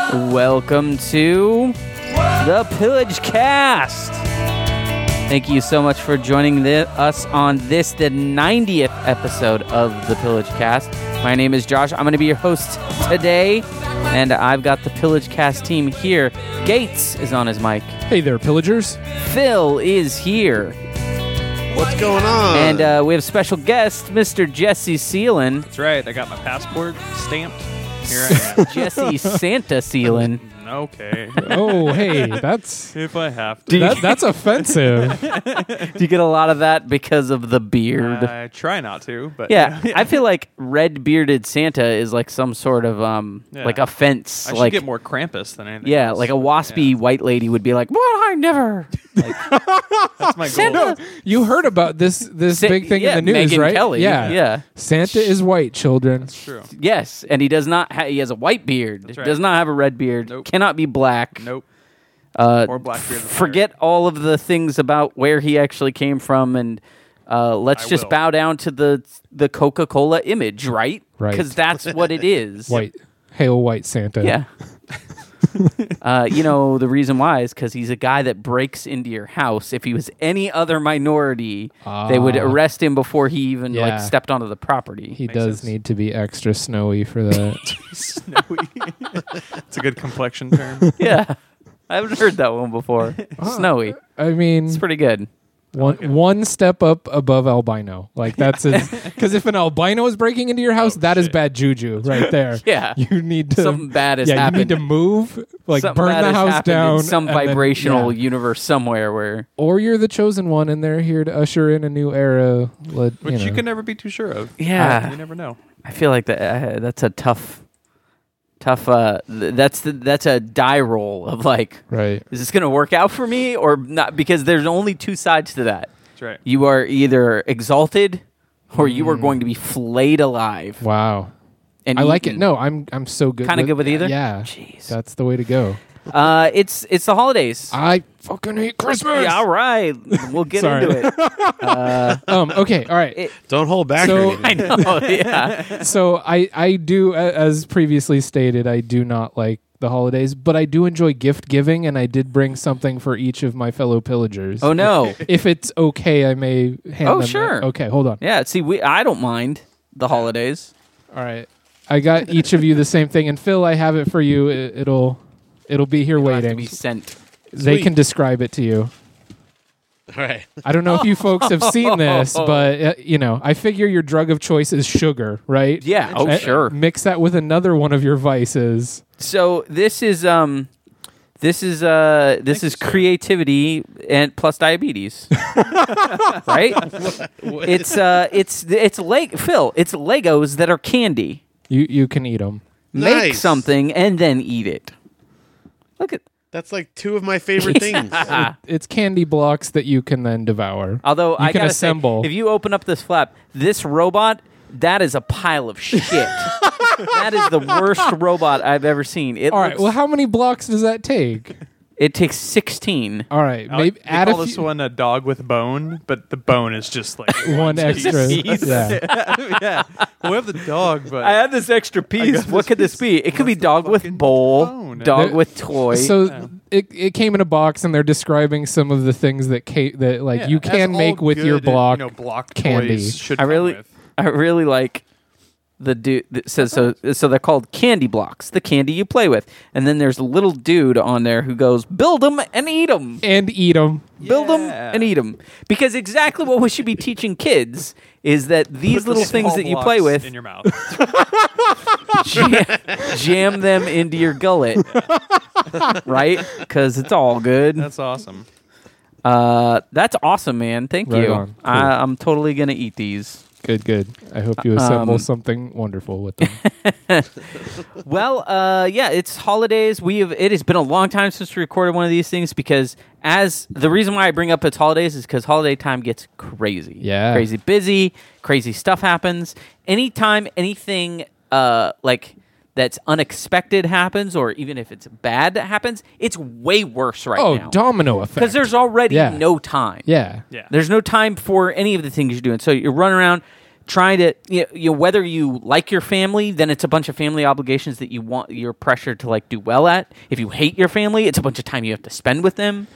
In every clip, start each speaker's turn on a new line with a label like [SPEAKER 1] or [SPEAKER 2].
[SPEAKER 1] Welcome to the Pillage Cast. Thank you so much for joining thi- us on this, the 90th episode of the Pillage Cast. My name is Josh. I'm going to be your host today, and I've got the Pillage Cast team here. Gates is on his mic.
[SPEAKER 2] Hey there, pillagers.
[SPEAKER 1] Phil is here,
[SPEAKER 3] What's going on?
[SPEAKER 1] and uh, we have special guest, Mr. Jesse Seelan,
[SPEAKER 4] That's right. I got my passport stamped. Here I
[SPEAKER 1] Jesse Santa Seelan.
[SPEAKER 4] am. okay.
[SPEAKER 2] Oh, hey, that's
[SPEAKER 4] If I have to.
[SPEAKER 2] that, that's offensive.
[SPEAKER 1] Do you get a lot of that because of the beard?
[SPEAKER 4] I try not to, but
[SPEAKER 1] Yeah, I feel like red bearded Santa is like some sort of um
[SPEAKER 4] Yeah.
[SPEAKER 1] like offense.
[SPEAKER 4] I should
[SPEAKER 1] like
[SPEAKER 4] get more Krampus than anything.
[SPEAKER 1] yeah,
[SPEAKER 4] else.
[SPEAKER 1] like a waspy white lady would be like, "Well, I never."
[SPEAKER 4] That's my goal.
[SPEAKER 1] Santa-
[SPEAKER 2] You heard about this this
[SPEAKER 1] Sa-
[SPEAKER 2] big thing
[SPEAKER 1] yeah,
[SPEAKER 2] in the news,
[SPEAKER 1] Megyn
[SPEAKER 2] right?
[SPEAKER 1] Kelly.
[SPEAKER 2] Yeah,
[SPEAKER 1] Yeah.
[SPEAKER 2] Santa is white, children.
[SPEAKER 4] It's true.
[SPEAKER 1] Yes, and he does not. Ha- he has a white beard.
[SPEAKER 4] right.
[SPEAKER 1] Does not have a red beard.
[SPEAKER 4] Nope.
[SPEAKER 1] Cannot be black.
[SPEAKER 4] Nope.
[SPEAKER 1] Uh,
[SPEAKER 4] Or black beard.
[SPEAKER 1] forget all of the things about where he actually came from, and uh, let's
[SPEAKER 4] I
[SPEAKER 1] just
[SPEAKER 4] will.
[SPEAKER 1] bow down to the the Coca Cola image, right?
[SPEAKER 2] Right.
[SPEAKER 1] Because that's what it is.
[SPEAKER 2] White, hail white Santa.
[SPEAKER 1] Yeah. uh, you know, the reason why is because he's a guy that breaks into your house. If he was any other minority, they would
[SPEAKER 2] Ah.
[SPEAKER 1] arrest him before he even like
[SPEAKER 2] Yeah.
[SPEAKER 1] stepped onto the property.
[SPEAKER 2] he
[SPEAKER 4] Makes
[SPEAKER 2] does
[SPEAKER 4] sense.
[SPEAKER 2] need to be extra snowy for that.
[SPEAKER 4] Snowy. it's a good complexion term.
[SPEAKER 1] yeah. I haven't heard that one before. Snowy.
[SPEAKER 2] I mean,
[SPEAKER 1] It's pretty good.
[SPEAKER 2] one one step up above albino. Like that's because if an albino is breaking into your house,
[SPEAKER 4] Oh,
[SPEAKER 2] that is
[SPEAKER 4] shit.
[SPEAKER 2] bad juju right there.
[SPEAKER 1] Yeah.
[SPEAKER 2] you need to
[SPEAKER 1] Something bad has
[SPEAKER 2] yeah,
[SPEAKER 1] happened.
[SPEAKER 2] you need to move, like
[SPEAKER 1] Something
[SPEAKER 2] burn
[SPEAKER 1] bad
[SPEAKER 2] the
[SPEAKER 1] has
[SPEAKER 2] house
[SPEAKER 1] happened
[SPEAKER 2] down.
[SPEAKER 1] in some
[SPEAKER 2] and then-
[SPEAKER 1] vibrational
[SPEAKER 2] yeah.
[SPEAKER 1] universe somewhere where
[SPEAKER 2] or you're the chosen one and they're here to usher in a new era. Let,
[SPEAKER 4] Which you,
[SPEAKER 2] know.
[SPEAKER 4] can never be too sure of.
[SPEAKER 1] Yeah.
[SPEAKER 4] Uh, you never know.
[SPEAKER 1] I feel like that uh, that's a tough tough uh th- that's the, that's a die roll of like
[SPEAKER 2] right.
[SPEAKER 1] is this going to work out for me or not because there's only two sides to that
[SPEAKER 4] That's right.
[SPEAKER 1] you are either exalted or you are going to be flayed alive
[SPEAKER 2] Wow.
[SPEAKER 1] and
[SPEAKER 2] I
[SPEAKER 4] Mm-hmm.
[SPEAKER 2] like it.
[SPEAKER 1] eaten.
[SPEAKER 2] No, I'm I'm so good.
[SPEAKER 1] Kinda
[SPEAKER 2] with,
[SPEAKER 1] good with either?
[SPEAKER 2] Yeah,
[SPEAKER 1] Jeez.
[SPEAKER 2] that's the way to go.
[SPEAKER 1] uh it's it's the holidays
[SPEAKER 2] I fucking hate Christmas.
[SPEAKER 1] yeah, all right we'll get
[SPEAKER 2] Sorry.
[SPEAKER 1] into it
[SPEAKER 2] Um. Okay. All right.
[SPEAKER 3] Don't hold back.
[SPEAKER 2] So-
[SPEAKER 3] or anything.
[SPEAKER 1] i know yeah
[SPEAKER 2] so I I do a- as previously stated I do not like the holidays, but I do enjoy gift giving, and I did bring something for each of my fellow pillagers.
[SPEAKER 1] oh no
[SPEAKER 2] If it's okay, I may hand.
[SPEAKER 1] Oh,
[SPEAKER 2] them that.
[SPEAKER 1] sure.
[SPEAKER 2] Okay, hold on.
[SPEAKER 1] yeah see we i don't mind the holidays
[SPEAKER 2] All right. I got each of you the same thing, and Phil, I have it for you. It, it'll it'll be here
[SPEAKER 1] I have to
[SPEAKER 2] waiting.
[SPEAKER 1] be sent
[SPEAKER 2] They
[SPEAKER 3] Sweet.
[SPEAKER 2] can describe it to you.
[SPEAKER 3] All right.
[SPEAKER 2] I don't know if you folks have seen this, but uh, you know, I figure your drug of choice is sugar, right?
[SPEAKER 1] yeah oh
[SPEAKER 2] Uh,
[SPEAKER 1] sure
[SPEAKER 2] Mix that with another one of your vices.
[SPEAKER 1] so this is um this is uh this is creativity and plus diabetes right it's uh it's it's leg phil it's legos that are candy
[SPEAKER 2] You you can eat them.
[SPEAKER 1] make
[SPEAKER 3] Nice.
[SPEAKER 1] something and then eat it look at
[SPEAKER 3] That's like two of my favorite things.
[SPEAKER 2] It's candy blocks that you can then devour.
[SPEAKER 1] Ah. although i
[SPEAKER 2] You can
[SPEAKER 1] gotta
[SPEAKER 2] assemble.
[SPEAKER 1] say, if you open up this flap this robot that is a pile of shit that is the worst robot i've ever seen it
[SPEAKER 2] All right.
[SPEAKER 1] looks-
[SPEAKER 2] Well, how many blocks does that take?
[SPEAKER 1] it takes 16
[SPEAKER 2] All right.
[SPEAKER 4] I like-
[SPEAKER 2] Maybe
[SPEAKER 4] they
[SPEAKER 2] add
[SPEAKER 4] call
[SPEAKER 2] a
[SPEAKER 4] this
[SPEAKER 2] few-
[SPEAKER 4] one a dog with bone, but the bone is just like
[SPEAKER 2] one extra. Yeah.
[SPEAKER 4] yeah. Well, we have the dog, but
[SPEAKER 1] I had this extra piece. What could this be? It could be dog with bowl,
[SPEAKER 4] phone?
[SPEAKER 1] dog
[SPEAKER 2] There-
[SPEAKER 1] with toy.
[SPEAKER 2] So it, it came in a box, and they're describing some of the things that ca- that like
[SPEAKER 4] Yeah,
[SPEAKER 2] you
[SPEAKER 4] as
[SPEAKER 2] can
[SPEAKER 4] all
[SPEAKER 2] make with your
[SPEAKER 4] good, you
[SPEAKER 2] block.
[SPEAKER 4] know, block
[SPEAKER 2] candy.
[SPEAKER 4] toys should
[SPEAKER 1] I
[SPEAKER 4] come
[SPEAKER 1] really,
[SPEAKER 4] with.
[SPEAKER 1] I really like the dude that says so. So they're called candy blocks, the candy you play with. And then there's a little dude on there who goes, "Build them and eat them,
[SPEAKER 2] and eat them.
[SPEAKER 1] build them
[SPEAKER 4] Yeah.
[SPEAKER 1] and eat them." Because exactly what we should be teaching kids is that these
[SPEAKER 4] Put the
[SPEAKER 1] little things
[SPEAKER 4] small
[SPEAKER 1] that you play
[SPEAKER 4] blocks
[SPEAKER 1] with,
[SPEAKER 4] in your mouth.
[SPEAKER 1] jam, jam them into your gullet, right? Because it's all good.
[SPEAKER 4] That's awesome.
[SPEAKER 1] Uh, that's awesome, man. Thank
[SPEAKER 2] Right
[SPEAKER 1] you.
[SPEAKER 2] on. Cool.
[SPEAKER 1] I, I'm totally gonna eat these.
[SPEAKER 2] Good, good. I hope you assemble
[SPEAKER 1] Um,
[SPEAKER 2] something wonderful with them.
[SPEAKER 1] Well, uh, yeah, it's holidays. We have. It has been a long time since we recorded one of these things because as the reason why I bring up it's holidays is because holiday time gets crazy.
[SPEAKER 2] Yeah.
[SPEAKER 1] crazy busy. Crazy stuff happens. Anytime anything uh like that's unexpected happens, or even if it's bad that happens, it's way worse right
[SPEAKER 2] oh,
[SPEAKER 1] now.
[SPEAKER 2] domino effect.
[SPEAKER 1] because there's already
[SPEAKER 2] Yeah.
[SPEAKER 1] no time.
[SPEAKER 2] yeah.
[SPEAKER 4] Yeah.
[SPEAKER 1] There's no time for any of the things you're doing. So you run around trying to you know, you know, whether you like your family, then it's a bunch of family obligations that you want you're pressured to like do well at. If you hate your family, it's a bunch of time you have to spend with them.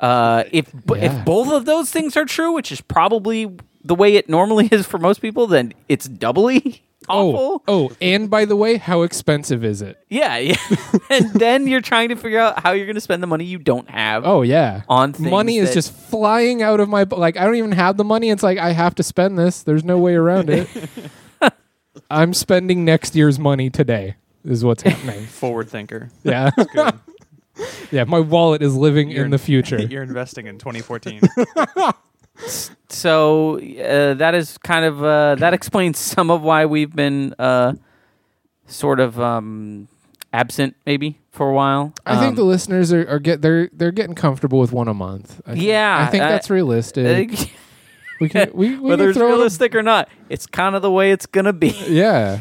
[SPEAKER 1] Uh, if b-
[SPEAKER 2] Yeah.
[SPEAKER 1] if both of those things are true, which is probably the way it normally is for most people, then it's doubly awful.
[SPEAKER 2] Oh, oh, and by the way, how expensive is it?
[SPEAKER 1] Yeah, yeah. and then you're trying to figure out how you're going to spend the money you don't have.
[SPEAKER 2] Oh yeah,
[SPEAKER 1] On things
[SPEAKER 2] money is
[SPEAKER 1] that-
[SPEAKER 2] just flying out of my bu- like. I don't even have the money. It's like I have to spend this. There's no way around it. I'm spending next year's money today. Is what's happening.
[SPEAKER 4] Forward thinker.
[SPEAKER 2] yeah,
[SPEAKER 4] Good.
[SPEAKER 2] yeah. My wallet is living
[SPEAKER 4] You're-
[SPEAKER 2] in the future.
[SPEAKER 4] You're investing in 2014.
[SPEAKER 1] so uh, that is kind of uh, that explains some of why we've been uh, sort of um, absent maybe for a while.
[SPEAKER 2] I think the
[SPEAKER 1] Um,
[SPEAKER 2] listeners are, are get they're they're getting comfortable with one a month. I think-
[SPEAKER 1] Yeah,
[SPEAKER 2] I think
[SPEAKER 1] I-
[SPEAKER 2] that's realistic.
[SPEAKER 1] uh,
[SPEAKER 2] we can we, we
[SPEAKER 1] whether
[SPEAKER 2] can
[SPEAKER 1] it's
[SPEAKER 2] throw in a-
[SPEAKER 1] realistic or not, it's kind of the way it's gonna be.
[SPEAKER 2] yeah,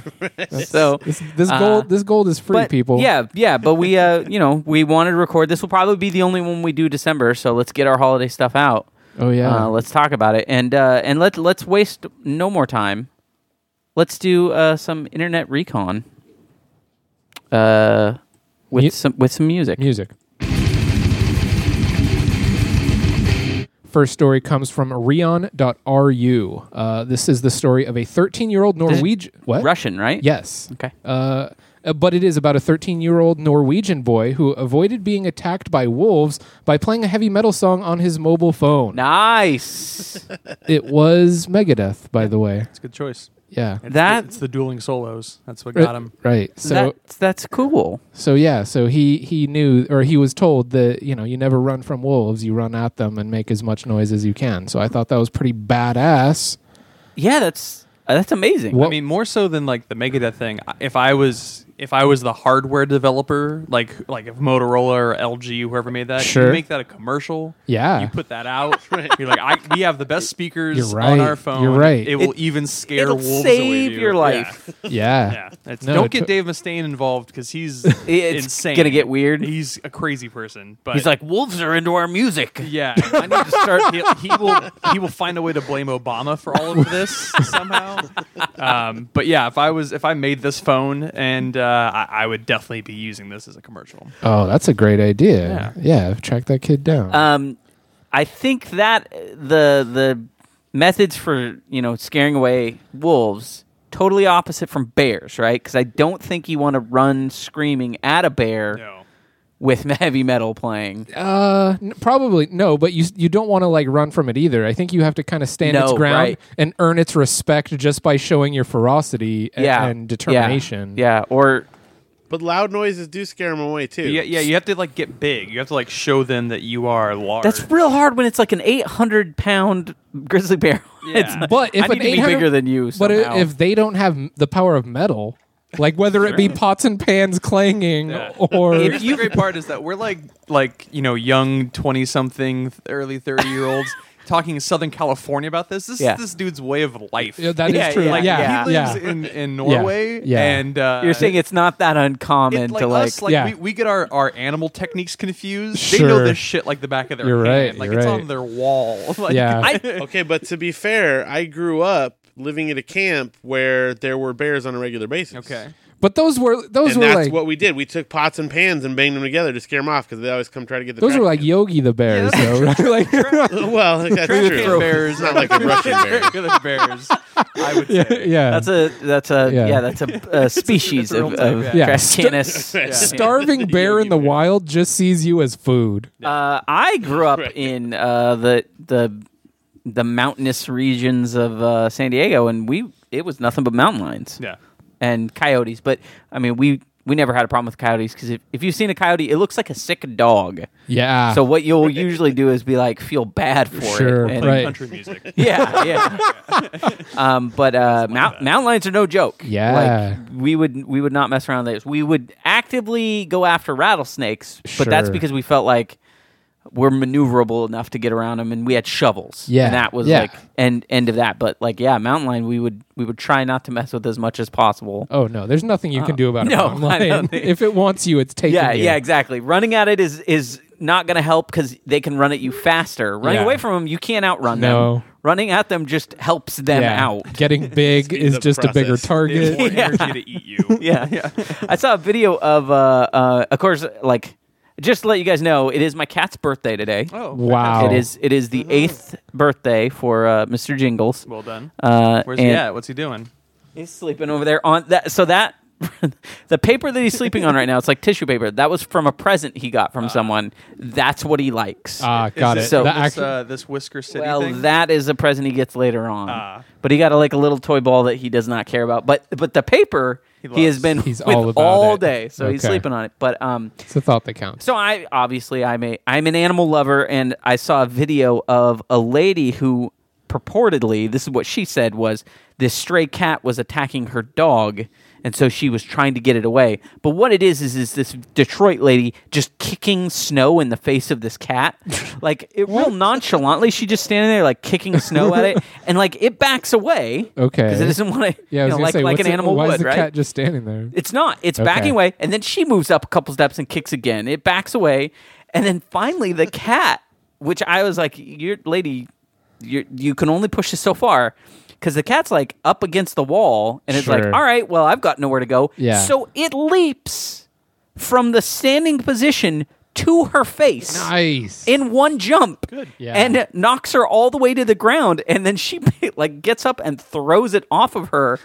[SPEAKER 1] so.
[SPEAKER 2] this, this
[SPEAKER 1] Uh,
[SPEAKER 2] gold this gold is free,
[SPEAKER 1] But,
[SPEAKER 2] people.
[SPEAKER 1] Yeah, yeah, but we, uh, you know, we wanted to record. This will probably be the only one we do December, so let's get our holiday stuff out.
[SPEAKER 2] Oh yeah.
[SPEAKER 1] Uh, let's talk about it, and uh, and let let's waste no more time. Let's do uh, some internet recon. Uh, with
[SPEAKER 2] Mu-
[SPEAKER 1] some with some music.
[SPEAKER 2] Music. First story comes from Rion.ru. Uh, this is the story of a 13 year old
[SPEAKER 1] is
[SPEAKER 2] Norwegian. What?
[SPEAKER 1] Russian, right?
[SPEAKER 2] Yes.
[SPEAKER 1] Okay.
[SPEAKER 2] Uh, uh, but it is about a 13 year old Norwegian boy who avoided being attacked by wolves by playing a heavy metal song on his mobile phone.
[SPEAKER 1] Nice.
[SPEAKER 2] It was Megadeth, by the way.
[SPEAKER 4] It's a good choice.
[SPEAKER 2] Yeah.
[SPEAKER 4] It's
[SPEAKER 1] That-
[SPEAKER 4] the, it's the dueling solos. That's what got him.
[SPEAKER 2] Right. So.
[SPEAKER 1] that's, that's cool.
[SPEAKER 2] So yeah, so he he knew or he was told that you know you never run from wolves, you run at them and make as much noise as you can. So I thought that was pretty badass.
[SPEAKER 1] Yeah, that's uh, that's amazing.
[SPEAKER 2] What-
[SPEAKER 4] I mean, more so than like the Megadeth thing. If I was if I was the hardware developer, like like if Motorola or LG, whoever made that,
[SPEAKER 2] Sure.
[SPEAKER 4] you make that a commercial.
[SPEAKER 2] Yeah.
[SPEAKER 4] You put that out. You're like, I, we have the best speakers
[SPEAKER 2] You're
[SPEAKER 4] on
[SPEAKER 2] right.
[SPEAKER 4] our phone.
[SPEAKER 2] You're right.
[SPEAKER 4] It will even scare
[SPEAKER 1] It'll
[SPEAKER 4] wolves away
[SPEAKER 1] save
[SPEAKER 4] to you.
[SPEAKER 1] your life.
[SPEAKER 2] yeah.
[SPEAKER 4] Yeah. yeah. It's,
[SPEAKER 2] No,
[SPEAKER 4] don't
[SPEAKER 2] it
[SPEAKER 4] get
[SPEAKER 2] took-
[SPEAKER 4] Dave Mustaine involved because he's
[SPEAKER 1] It's
[SPEAKER 4] insane.
[SPEAKER 1] gonna get weird.
[SPEAKER 4] He's a crazy person. But
[SPEAKER 1] He's like wolves are into our music.
[SPEAKER 4] yeah, I need to start. He, he will he will find a way to blame Obama for all of this somehow. Um, but yeah, if I was if I made this phone, and uh, I, I would definitely be using this as a commercial.
[SPEAKER 2] Oh, that's a great idea. Yeah, track that kid down.
[SPEAKER 1] Um, I think that uh, the the methods for you know scaring away wolves totally opposite from bears, right? Because I don't think you want to run screaming at a bear
[SPEAKER 4] No,
[SPEAKER 1] with heavy metal playing.
[SPEAKER 2] Uh, n- probably no, but you s- you don't want to like run from it either. I think you have to kind of stand its
[SPEAKER 1] No,
[SPEAKER 2] ground
[SPEAKER 1] right.
[SPEAKER 2] and earn its respect just by showing your ferocity a- and,
[SPEAKER 1] yeah,
[SPEAKER 2] determination.
[SPEAKER 1] Yeah, yeah. or
[SPEAKER 3] But loud noises do scare them away too.
[SPEAKER 4] yeah, yeah, you have to like get big. You have to like show them that you are large.
[SPEAKER 1] that's real hard when it's like an eight hundred pound grizzly bear.
[SPEAKER 4] Yeah.
[SPEAKER 1] It's like,
[SPEAKER 2] But if
[SPEAKER 1] I need
[SPEAKER 2] an
[SPEAKER 1] to be
[SPEAKER 2] 800
[SPEAKER 1] bigger than you,
[SPEAKER 2] But i-
[SPEAKER 1] somehow.
[SPEAKER 2] if they don't have m- the power of metal, like whether it be pots and pans clanging
[SPEAKER 4] Yeah.
[SPEAKER 2] or
[SPEAKER 4] Here's the great part is that we're like like you know young twenty something, early thirty year olds talking in Southern California about this. This
[SPEAKER 1] Yeah.
[SPEAKER 4] is this dude's way of life.
[SPEAKER 2] Yeah, that is
[SPEAKER 1] Yeah,
[SPEAKER 2] true.
[SPEAKER 1] yeah,
[SPEAKER 2] Yeah,
[SPEAKER 4] like,
[SPEAKER 2] yeah,
[SPEAKER 4] he lives
[SPEAKER 2] yeah.
[SPEAKER 4] in in Norway,
[SPEAKER 2] Yeah.
[SPEAKER 4] and uh,
[SPEAKER 1] you're saying it's not that uncommon
[SPEAKER 4] It, like
[SPEAKER 1] to like,
[SPEAKER 4] us, like
[SPEAKER 2] Yeah.
[SPEAKER 4] we, we get our, our animal techniques confused. They know
[SPEAKER 2] Sure.
[SPEAKER 4] this shit like the back of their
[SPEAKER 2] You're
[SPEAKER 4] hand.
[SPEAKER 2] right,
[SPEAKER 4] Like
[SPEAKER 2] you're
[SPEAKER 4] it's
[SPEAKER 2] right.
[SPEAKER 4] on their wall. Like,
[SPEAKER 2] Yeah.
[SPEAKER 1] I,
[SPEAKER 3] Okay, but to be fair, I grew up living in a camp where there were bears on a regular basis.
[SPEAKER 4] Okay.
[SPEAKER 2] But those were those
[SPEAKER 3] and
[SPEAKER 2] were
[SPEAKER 3] that's
[SPEAKER 2] like
[SPEAKER 3] what we did. We took pots and pans and banged them together to scare them off because they always come try to get the.
[SPEAKER 2] those were
[SPEAKER 3] trash
[SPEAKER 2] like Yogi the Bear.
[SPEAKER 4] that's
[SPEAKER 2] so, right? like
[SPEAKER 3] can. well, that's
[SPEAKER 4] Trash
[SPEAKER 3] true.
[SPEAKER 4] can bears,
[SPEAKER 3] It's not like a Russian bear.
[SPEAKER 4] Regular bears. I would
[SPEAKER 2] yeah,
[SPEAKER 4] say.
[SPEAKER 2] yeah.
[SPEAKER 1] that's a that's a yeah,
[SPEAKER 2] Yeah.
[SPEAKER 1] that's a, a species
[SPEAKER 4] real
[SPEAKER 1] of,
[SPEAKER 4] type,
[SPEAKER 1] of
[SPEAKER 4] yeah.
[SPEAKER 2] Yeah.
[SPEAKER 1] trash canis.
[SPEAKER 3] Yeah.
[SPEAKER 2] starving bear in the wild just sees you as food.
[SPEAKER 1] Uh, I grew up
[SPEAKER 3] Right.
[SPEAKER 1] in uh, the the the mountainous regions of uh, San Diego, and we it was nothing but mountain lions
[SPEAKER 4] Yeah.
[SPEAKER 1] and coyotes. But I mean, we we never had a problem with coyotes because if, if you've seen a coyote, it looks like a sick dog.
[SPEAKER 2] Yeah.
[SPEAKER 1] So what you'll usually do is be like feel bad for
[SPEAKER 2] Sure,
[SPEAKER 1] it. and-
[SPEAKER 2] right.
[SPEAKER 4] Country music.
[SPEAKER 1] Yeah, yeah. um, but uh, mount, mountain lions are no joke.
[SPEAKER 2] Yeah.
[SPEAKER 1] like we would we would not mess around with those. We would actively go after rattlesnakes, but that's
[SPEAKER 2] Sure.
[SPEAKER 1] because we felt like we're maneuverable enough to get around them, and we had shovels.
[SPEAKER 2] Yeah,
[SPEAKER 1] and that was
[SPEAKER 2] yeah.
[SPEAKER 1] like end end of that. But like, yeah, mountain lion, we would we would try not to mess with as much as possible.
[SPEAKER 2] oh no, there's nothing you can do about
[SPEAKER 1] Oh. no,
[SPEAKER 2] it.
[SPEAKER 1] I don't think-
[SPEAKER 2] If it wants you, it's taking
[SPEAKER 1] yeah,
[SPEAKER 2] you.
[SPEAKER 1] yeah, exactly. Running at it is is not going to help because they can run at you faster. Running
[SPEAKER 2] Yeah.
[SPEAKER 1] away from them, you can't outrun
[SPEAKER 2] No.
[SPEAKER 1] them. Running at them just helps them
[SPEAKER 2] yeah.
[SPEAKER 1] out.
[SPEAKER 2] Getting big
[SPEAKER 3] Speeds
[SPEAKER 2] is
[SPEAKER 3] up
[SPEAKER 2] just a bigger
[SPEAKER 3] process.
[SPEAKER 4] They
[SPEAKER 2] target.
[SPEAKER 4] have more energy to eat you.
[SPEAKER 1] yeah, yeah. I saw a video of, uh, uh, of course, like just to let you guys know, it is my cat's birthday today.
[SPEAKER 4] Oh, Mm-hmm.
[SPEAKER 2] Wow.
[SPEAKER 1] It is it is the eighth birthday for uh, Mr. Jingles.
[SPEAKER 4] Well done.
[SPEAKER 1] Uh,
[SPEAKER 4] Where's
[SPEAKER 1] and
[SPEAKER 4] he at? What's he doing?
[SPEAKER 1] He's sleeping over there on that. So that the paper that he's sleeping on right now, it's like tissue paper. That was from a present he got
[SPEAKER 4] Ah.
[SPEAKER 1] from someone. That's what he likes.
[SPEAKER 2] Ah, got it.
[SPEAKER 4] Is this,
[SPEAKER 1] So-
[SPEAKER 2] The
[SPEAKER 4] this,
[SPEAKER 2] act-
[SPEAKER 4] uh, this Whisker City
[SPEAKER 1] well,
[SPEAKER 4] thing?
[SPEAKER 1] that is a present he gets later on.
[SPEAKER 4] Ah.
[SPEAKER 1] But he got a, like a little toy ball that he does not care about. But but the paper he,
[SPEAKER 4] loves.
[SPEAKER 1] has been
[SPEAKER 2] He's
[SPEAKER 1] with
[SPEAKER 2] all about it.
[SPEAKER 1] day, so he's
[SPEAKER 2] Okay.
[SPEAKER 1] sleeping on it. But um,
[SPEAKER 2] it's a thought that counts.
[SPEAKER 1] so I obviously I'm a I'm an animal lover, and I saw a video of a lady who purportedly this is what she said was this stray cat was attacking her dog, and so she was trying to get it away. But what it is is is this Detroit lady just kicking snow in the face of this cat, like it real nonchalantly. She just standing there like kicking snow at it, and like it backs away.
[SPEAKER 2] Okay.
[SPEAKER 1] because it doesn't want to.
[SPEAKER 2] Yeah, I
[SPEAKER 1] you know,
[SPEAKER 2] was gonna
[SPEAKER 1] like
[SPEAKER 2] say,
[SPEAKER 1] like
[SPEAKER 2] what's
[SPEAKER 1] an
[SPEAKER 2] it-
[SPEAKER 1] animal
[SPEAKER 2] Why
[SPEAKER 1] would,
[SPEAKER 2] is the
[SPEAKER 1] right?
[SPEAKER 2] cat just standing there?
[SPEAKER 1] It's not. It's
[SPEAKER 2] Okay.
[SPEAKER 1] backing away, and then she moves up a couple steps and kicks again. It backs away, and then finally the cat, which I was like, "Your lady, you you can only push this so far." Because the cat's like up against the wall, and it's like,
[SPEAKER 2] Sure.
[SPEAKER 1] all right, well, I've got nowhere to go.
[SPEAKER 2] Yeah.
[SPEAKER 1] So it leaps from the standing position to her face
[SPEAKER 2] Nice.
[SPEAKER 1] in one jump
[SPEAKER 2] Yeah.
[SPEAKER 1] and knocks her all the way to the ground and then she like gets up and throws it off of her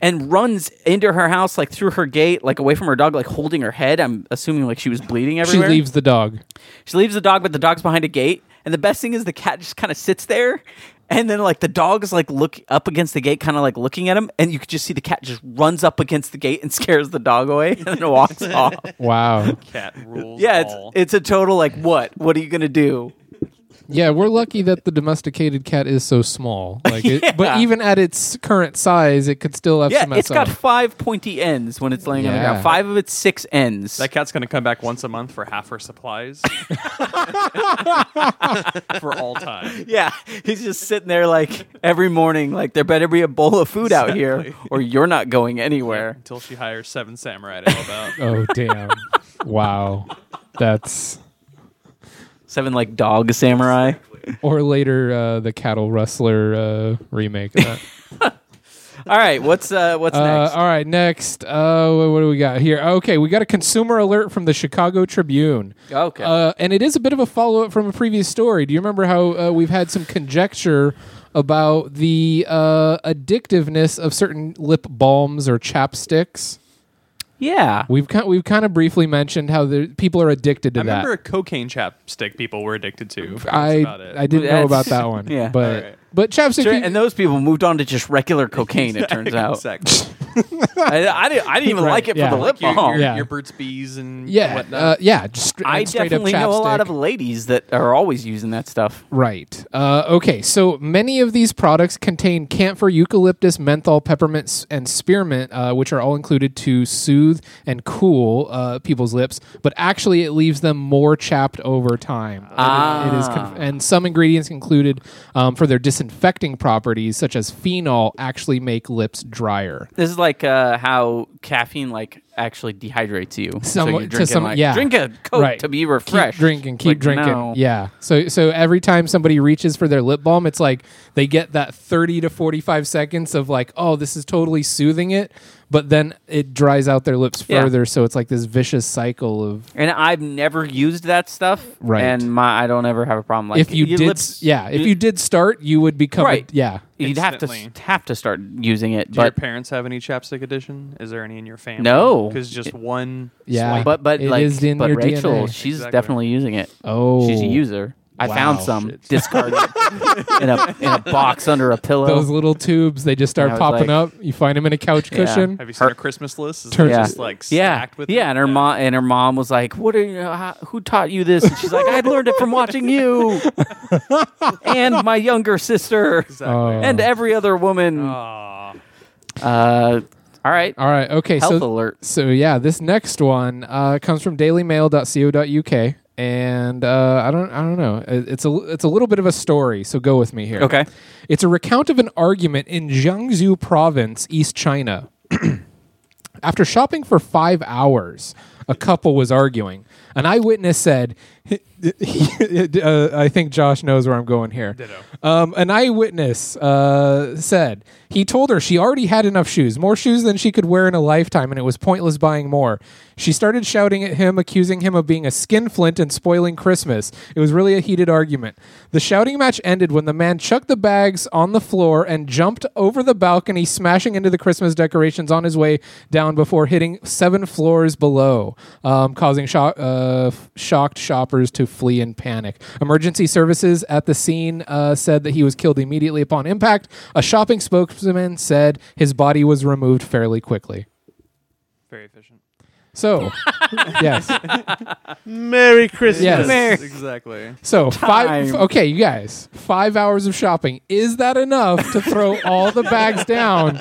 [SPEAKER 1] and runs into her house like through her gate like away from her dog like holding her head i'm assuming like she was bleeding
[SPEAKER 2] she
[SPEAKER 1] everywhere
[SPEAKER 2] leaves the dog.
[SPEAKER 1] she leaves the dog but the dog's behind a gate and the best thing is the cat just kind of sits there and then like the dog is like look up against the gate kind of like looking at him and you could just see the cat just runs up against the gate and scares the dog away and then walks off
[SPEAKER 2] Wow.
[SPEAKER 4] cat rules.
[SPEAKER 1] yeah
[SPEAKER 4] all.
[SPEAKER 1] it's, it's a total like what what are you gonna do
[SPEAKER 2] Yeah, we're lucky that the domesticated cat is so small. Like,
[SPEAKER 1] Yeah.
[SPEAKER 2] it, but even at its current size, it could still have
[SPEAKER 1] Yeah,
[SPEAKER 2] some mess
[SPEAKER 1] it's got
[SPEAKER 2] up.
[SPEAKER 1] five pointy ends when it's laying on the ground.
[SPEAKER 2] Yeah.
[SPEAKER 1] Five of its six ends.
[SPEAKER 4] That cat's gonna come back once a month for half her supplies. for all time.
[SPEAKER 1] yeah, he's just sitting there like every morning, like there better be a bowl of food out here, or you're not going anywhere.
[SPEAKER 4] Until she hires seven samurai to help out.
[SPEAKER 2] Oh damn! wow, that's
[SPEAKER 1] Seven like dog samurai.
[SPEAKER 2] or later uh, the cattle rustler uh, remake. Of that.
[SPEAKER 1] All right, what's uh, what's
[SPEAKER 2] Uh,
[SPEAKER 1] next?
[SPEAKER 2] all right, next. Uh, wh- what do we got here? Okay, we got a consumer alert from the Chicago Tribune.
[SPEAKER 1] Okay.
[SPEAKER 2] Uh, and it is a bit of a follow up from a previous story. Do you remember how uh, we've had some conjecture about the uh, addictiveness of certain lip balms or chapsticks?
[SPEAKER 1] yeah,
[SPEAKER 2] We've kind we've kind of briefly mentioned how the people are addicted to
[SPEAKER 4] I
[SPEAKER 2] that.
[SPEAKER 4] remember a cocaine chapstick people were addicted to. That's about
[SPEAKER 2] I
[SPEAKER 4] it.
[SPEAKER 2] I didn't know
[SPEAKER 1] That's-
[SPEAKER 2] about that one.
[SPEAKER 1] yeah.
[SPEAKER 2] But
[SPEAKER 4] Alright.
[SPEAKER 2] but chapstick
[SPEAKER 1] Sure,
[SPEAKER 2] peop-
[SPEAKER 1] and those people moved on to just regular cocaine. It turns out.
[SPEAKER 4] Exactly.
[SPEAKER 1] I, I didn't. I didn't even
[SPEAKER 2] Right,
[SPEAKER 1] like it
[SPEAKER 2] yeah.
[SPEAKER 1] for the lip
[SPEAKER 4] Your,
[SPEAKER 1] balm.
[SPEAKER 4] your,
[SPEAKER 2] Yeah.
[SPEAKER 4] your Burt's Bees and
[SPEAKER 2] yeah,
[SPEAKER 4] whatnot.
[SPEAKER 2] uh, yeah, just stra-
[SPEAKER 1] I
[SPEAKER 2] straight
[SPEAKER 1] definitely
[SPEAKER 2] up
[SPEAKER 1] know a lot
[SPEAKER 2] chapstick.
[SPEAKER 1] of ladies that are always using that stuff.
[SPEAKER 2] Right. Uh, okay. So many of these products contain camphor, eucalyptus, menthol, peppermint, s- and spearmint, uh, which are all included to soothe and cool uh, people's lips. But actually, it leaves them more chapped over time.
[SPEAKER 1] Ah.
[SPEAKER 2] It is, conf- and some ingredients included um, for their disinfecting properties, such as phenol, actually make lips drier.
[SPEAKER 1] This is like uh, how caffeine like actually dehydrates you.
[SPEAKER 2] Some-
[SPEAKER 1] so you're
[SPEAKER 2] to
[SPEAKER 1] drinking
[SPEAKER 2] some-
[SPEAKER 1] like
[SPEAKER 2] yeah.
[SPEAKER 1] drink a coke
[SPEAKER 2] Right.
[SPEAKER 1] to be
[SPEAKER 2] Keep
[SPEAKER 1] refreshed.
[SPEAKER 2] drinking, keep
[SPEAKER 1] Like,
[SPEAKER 2] drinking.
[SPEAKER 1] no.
[SPEAKER 2] Yeah. So so every time somebody reaches for their lip balm, it's like they get that 30 to 45 seconds of like, "Oh, this is totally soothing it," but then it dries out their lips
[SPEAKER 1] Yeah.
[SPEAKER 2] further, so it's like this vicious cycle of
[SPEAKER 1] And I've never used that stuff.
[SPEAKER 2] Right.
[SPEAKER 1] And my I don't ever have a problem like
[SPEAKER 2] if you
[SPEAKER 1] your
[SPEAKER 2] did
[SPEAKER 1] lips-
[SPEAKER 2] yeah, if you did start, you would become a-
[SPEAKER 1] Right.
[SPEAKER 2] yeah.
[SPEAKER 1] you'd have to
[SPEAKER 4] Instantly.
[SPEAKER 1] have to start using it.
[SPEAKER 4] Do your
[SPEAKER 1] But
[SPEAKER 4] parents have any chapstick edition? Is there any in your family?
[SPEAKER 1] No.
[SPEAKER 4] Because just one.
[SPEAKER 2] Yeah.
[SPEAKER 4] swipe-
[SPEAKER 1] but but
[SPEAKER 2] It
[SPEAKER 1] like
[SPEAKER 2] is in
[SPEAKER 1] but
[SPEAKER 2] your
[SPEAKER 1] Rachel,
[SPEAKER 2] DNA.
[SPEAKER 1] she's
[SPEAKER 4] Exactly.
[SPEAKER 1] definitely using it.
[SPEAKER 2] Oh.
[SPEAKER 1] She's a user. I found
[SPEAKER 2] Wow.
[SPEAKER 1] some
[SPEAKER 4] Shit.
[SPEAKER 1] discarded in a in a box under a pillow.
[SPEAKER 2] Those little tubes, they just
[SPEAKER 1] I
[SPEAKER 2] start
[SPEAKER 1] was
[SPEAKER 2] popping
[SPEAKER 1] like-
[SPEAKER 2] up. You find them in a couch
[SPEAKER 1] Yeah.
[SPEAKER 2] cushion.
[SPEAKER 4] Have you seen
[SPEAKER 1] Her-
[SPEAKER 4] a Christmas list? Is
[SPEAKER 2] Turn-
[SPEAKER 4] it
[SPEAKER 1] Yeah.
[SPEAKER 4] just like
[SPEAKER 1] yeah,
[SPEAKER 4] stacked with
[SPEAKER 1] yeah,
[SPEAKER 4] it?
[SPEAKER 1] and her mom and her mom was like, "What are you? How, who taught you this?" And she's like, "I learned it from watching you and my younger sister
[SPEAKER 2] Uh,
[SPEAKER 4] Exactly.
[SPEAKER 2] Oh.
[SPEAKER 1] and every other woman."
[SPEAKER 4] Aw.
[SPEAKER 1] Uh, all right,
[SPEAKER 2] All right. Okay.
[SPEAKER 1] health
[SPEAKER 2] so
[SPEAKER 1] alert.
[SPEAKER 2] So yeah, this next one uh, comes from DailyMail.co.uk, and uh, I don't I don't know. It- It's a it's a little bit of a story, so go with me here.
[SPEAKER 1] Okay.
[SPEAKER 2] It's a recount of an argument in Jiangsu Province, East China. After shopping for five hours, a couple was arguing. An eyewitness said, uh, I think Josh knows where I'm going here. Um, an eyewitness uh, said, he told her she already had enough shoes, more shoes than she could wear in a lifetime, and it was pointless buying more. She started shouting at him, accusing him of being a skinflint and spoiling Christmas. It was really a heated argument. The shouting match ended when the man chucked the bags on the floor and jumped over the balcony, smashing into the Christmas decorations on his way down before hitting seven floors below, um, causing sho- uh, f- shocked shoppers to flee in panic. Emergency services at the scene uh, said that he was killed immediately upon impact. A shopping spokesman said his body was removed fairly quickly.
[SPEAKER 4] Very efficient.
[SPEAKER 2] So, yes.
[SPEAKER 3] Merry Christmas.
[SPEAKER 2] Yes. Merry-
[SPEAKER 4] exactly.
[SPEAKER 2] So five.
[SPEAKER 1] Time.
[SPEAKER 2] Okay, you guys, five hours of shopping. Is that enough to throw all the bags down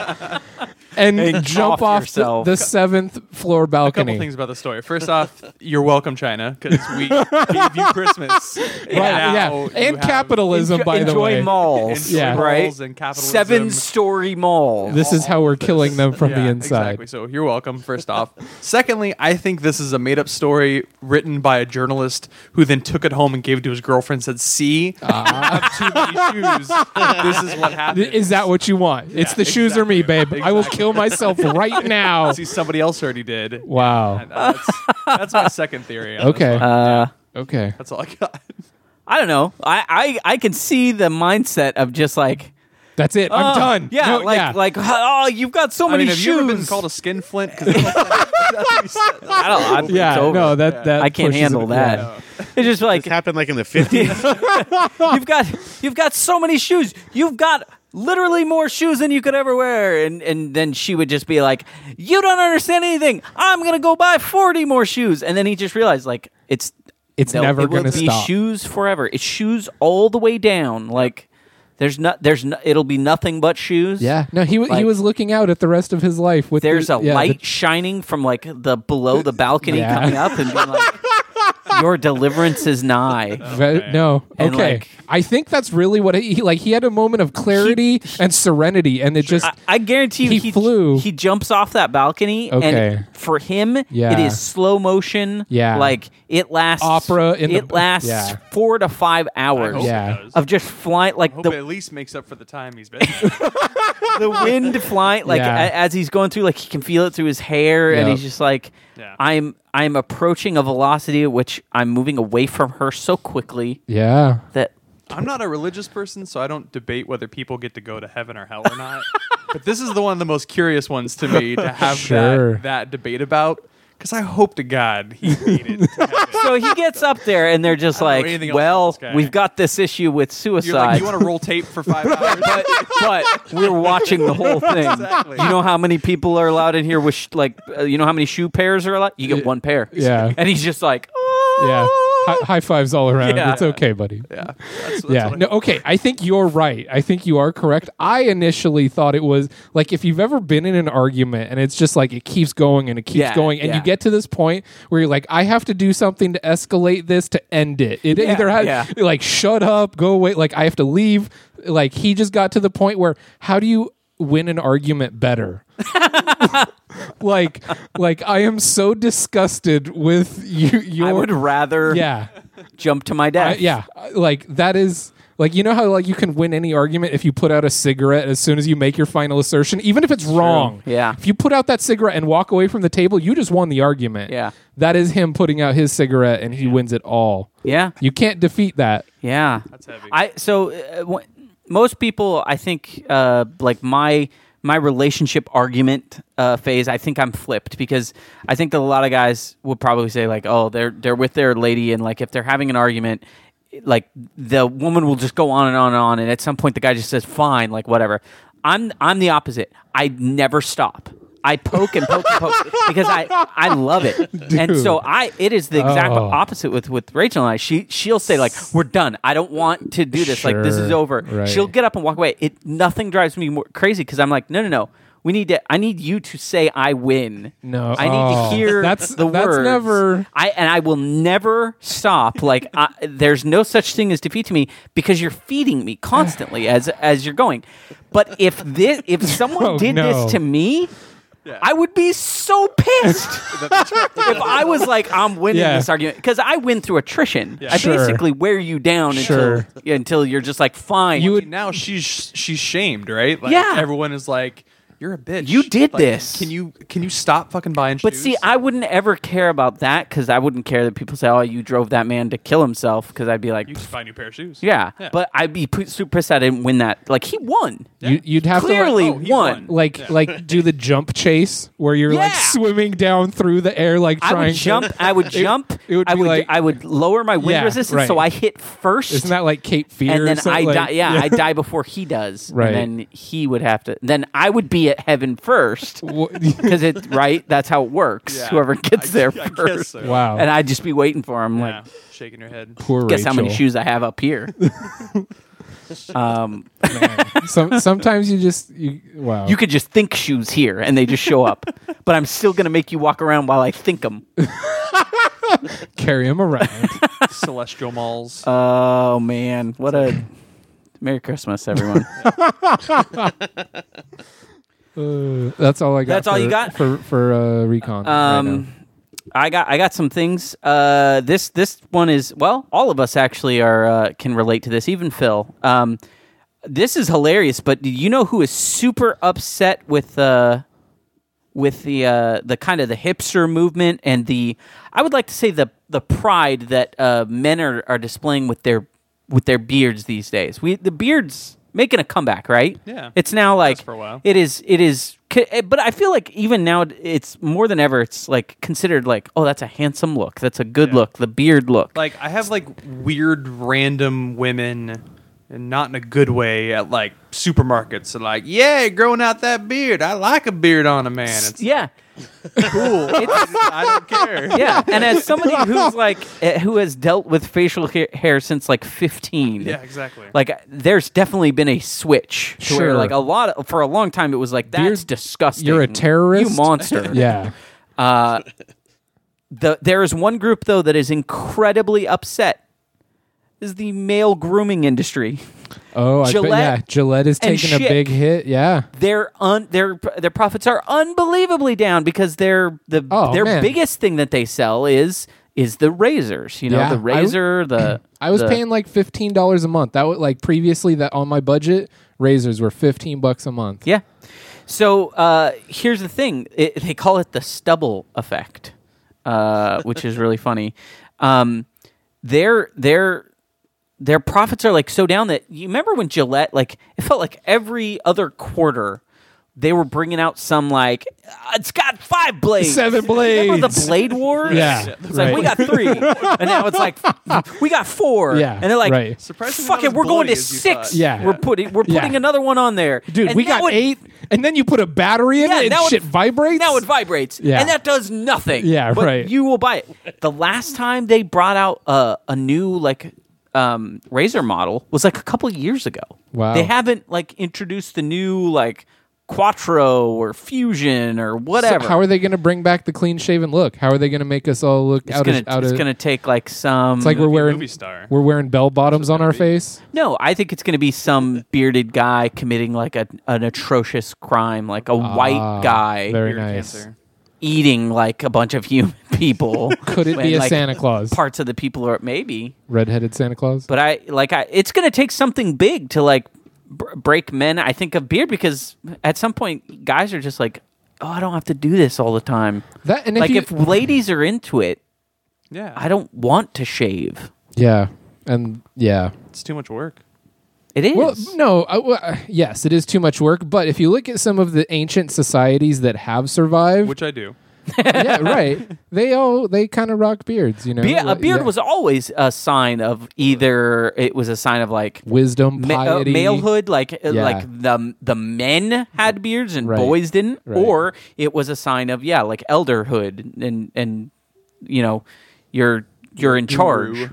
[SPEAKER 2] and,
[SPEAKER 1] And off
[SPEAKER 2] jump off the,
[SPEAKER 1] yourself.
[SPEAKER 2] the seventh floor
[SPEAKER 4] A couple
[SPEAKER 2] balcony?
[SPEAKER 4] things about the story. First off, you're welcome, China, because we gave you Christmas.
[SPEAKER 2] Right? Yeah, and capitalism. by the
[SPEAKER 1] enjoy
[SPEAKER 2] way,
[SPEAKER 1] malls,
[SPEAKER 2] Yeah.
[SPEAKER 1] right?
[SPEAKER 4] And capitalism.
[SPEAKER 1] Seven-story malls.
[SPEAKER 2] this is how we're killing them from the
[SPEAKER 4] Yeah,
[SPEAKER 2] inside.
[SPEAKER 4] Exactly. So you're welcome, first off. Secondly, I think this is a made up story written by a journalist who then took it home and gave it to his girlfriend and said, See, you have too many shoes. this is what happened.
[SPEAKER 2] Ah. Th- Is that what you want? it's the shoes or me, babe. I will kill myself right now.
[SPEAKER 4] See, somebody else already did.
[SPEAKER 2] Wow.
[SPEAKER 4] That's, that's my second theory. on this
[SPEAKER 2] Okay.
[SPEAKER 4] one.
[SPEAKER 1] Uh,
[SPEAKER 2] Okay.
[SPEAKER 4] That's all I got.
[SPEAKER 1] I don't know. I, I I can see the mindset of just like
[SPEAKER 2] That's it. I'm
[SPEAKER 1] oh,
[SPEAKER 2] done.
[SPEAKER 1] Yeah,
[SPEAKER 2] No,
[SPEAKER 1] like like oh, you've got so
[SPEAKER 4] I
[SPEAKER 1] many
[SPEAKER 4] mean, have
[SPEAKER 1] shoes.
[SPEAKER 4] you ever been called a skin flint? 'Cause that's what you said.
[SPEAKER 1] I don't. I,
[SPEAKER 2] yeah.
[SPEAKER 1] it's over.
[SPEAKER 2] No, that that
[SPEAKER 1] I can't
[SPEAKER 2] pushes it-
[SPEAKER 1] handle that.
[SPEAKER 2] yeah.
[SPEAKER 1] It's just like
[SPEAKER 3] This happened like in the 50s.
[SPEAKER 1] you've got you've got so many shoes. You've got literally more shoes than you could ever wear. And and then she would just be like, "You don't understand anything. I'm gonna go buy 40 more shoes." And then he just realized like it's
[SPEAKER 2] It's
[SPEAKER 1] they'll-
[SPEAKER 2] never
[SPEAKER 1] it will
[SPEAKER 2] gonna
[SPEAKER 1] be
[SPEAKER 2] stop.
[SPEAKER 1] shoes forever. It's shoes all the way down. Like there's not there's no, it'll be nothing but shoes.
[SPEAKER 2] Yeah. No, he w he
[SPEAKER 1] Like-
[SPEAKER 2] was looking out at the rest of his life with
[SPEAKER 1] There's
[SPEAKER 2] the-
[SPEAKER 1] a
[SPEAKER 2] yeah, the-
[SPEAKER 1] light shining from like the below the balcony
[SPEAKER 2] Yeah.
[SPEAKER 1] coming up and being like, "Your deliverance is nigh."
[SPEAKER 2] Ve- No.
[SPEAKER 1] And,
[SPEAKER 2] okay.
[SPEAKER 1] like-
[SPEAKER 2] I think that's really what he like. He had a moment of clarity and serenity, and it just
[SPEAKER 1] I, I guarantee you,
[SPEAKER 2] He
[SPEAKER 1] he,
[SPEAKER 2] flew.
[SPEAKER 1] He jumps off that balcony,
[SPEAKER 2] Okay.
[SPEAKER 1] and for him, it
[SPEAKER 2] Yeah.
[SPEAKER 1] is slow motion.
[SPEAKER 2] Yeah.
[SPEAKER 1] like it lasts
[SPEAKER 2] Opera in the-
[SPEAKER 1] it lasts
[SPEAKER 2] yeah.
[SPEAKER 1] four to five hours.
[SPEAKER 2] Yeah.
[SPEAKER 1] Of just flying, like
[SPEAKER 4] Hope
[SPEAKER 1] the
[SPEAKER 4] it at least makes up for the time he's been. Um,
[SPEAKER 1] the wind flying like
[SPEAKER 2] Yeah.
[SPEAKER 1] a- as he's going through like he can feel it through his hair and
[SPEAKER 2] Yep.
[SPEAKER 1] he's just like
[SPEAKER 4] Yeah.
[SPEAKER 1] i'm i'm approaching a velocity at which i'm moving away from her so quickly
[SPEAKER 2] yeah.
[SPEAKER 1] that
[SPEAKER 4] I'm not a religious person, so I don't debate whether people get to go to heaven or hell or not. but this is the one of the most curious ones to me to have
[SPEAKER 2] Sure.
[SPEAKER 4] that, that debate about. Because I hope to God he made it. To heaven.
[SPEAKER 1] so he gets up there and they're just
[SPEAKER 4] I don't know
[SPEAKER 1] like
[SPEAKER 4] anything else
[SPEAKER 1] well
[SPEAKER 4] about this guy."
[SPEAKER 1] we've got this issue with
[SPEAKER 4] You're like,
[SPEAKER 1] suicide
[SPEAKER 4] you want to roll tape for five hours?
[SPEAKER 1] but, but we're watching the whole thing
[SPEAKER 4] Exactly.
[SPEAKER 1] you know how many people are allowed in here with sh- like uh, you know how many shoe pairs are allowed you get one pair
[SPEAKER 2] Yeah.
[SPEAKER 1] and he's just like "Oh."
[SPEAKER 2] Yeah. Hi- high fives all around.
[SPEAKER 1] Yeah.
[SPEAKER 2] It's okay, buddy.
[SPEAKER 4] yeah. That's, that's
[SPEAKER 2] Yeah.
[SPEAKER 4] what I-
[SPEAKER 2] No, okay. I think you're right. I think you are correct. I initially thought it was like if you've ever been in an argument and it's just like it keeps going and it keeps
[SPEAKER 1] Yeah,
[SPEAKER 2] going and
[SPEAKER 1] yeah.
[SPEAKER 2] you get to this point where you're like, I have to do something to escalate this to end it. It either had
[SPEAKER 1] yeah.
[SPEAKER 2] like shut up, go away, like I have to leave. Like he just got to the point where how do you win an argument better? like like I am so disgusted with you your
[SPEAKER 1] I would rather
[SPEAKER 2] yeah.
[SPEAKER 1] jump to my death.
[SPEAKER 2] I- yeah, I- like that is like you know how like you can win any argument if you put out a cigarette as soon as you make your final assertion, even if it's wrong.
[SPEAKER 1] Yeah.
[SPEAKER 2] If you put out that cigarette and walk away from the table, you just won the argument.
[SPEAKER 1] Yeah.
[SPEAKER 2] That is him putting out his cigarette and he wins it all.
[SPEAKER 1] Yeah.
[SPEAKER 2] You can't defeat that.
[SPEAKER 1] Yeah, that's
[SPEAKER 4] heavy.
[SPEAKER 1] I so uh, w- most people, I think, uh, like my my relationship argument uh, phase. I think I'm flipped because I think that a lot of guys would probably say like, oh, they're they're with their lady, and like if they're having an argument. Like the woman will just go on and on and on, and at some point the guy just says, "Fine, like whatever." I'm I'm the opposite. I never stop. I poke and poke and poke because I I love it, and so I it is the exact
[SPEAKER 2] Oh.
[SPEAKER 1] opposite with with Rachel and I. She she'll say like, "We're done. I don't want to do this. Like this is
[SPEAKER 2] Sure.
[SPEAKER 1] over."
[SPEAKER 2] Right.
[SPEAKER 1] She'll get up and walk away. It nothing drives me more crazy because I'm like, "No, no, no. We need to. I need you to say I win.
[SPEAKER 2] No.
[SPEAKER 1] I need
[SPEAKER 2] Oh.
[SPEAKER 1] to hear
[SPEAKER 2] That's-
[SPEAKER 1] the
[SPEAKER 2] that's
[SPEAKER 1] words.
[SPEAKER 2] never-
[SPEAKER 1] I and I will never stop. Like I, there's no such thing as defeat to me because you're feeding me constantly as as you're going. But if this if someone
[SPEAKER 2] Oh,
[SPEAKER 1] did
[SPEAKER 2] no.
[SPEAKER 1] this to me,
[SPEAKER 4] Yeah.
[SPEAKER 1] I would be so pissed if I was like, I'm winning
[SPEAKER 2] Yeah.
[SPEAKER 1] this argument because I win through attrition.
[SPEAKER 4] Yeah.
[SPEAKER 1] I
[SPEAKER 2] Sure.
[SPEAKER 1] basically wear you down
[SPEAKER 2] Sure.
[SPEAKER 1] until yeah, until you're just like, fine,
[SPEAKER 2] You
[SPEAKER 1] you,
[SPEAKER 2] would-
[SPEAKER 4] now she's she's shamed, right? Like,
[SPEAKER 1] Yeah.
[SPEAKER 4] Everyone is like, "You're a bitch.
[SPEAKER 1] You did
[SPEAKER 4] Like,
[SPEAKER 1] this.
[SPEAKER 4] Can you can you stop fucking buying?"
[SPEAKER 1] But
[SPEAKER 4] shoes?
[SPEAKER 1] see, I wouldn't ever care about that because I wouldn't care that people say, "Oh, you drove that man to kill himself." Because I'd be like,
[SPEAKER 4] you can just buy a new pair of shoes.
[SPEAKER 1] yeah. but I'd be p- super pissed I didn't win that. Like he won.
[SPEAKER 2] You, you'd have
[SPEAKER 1] Clearly
[SPEAKER 2] to
[SPEAKER 4] Oh,
[SPEAKER 1] won.
[SPEAKER 4] he won.
[SPEAKER 2] like like, like do the jump chase where you're like
[SPEAKER 1] Yeah.
[SPEAKER 2] swimming down through the air like
[SPEAKER 1] I
[SPEAKER 2] trying
[SPEAKER 1] would jump.
[SPEAKER 2] to.
[SPEAKER 1] I would jump.
[SPEAKER 2] it would
[SPEAKER 1] I
[SPEAKER 2] be
[SPEAKER 1] would.
[SPEAKER 2] like-
[SPEAKER 1] I would lower my wind
[SPEAKER 2] Yeah,
[SPEAKER 1] resistance,
[SPEAKER 2] right.
[SPEAKER 1] so I hit first.
[SPEAKER 2] Isn't that like Cape Fear?
[SPEAKER 1] and
[SPEAKER 2] or
[SPEAKER 1] then I
[SPEAKER 2] something? Like-
[SPEAKER 1] die. Yeah, I die before he does.
[SPEAKER 2] Right.
[SPEAKER 1] And then he would have to. Then I would be at heaven first
[SPEAKER 2] Wha-
[SPEAKER 1] because it. Right. That's how it works.
[SPEAKER 4] Yeah.
[SPEAKER 1] Whoever gets
[SPEAKER 4] I-
[SPEAKER 1] there
[SPEAKER 4] I guess
[SPEAKER 1] first.
[SPEAKER 4] so.
[SPEAKER 2] wow.
[SPEAKER 1] And I'd just be waiting for him.
[SPEAKER 4] Yeah.
[SPEAKER 1] Like,
[SPEAKER 4] shaking her head.
[SPEAKER 2] Poor
[SPEAKER 1] guess how many
[SPEAKER 2] Rachel.
[SPEAKER 1] shoes I have up here. um,
[SPEAKER 2] Some, sometimes you just you, wow.
[SPEAKER 1] you could just think shoes here, and they just show up. but I'm still gonna make you walk around while I think them.
[SPEAKER 2] carry him around.
[SPEAKER 4] Celestial malls.
[SPEAKER 1] Oh man, what a Merry Christmas, everyone.
[SPEAKER 2] Uh, that's all I got.
[SPEAKER 1] That's all
[SPEAKER 2] for-
[SPEAKER 1] you got?
[SPEAKER 2] for for uh, recon. right now.
[SPEAKER 1] Um, I got I got some things. Uh, this this one is well, all of us actually are uh, can relate to this. Even Phil. Um, this is hilarious. But do you know who is super upset with uh, with the uh, the kind of the hipster movement and the I would like to say the the pride that uh, men are, are displaying with their with their beards these days. We the beards making a comeback, right?
[SPEAKER 4] Yeah.
[SPEAKER 1] it's now like
[SPEAKER 4] for a while.
[SPEAKER 1] it is it is c- eh, but i feel like even now it's more than ever it's like considered like oh that's a handsome look that's a good look the beard look
[SPEAKER 4] like I have like weird random women and not in a good way at like supermarkets and like, yeah, growing out that beard. I like a beard on a man. It's
[SPEAKER 1] yeah
[SPEAKER 4] cool. I don't care.
[SPEAKER 1] yeah and as somebody who's like eh, who has dealt with facial hair, hair since like 15
[SPEAKER 4] Yeah, exactly.
[SPEAKER 1] like eh, there's definitely been a switch to
[SPEAKER 2] Sure.
[SPEAKER 1] where like a lot of, for a long time it was like that's
[SPEAKER 2] Beard-
[SPEAKER 1] disgusting
[SPEAKER 2] you're a terrorist?
[SPEAKER 1] you monster
[SPEAKER 2] yeah.
[SPEAKER 1] the, there is one group though that is incredibly upset is the male grooming industry
[SPEAKER 2] Oh, I bet,
[SPEAKER 1] Gillette
[SPEAKER 2] yeah. Gillette is
[SPEAKER 1] and
[SPEAKER 2] taking a big
[SPEAKER 1] Schick.
[SPEAKER 2] hit. Yeah.
[SPEAKER 1] their un their their profits are unbelievably down because their the
[SPEAKER 2] Oh,
[SPEAKER 1] their
[SPEAKER 2] man.
[SPEAKER 1] biggest thing that they sell is is the razors. You know,
[SPEAKER 2] Yeah,
[SPEAKER 1] the
[SPEAKER 2] I w-
[SPEAKER 1] razor, the
[SPEAKER 2] I was
[SPEAKER 1] the-
[SPEAKER 2] paying like fifteen dollars a month. That was like previously that on my budget razors were fifteen bucks a month.
[SPEAKER 1] Yeah. So uh, here's the thing: it, they call it the stubble effect, uh, which is really funny. Um, their their their profits are like so down that you remember when Gillette like it felt like every other quarter they were bringing out some like "Ah, it's got five blades,
[SPEAKER 2] Seven
[SPEAKER 1] Remember the
[SPEAKER 2] blades."
[SPEAKER 1] blade wars?
[SPEAKER 2] Yeah,
[SPEAKER 1] it's like we
[SPEAKER 2] right.
[SPEAKER 1] got three, and now it's like we got four.
[SPEAKER 2] Yeah,
[SPEAKER 1] and they're like,
[SPEAKER 2] right.
[SPEAKER 4] Surprisingly
[SPEAKER 1] fuck
[SPEAKER 4] not
[SPEAKER 1] it,
[SPEAKER 4] as
[SPEAKER 1] we're going
[SPEAKER 4] bloody
[SPEAKER 1] to
[SPEAKER 4] as you
[SPEAKER 1] six.
[SPEAKER 4] thought.
[SPEAKER 2] Yeah.
[SPEAKER 1] we're putting we're
[SPEAKER 2] Yeah.
[SPEAKER 1] putting another one on there,
[SPEAKER 2] Dude,
[SPEAKER 1] And
[SPEAKER 2] we
[SPEAKER 1] now
[SPEAKER 2] got
[SPEAKER 1] it-
[SPEAKER 2] eight, and then you put a battery in
[SPEAKER 1] yeah,
[SPEAKER 2] it, and
[SPEAKER 1] now it,
[SPEAKER 2] shit vibrates.
[SPEAKER 1] Now it vibrates.
[SPEAKER 2] Yeah.
[SPEAKER 1] And that does nothing.
[SPEAKER 2] Yeah,
[SPEAKER 1] but
[SPEAKER 2] right.
[SPEAKER 1] You will buy it. The last time they brought out a, a new like um, razor model was like a couple of years ago.
[SPEAKER 2] Wow.
[SPEAKER 1] They haven't like introduced the new like Quattro or Fusion or
[SPEAKER 2] So
[SPEAKER 1] whatever.
[SPEAKER 2] how are they going to bring back the clean shaven look? How are they going to make us all look
[SPEAKER 1] it's
[SPEAKER 2] out
[SPEAKER 1] gonna
[SPEAKER 2] of out
[SPEAKER 1] it's
[SPEAKER 2] of?
[SPEAKER 1] gonna take like some.
[SPEAKER 2] it's like we're wearing
[SPEAKER 4] movie star.
[SPEAKER 2] We're wearing bell bottoms on our face.
[SPEAKER 1] no, I think it's gonna be some bearded guy committing like a, an atrocious crime, like a
[SPEAKER 2] Ah,
[SPEAKER 1] white guy
[SPEAKER 2] Very
[SPEAKER 4] Beard
[SPEAKER 2] nice.
[SPEAKER 4] cancer.
[SPEAKER 1] eating like a bunch of human people.
[SPEAKER 2] Could it
[SPEAKER 1] When,
[SPEAKER 2] be a
[SPEAKER 1] like,
[SPEAKER 2] Santa Claus?
[SPEAKER 1] Parts of the people are maybe
[SPEAKER 2] Redheaded Santa Claus.
[SPEAKER 1] but I like I it's going to take something big to like br- break men I think of beard because at some point guys are just like oh I don't have to do this all the time.
[SPEAKER 2] that and if
[SPEAKER 1] like
[SPEAKER 2] you,
[SPEAKER 1] if ladies are into it,
[SPEAKER 4] Yeah.
[SPEAKER 1] I don't want to shave.
[SPEAKER 2] yeah, and yeah.
[SPEAKER 4] it's too much work.
[SPEAKER 1] It is.
[SPEAKER 2] Well, no, I, well, uh, yes, it is too much work. But if you look at some of the ancient societies that have survived,
[SPEAKER 4] Which I do.
[SPEAKER 2] yeah, right, they all they kind of rock beards, you know.
[SPEAKER 1] Be- a
[SPEAKER 2] Like,
[SPEAKER 1] beard
[SPEAKER 2] yeah.
[SPEAKER 1] was always a sign of either it was a sign of like
[SPEAKER 2] wisdom,
[SPEAKER 1] ma- uh,
[SPEAKER 2] piety,
[SPEAKER 1] malehood, like uh,
[SPEAKER 2] Yeah.
[SPEAKER 1] like the the men had beards and
[SPEAKER 2] Right.
[SPEAKER 1] boys didn't,
[SPEAKER 2] Right.
[SPEAKER 1] or it was a sign of yeah, like elderhood and and you know you're you're in charge.
[SPEAKER 4] Guru.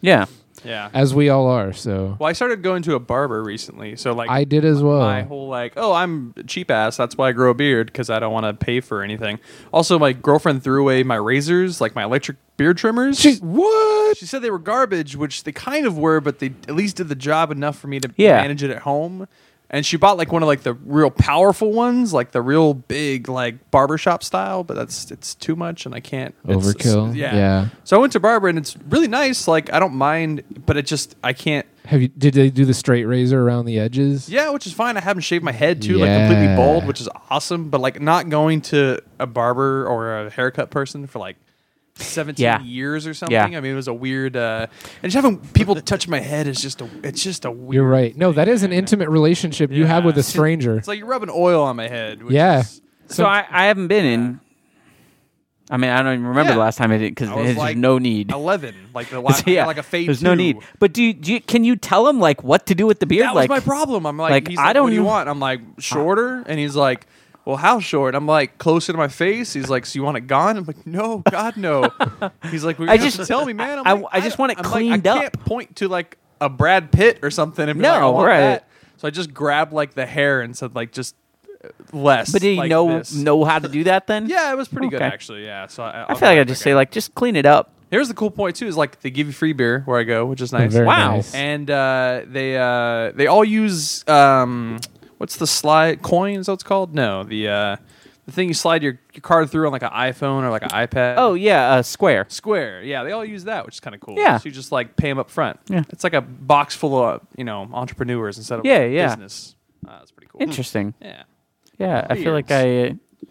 [SPEAKER 1] Yeah,
[SPEAKER 4] Yeah.
[SPEAKER 2] as we all are. So
[SPEAKER 4] Well, I started going to a barber recently, so like
[SPEAKER 2] I did as
[SPEAKER 4] my
[SPEAKER 2] well.
[SPEAKER 4] whole like, oh, I'm cheap ass. That's why I grow a beard because I don't want to pay for anything. Also, my girlfriend threw away my razors, like my electric beard trimmers.
[SPEAKER 2] She, what?
[SPEAKER 4] She said they were garbage, which they kind of were, but they at least did the job enough for me to
[SPEAKER 1] Yeah.
[SPEAKER 4] manage it at home. and she bought like one of like the real powerful ones, like the real big like barbershop style. But that's it's too much, and I can't it's- it's-
[SPEAKER 2] Overkill?
[SPEAKER 4] yeah.
[SPEAKER 2] Yeah.
[SPEAKER 4] So I went to Barbara, and it's really nice. Like I don't mind, but it just I can't.
[SPEAKER 2] Have you? Did they do the straight razor around the edges?
[SPEAKER 4] Yeah, which is fine. I haven't shaved my head too, like completely
[SPEAKER 2] Yeah.
[SPEAKER 4] bald, which is awesome. But like not going to a barber or a haircut person for like seventeen
[SPEAKER 1] Yeah.
[SPEAKER 4] years or something. I mean, it was a weird. Uh, and just having people touch my head is just a. It's just a weird.
[SPEAKER 2] You're right. No, that is an intimate relationship you have with a stranger.
[SPEAKER 4] It's like you're rubbing oil on my head. Which
[SPEAKER 2] Yeah.
[SPEAKER 4] is-
[SPEAKER 1] So I, I haven't been in. I mean, I don't even remember
[SPEAKER 4] Yeah.
[SPEAKER 1] the last time I did because
[SPEAKER 4] I was
[SPEAKER 1] there's
[SPEAKER 4] like
[SPEAKER 1] no need.
[SPEAKER 4] Eleven, like the last,
[SPEAKER 1] yeah,
[SPEAKER 4] like a fade.
[SPEAKER 1] There's no
[SPEAKER 4] two.
[SPEAKER 1] need. But do you, do you, can you tell him like what to do with the beard?
[SPEAKER 4] That
[SPEAKER 1] like
[SPEAKER 4] was my problem. I'm like,
[SPEAKER 1] like,
[SPEAKER 4] he's
[SPEAKER 1] I
[SPEAKER 4] like,
[SPEAKER 1] don't
[SPEAKER 4] What do you
[SPEAKER 1] know-
[SPEAKER 4] want? I'm like shorter, and he's like, well, how short? I'm like closer to my face. He's like, so you want it gone? I'm like, no, God, no. he's like, well, you
[SPEAKER 1] I
[SPEAKER 4] have to
[SPEAKER 1] just-
[SPEAKER 4] tell me, man. I'm
[SPEAKER 1] I-
[SPEAKER 4] like,
[SPEAKER 1] I just
[SPEAKER 4] don't-
[SPEAKER 1] want it
[SPEAKER 4] I'm like,
[SPEAKER 1] cleaned
[SPEAKER 4] I can't point to like a Brad Pitt or something. And be like, I
[SPEAKER 1] No,
[SPEAKER 4] want
[SPEAKER 1] right.
[SPEAKER 4] that. So I just grabbed like the hair and said like just uh, less.
[SPEAKER 1] But did he
[SPEAKER 4] like
[SPEAKER 1] know
[SPEAKER 4] this.
[SPEAKER 1] know how to do that then?
[SPEAKER 4] Yeah, it was pretty good
[SPEAKER 1] Okay.
[SPEAKER 4] actually. Yeah, so I,
[SPEAKER 1] I feel like I just say like just clean it up.
[SPEAKER 4] Here's the cool point too: is like they give you free beer where I go, which is nice.
[SPEAKER 2] Very
[SPEAKER 1] Wow.
[SPEAKER 2] nice.
[SPEAKER 4] And uh, they uh, they all use um, what's the slide coin? Is that what it's called? No, the uh, the thing you slide your, your card through on like an iPhone or like an iPad.
[SPEAKER 1] Oh yeah, uh, square.
[SPEAKER 4] Square. Yeah, they all use that, which is kind of cool.
[SPEAKER 1] Yeah.
[SPEAKER 4] So you just like pay them up front.
[SPEAKER 1] Yeah.
[SPEAKER 4] It's like a box full of you know entrepreneurs instead of
[SPEAKER 1] Yeah,
[SPEAKER 4] like,
[SPEAKER 1] yeah.
[SPEAKER 4] business. Uh, that's pretty cool.
[SPEAKER 1] Interesting.
[SPEAKER 4] Yeah.
[SPEAKER 1] Yeah, I feel like
[SPEAKER 4] Weird.
[SPEAKER 1] I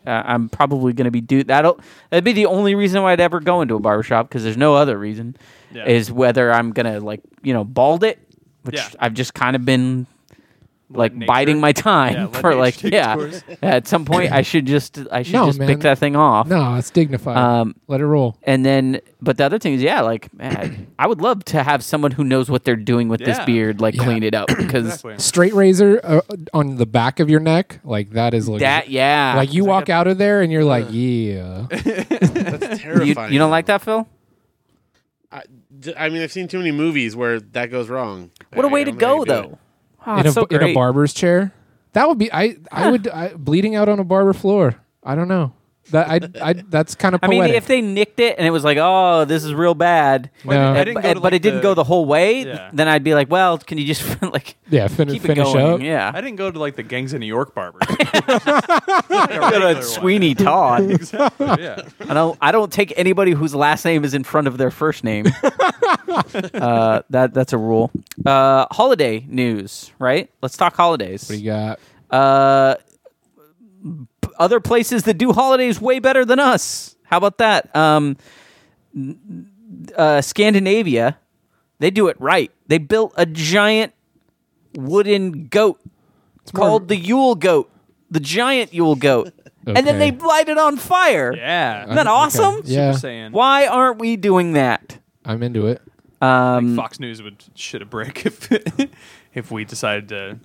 [SPEAKER 1] uh, I'm probably gonna be do that'll that'd be the only reason why I'd ever go into a barbershop because there's no other reason
[SPEAKER 4] Yeah.
[SPEAKER 1] is whether I'm gonna like you know bald it, which
[SPEAKER 4] Yeah.
[SPEAKER 1] I've just kind of been like
[SPEAKER 4] nature-
[SPEAKER 1] biting my time
[SPEAKER 4] yeah, let
[SPEAKER 1] for
[SPEAKER 4] nature
[SPEAKER 1] like
[SPEAKER 4] take
[SPEAKER 1] yeah.
[SPEAKER 4] its course.
[SPEAKER 1] At some point, I should just I should
[SPEAKER 2] No,
[SPEAKER 1] just
[SPEAKER 2] man.
[SPEAKER 1] pick that thing off.
[SPEAKER 2] No, it's dignified.
[SPEAKER 1] Um,
[SPEAKER 2] Let it roll.
[SPEAKER 1] And then, but the other thing is, yeah, like man, I would love to have someone who knows what they're doing with this
[SPEAKER 4] Yeah.
[SPEAKER 1] beard, like
[SPEAKER 2] Yeah.
[SPEAKER 1] clean it up because
[SPEAKER 4] Exactly.
[SPEAKER 2] Straight razor uh, on the back of your neck, like that is luxury.
[SPEAKER 1] that, yeah,
[SPEAKER 2] like you walk out of there and you're like, yeah.
[SPEAKER 3] That's
[SPEAKER 1] you,
[SPEAKER 3] terrifying.
[SPEAKER 1] you don't like that, Phil?
[SPEAKER 3] I, d- I mean, I've seen too many movies where that goes wrong.
[SPEAKER 1] What a
[SPEAKER 3] I
[SPEAKER 1] way to
[SPEAKER 3] don't know how
[SPEAKER 1] go,
[SPEAKER 3] you do
[SPEAKER 1] though.
[SPEAKER 3] it.
[SPEAKER 1] Oh,
[SPEAKER 2] in
[SPEAKER 1] it's
[SPEAKER 2] a
[SPEAKER 1] so
[SPEAKER 2] in a
[SPEAKER 1] great.
[SPEAKER 2] barber's chair. That would be I I would I, bleeding out on a barber floor. I don't know. That I I that's kind of
[SPEAKER 1] I mean,
[SPEAKER 2] poetic.
[SPEAKER 1] if they nicked it and it was like, oh, this is real bad,
[SPEAKER 2] No.
[SPEAKER 4] I
[SPEAKER 1] and-
[SPEAKER 4] didn't
[SPEAKER 1] but,
[SPEAKER 4] go to,
[SPEAKER 1] but it
[SPEAKER 4] like,
[SPEAKER 1] didn't
[SPEAKER 4] the-
[SPEAKER 1] go the whole way,
[SPEAKER 4] Yeah.
[SPEAKER 1] then I'd be like, well, can you just like
[SPEAKER 2] yeah, fin-
[SPEAKER 1] keep
[SPEAKER 2] finish
[SPEAKER 1] it going?
[SPEAKER 2] up.
[SPEAKER 4] I
[SPEAKER 1] Yeah,
[SPEAKER 4] didn't go to like the gangs of New York barber.
[SPEAKER 1] go to Sweeney Todd.
[SPEAKER 4] yeah.
[SPEAKER 1] I don't. I don't take anybody whose last name is in front of their first name. uh, that that's a rule. Uh, holiday news, right? Let's talk holidays.
[SPEAKER 2] You got
[SPEAKER 1] Uh, p- other places that do holidays way better than us. How about that? Um, n- uh, Scandinavia, they do it right. They built a giant wooden goat called the Yule goat, the giant Yule goat, and then they
[SPEAKER 2] Okay.
[SPEAKER 1] light it on fire.
[SPEAKER 4] Yeah.
[SPEAKER 1] Isn't that awesome?
[SPEAKER 2] Yeah.
[SPEAKER 4] Super Saiyan.
[SPEAKER 1] Why aren't we doing that?
[SPEAKER 2] I'm into it.
[SPEAKER 1] Um,
[SPEAKER 4] Fox News would shit a brick if if we decided to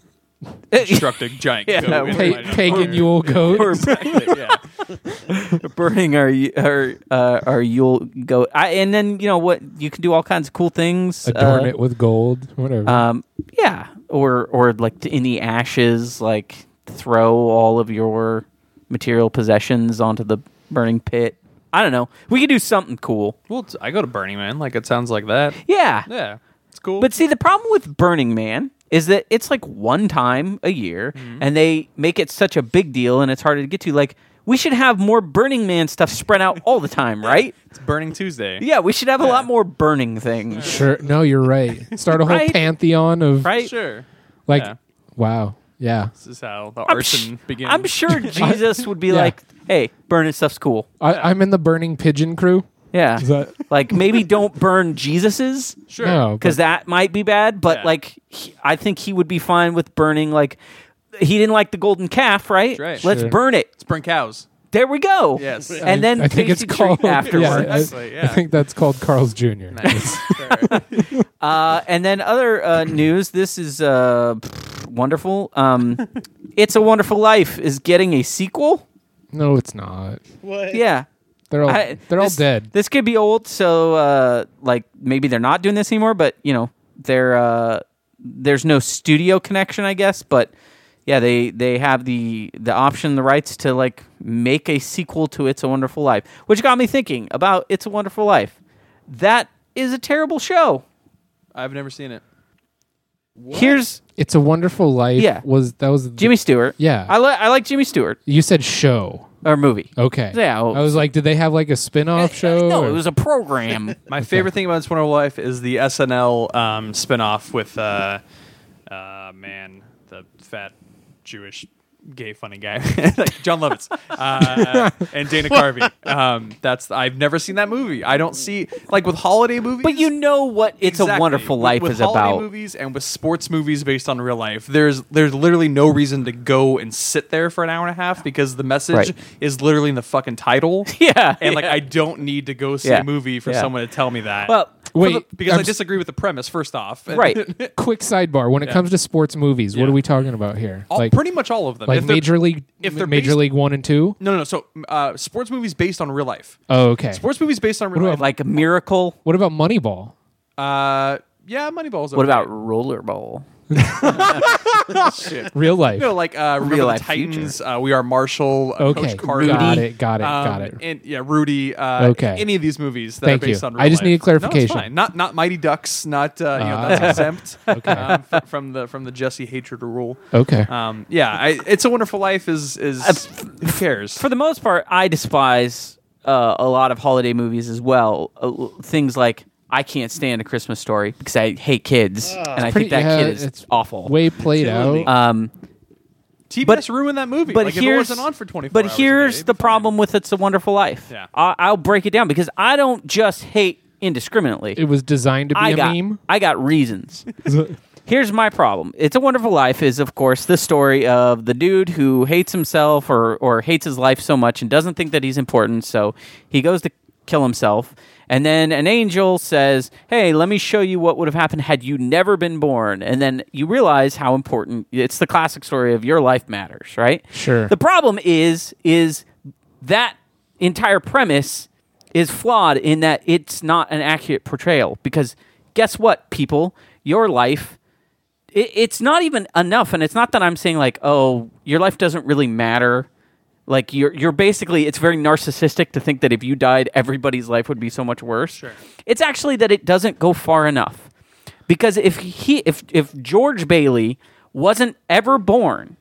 [SPEAKER 4] construct a giant
[SPEAKER 1] Yeah,
[SPEAKER 4] goat. and
[SPEAKER 1] we're-
[SPEAKER 4] light
[SPEAKER 2] Pa-
[SPEAKER 4] it on
[SPEAKER 2] pagan
[SPEAKER 4] fire.
[SPEAKER 2] Yule goat.
[SPEAKER 4] Exactly, yeah.
[SPEAKER 1] burning our our uh, our Yule goat. I, and then you know what? You can do all kinds of cool things.
[SPEAKER 2] Adorn
[SPEAKER 1] Uh,
[SPEAKER 2] it with gold, whatever.
[SPEAKER 1] Um, yeah, or or like t- in the ashes, like throw all of your material possessions onto the burning pit. I don't know. We could do something cool.
[SPEAKER 4] Well, t- I go to Burning Man. Like it sounds like that.
[SPEAKER 1] Yeah.
[SPEAKER 4] Yeah, it's cool.
[SPEAKER 1] But see, the problem with Burning Man is that it's like one time a year, and they make it such a big deal, and it's harder to get to. Like, we should have more Burning Man stuff spread out all the time, right?
[SPEAKER 4] it's Burning Tuesday.
[SPEAKER 1] Yeah, we should have a lot more burning things,
[SPEAKER 2] sure. No, you're right. Start a whole
[SPEAKER 1] Right?
[SPEAKER 2] pantheon of
[SPEAKER 1] right?
[SPEAKER 4] sure.
[SPEAKER 2] like
[SPEAKER 4] Yeah.
[SPEAKER 2] wow. Yeah.
[SPEAKER 4] This is how the
[SPEAKER 1] I'm, sh-
[SPEAKER 4] arson begins.
[SPEAKER 1] I'm sure Jesus would be like, "Hey, burning stuff's cool."
[SPEAKER 2] I, I'm in the burning pigeon crew.
[SPEAKER 1] Yeah.
[SPEAKER 2] Is that
[SPEAKER 1] like maybe don't burn Jesus's
[SPEAKER 4] Sure.
[SPEAKER 2] no?
[SPEAKER 1] because
[SPEAKER 2] Because
[SPEAKER 1] that might be bad. But
[SPEAKER 4] Yeah.
[SPEAKER 1] like, he, I think he would be fine with burning. Like, he didn't like the golden calf, right?
[SPEAKER 4] right.
[SPEAKER 1] Let's
[SPEAKER 2] Sure.
[SPEAKER 1] burn it.
[SPEAKER 4] It's burn cows.
[SPEAKER 1] There we go.
[SPEAKER 4] Yes.
[SPEAKER 1] and then
[SPEAKER 2] I think
[SPEAKER 1] Casey
[SPEAKER 2] it's
[SPEAKER 1] Drake
[SPEAKER 2] called
[SPEAKER 1] afterwards.
[SPEAKER 2] yeah, I-
[SPEAKER 4] Exactly,
[SPEAKER 2] I
[SPEAKER 4] yeah.
[SPEAKER 2] think that's called Carl's Jr.
[SPEAKER 4] Sure.
[SPEAKER 1] Uh, and then other uh, news. This is uh, wonderful. Um, it's a Wonderful Life is getting a sequel.
[SPEAKER 2] No, it's not.
[SPEAKER 3] What?
[SPEAKER 1] Yeah.
[SPEAKER 2] They're all
[SPEAKER 1] I-
[SPEAKER 2] they're all
[SPEAKER 1] this-
[SPEAKER 2] dead.
[SPEAKER 1] This could be old, so uh, like maybe they're not doing this anymore. But you know, they're uh, there's no studio connection, I guess. But yeah, they they have the the option, the rights to like make a sequel to It's a Wonderful Life, which got me thinking about It's a Wonderful Life. That is a terrible show.
[SPEAKER 4] I've never seen it.
[SPEAKER 1] Here's
[SPEAKER 2] It's a Wonderful Life.
[SPEAKER 1] Yeah.
[SPEAKER 2] was that was the-
[SPEAKER 1] Jimmy Stewart.
[SPEAKER 2] Yeah.
[SPEAKER 1] I like I like Jimmy Stewart
[SPEAKER 2] You said show.
[SPEAKER 1] or movie.
[SPEAKER 2] Okay.
[SPEAKER 1] Yeah, well- Eh,
[SPEAKER 2] I was like, did they have like a spin-off show?
[SPEAKER 1] No,
[SPEAKER 2] or-
[SPEAKER 1] it was a program.
[SPEAKER 4] My favorite thing about It's Wonderful Life is the SNL um, spinoff with uh, uh, man, the fat Jewish gay funny guy, like John Lovitz, uh, and Dana Carvey. Um, that's I've never seen that movie. I don't see like with holiday movies.
[SPEAKER 1] but you know what It's a
[SPEAKER 4] Exactly.
[SPEAKER 1] Wonderful
[SPEAKER 4] With-
[SPEAKER 1] Life
[SPEAKER 4] with
[SPEAKER 1] is
[SPEAKER 4] holiday
[SPEAKER 1] about.
[SPEAKER 4] movies and with sports movies based on real life. There's there's literally no reason to go and sit there for an hour and a half because the message
[SPEAKER 1] Right.
[SPEAKER 4] is literally in the fucking title.
[SPEAKER 1] Yeah,
[SPEAKER 4] and like
[SPEAKER 1] yeah.
[SPEAKER 4] I don't need to go see
[SPEAKER 1] Yeah,
[SPEAKER 4] a movie for
[SPEAKER 1] yeah.
[SPEAKER 4] someone to tell me that.
[SPEAKER 1] Well, for
[SPEAKER 2] Wait,
[SPEAKER 1] the-
[SPEAKER 4] because
[SPEAKER 2] I'm
[SPEAKER 4] I
[SPEAKER 2] s-
[SPEAKER 4] disagree with the premise. First off, And-
[SPEAKER 1] right.
[SPEAKER 2] quick sidebar. When it comes to sports movies, what
[SPEAKER 4] Yeah.
[SPEAKER 2] are we talking about here?
[SPEAKER 4] all,
[SPEAKER 2] like
[SPEAKER 4] pretty much all of them.
[SPEAKER 2] like
[SPEAKER 4] If they're-
[SPEAKER 2] Major League,
[SPEAKER 4] if they're
[SPEAKER 2] Major
[SPEAKER 4] based-
[SPEAKER 2] League One and Two.
[SPEAKER 4] No, no, no. So uh, sports movies based on real life.
[SPEAKER 2] Oh, okay.
[SPEAKER 4] Sports movies based on real
[SPEAKER 2] do I
[SPEAKER 4] life.
[SPEAKER 1] like a miracle.
[SPEAKER 2] What about Moneyball?
[SPEAKER 4] uh, yeah, Moneyball's.
[SPEAKER 1] What
[SPEAKER 4] okay.
[SPEAKER 1] about Rollerball?
[SPEAKER 2] Real life.
[SPEAKER 4] You know, like uh, Remember
[SPEAKER 1] Real
[SPEAKER 4] the
[SPEAKER 1] life
[SPEAKER 4] Titans, uh, We Are Marshall, uh,
[SPEAKER 2] okay.
[SPEAKER 4] Coach Carter.
[SPEAKER 2] Got
[SPEAKER 1] Rudy.
[SPEAKER 2] it. Got it.
[SPEAKER 4] Um,
[SPEAKER 2] got it.
[SPEAKER 4] and- yeah, Rudy. Uh,
[SPEAKER 2] Okay.
[SPEAKER 4] Any of these movies that
[SPEAKER 2] Thank
[SPEAKER 4] are based
[SPEAKER 2] you.
[SPEAKER 4] on.
[SPEAKER 2] I
[SPEAKER 4] Real
[SPEAKER 2] just
[SPEAKER 4] life.
[SPEAKER 2] needed
[SPEAKER 4] No,
[SPEAKER 2] clarification.
[SPEAKER 4] it's fine. Not not Mighty Ducks. Not uh, you know that's
[SPEAKER 2] Ah.
[SPEAKER 4] exempt
[SPEAKER 2] Okay.
[SPEAKER 4] um, f- from the from the Jesse hatred rule.
[SPEAKER 2] okay.
[SPEAKER 4] Um, yeah, I, it's a Wonderful Life. Is is who cares?
[SPEAKER 1] for the most part, I despise uh, a lot of holiday movies as well. Uh, things like I can't stand a Christmas story because I hate kids,
[SPEAKER 4] Ah,
[SPEAKER 1] and I
[SPEAKER 2] Pretty-
[SPEAKER 1] think that
[SPEAKER 2] yeah,
[SPEAKER 1] kid
[SPEAKER 2] it's
[SPEAKER 1] is awful.
[SPEAKER 2] Way played
[SPEAKER 3] killing
[SPEAKER 2] out.
[SPEAKER 3] me.
[SPEAKER 1] um,
[SPEAKER 4] TBS
[SPEAKER 1] but-
[SPEAKER 4] ruined that movie.
[SPEAKER 1] but
[SPEAKER 4] like, if it
[SPEAKER 1] here's
[SPEAKER 4] wasn't on for 24
[SPEAKER 1] but
[SPEAKER 4] hours a
[SPEAKER 1] here's
[SPEAKER 4] day,
[SPEAKER 1] the
[SPEAKER 4] it'd be fine.
[SPEAKER 1] problem with "It's a Wonderful Life."
[SPEAKER 4] Yeah.
[SPEAKER 1] I, I'll break it down because I don't just hate indiscriminately.
[SPEAKER 2] it was designed to be
[SPEAKER 1] I
[SPEAKER 2] a
[SPEAKER 1] got
[SPEAKER 2] meme.
[SPEAKER 1] I got reasons.
[SPEAKER 2] it-
[SPEAKER 1] Here's my problem. It's a Wonderful Life is of course the story of the dude who hates himself or or hates his life so much and doesn't think that he's important, so he goes to kill himself. And then an angel says, "Hey, let me show you what would have happened had you never been born." And then you realize how important it's the classic story of your life matters, right?
[SPEAKER 2] Sure.
[SPEAKER 1] The problem is is that entire premise is flawed in that it's not an accurate portrayal because guess what people your life it, it's not even enough and it's not that i'm saying like oh your life doesn't really matter like you're you're basically it's very narcissistic to think that if you died everybody's life would be so much worse it's actually that it doesn't go far enough because if he if if george bailey wasn't ever born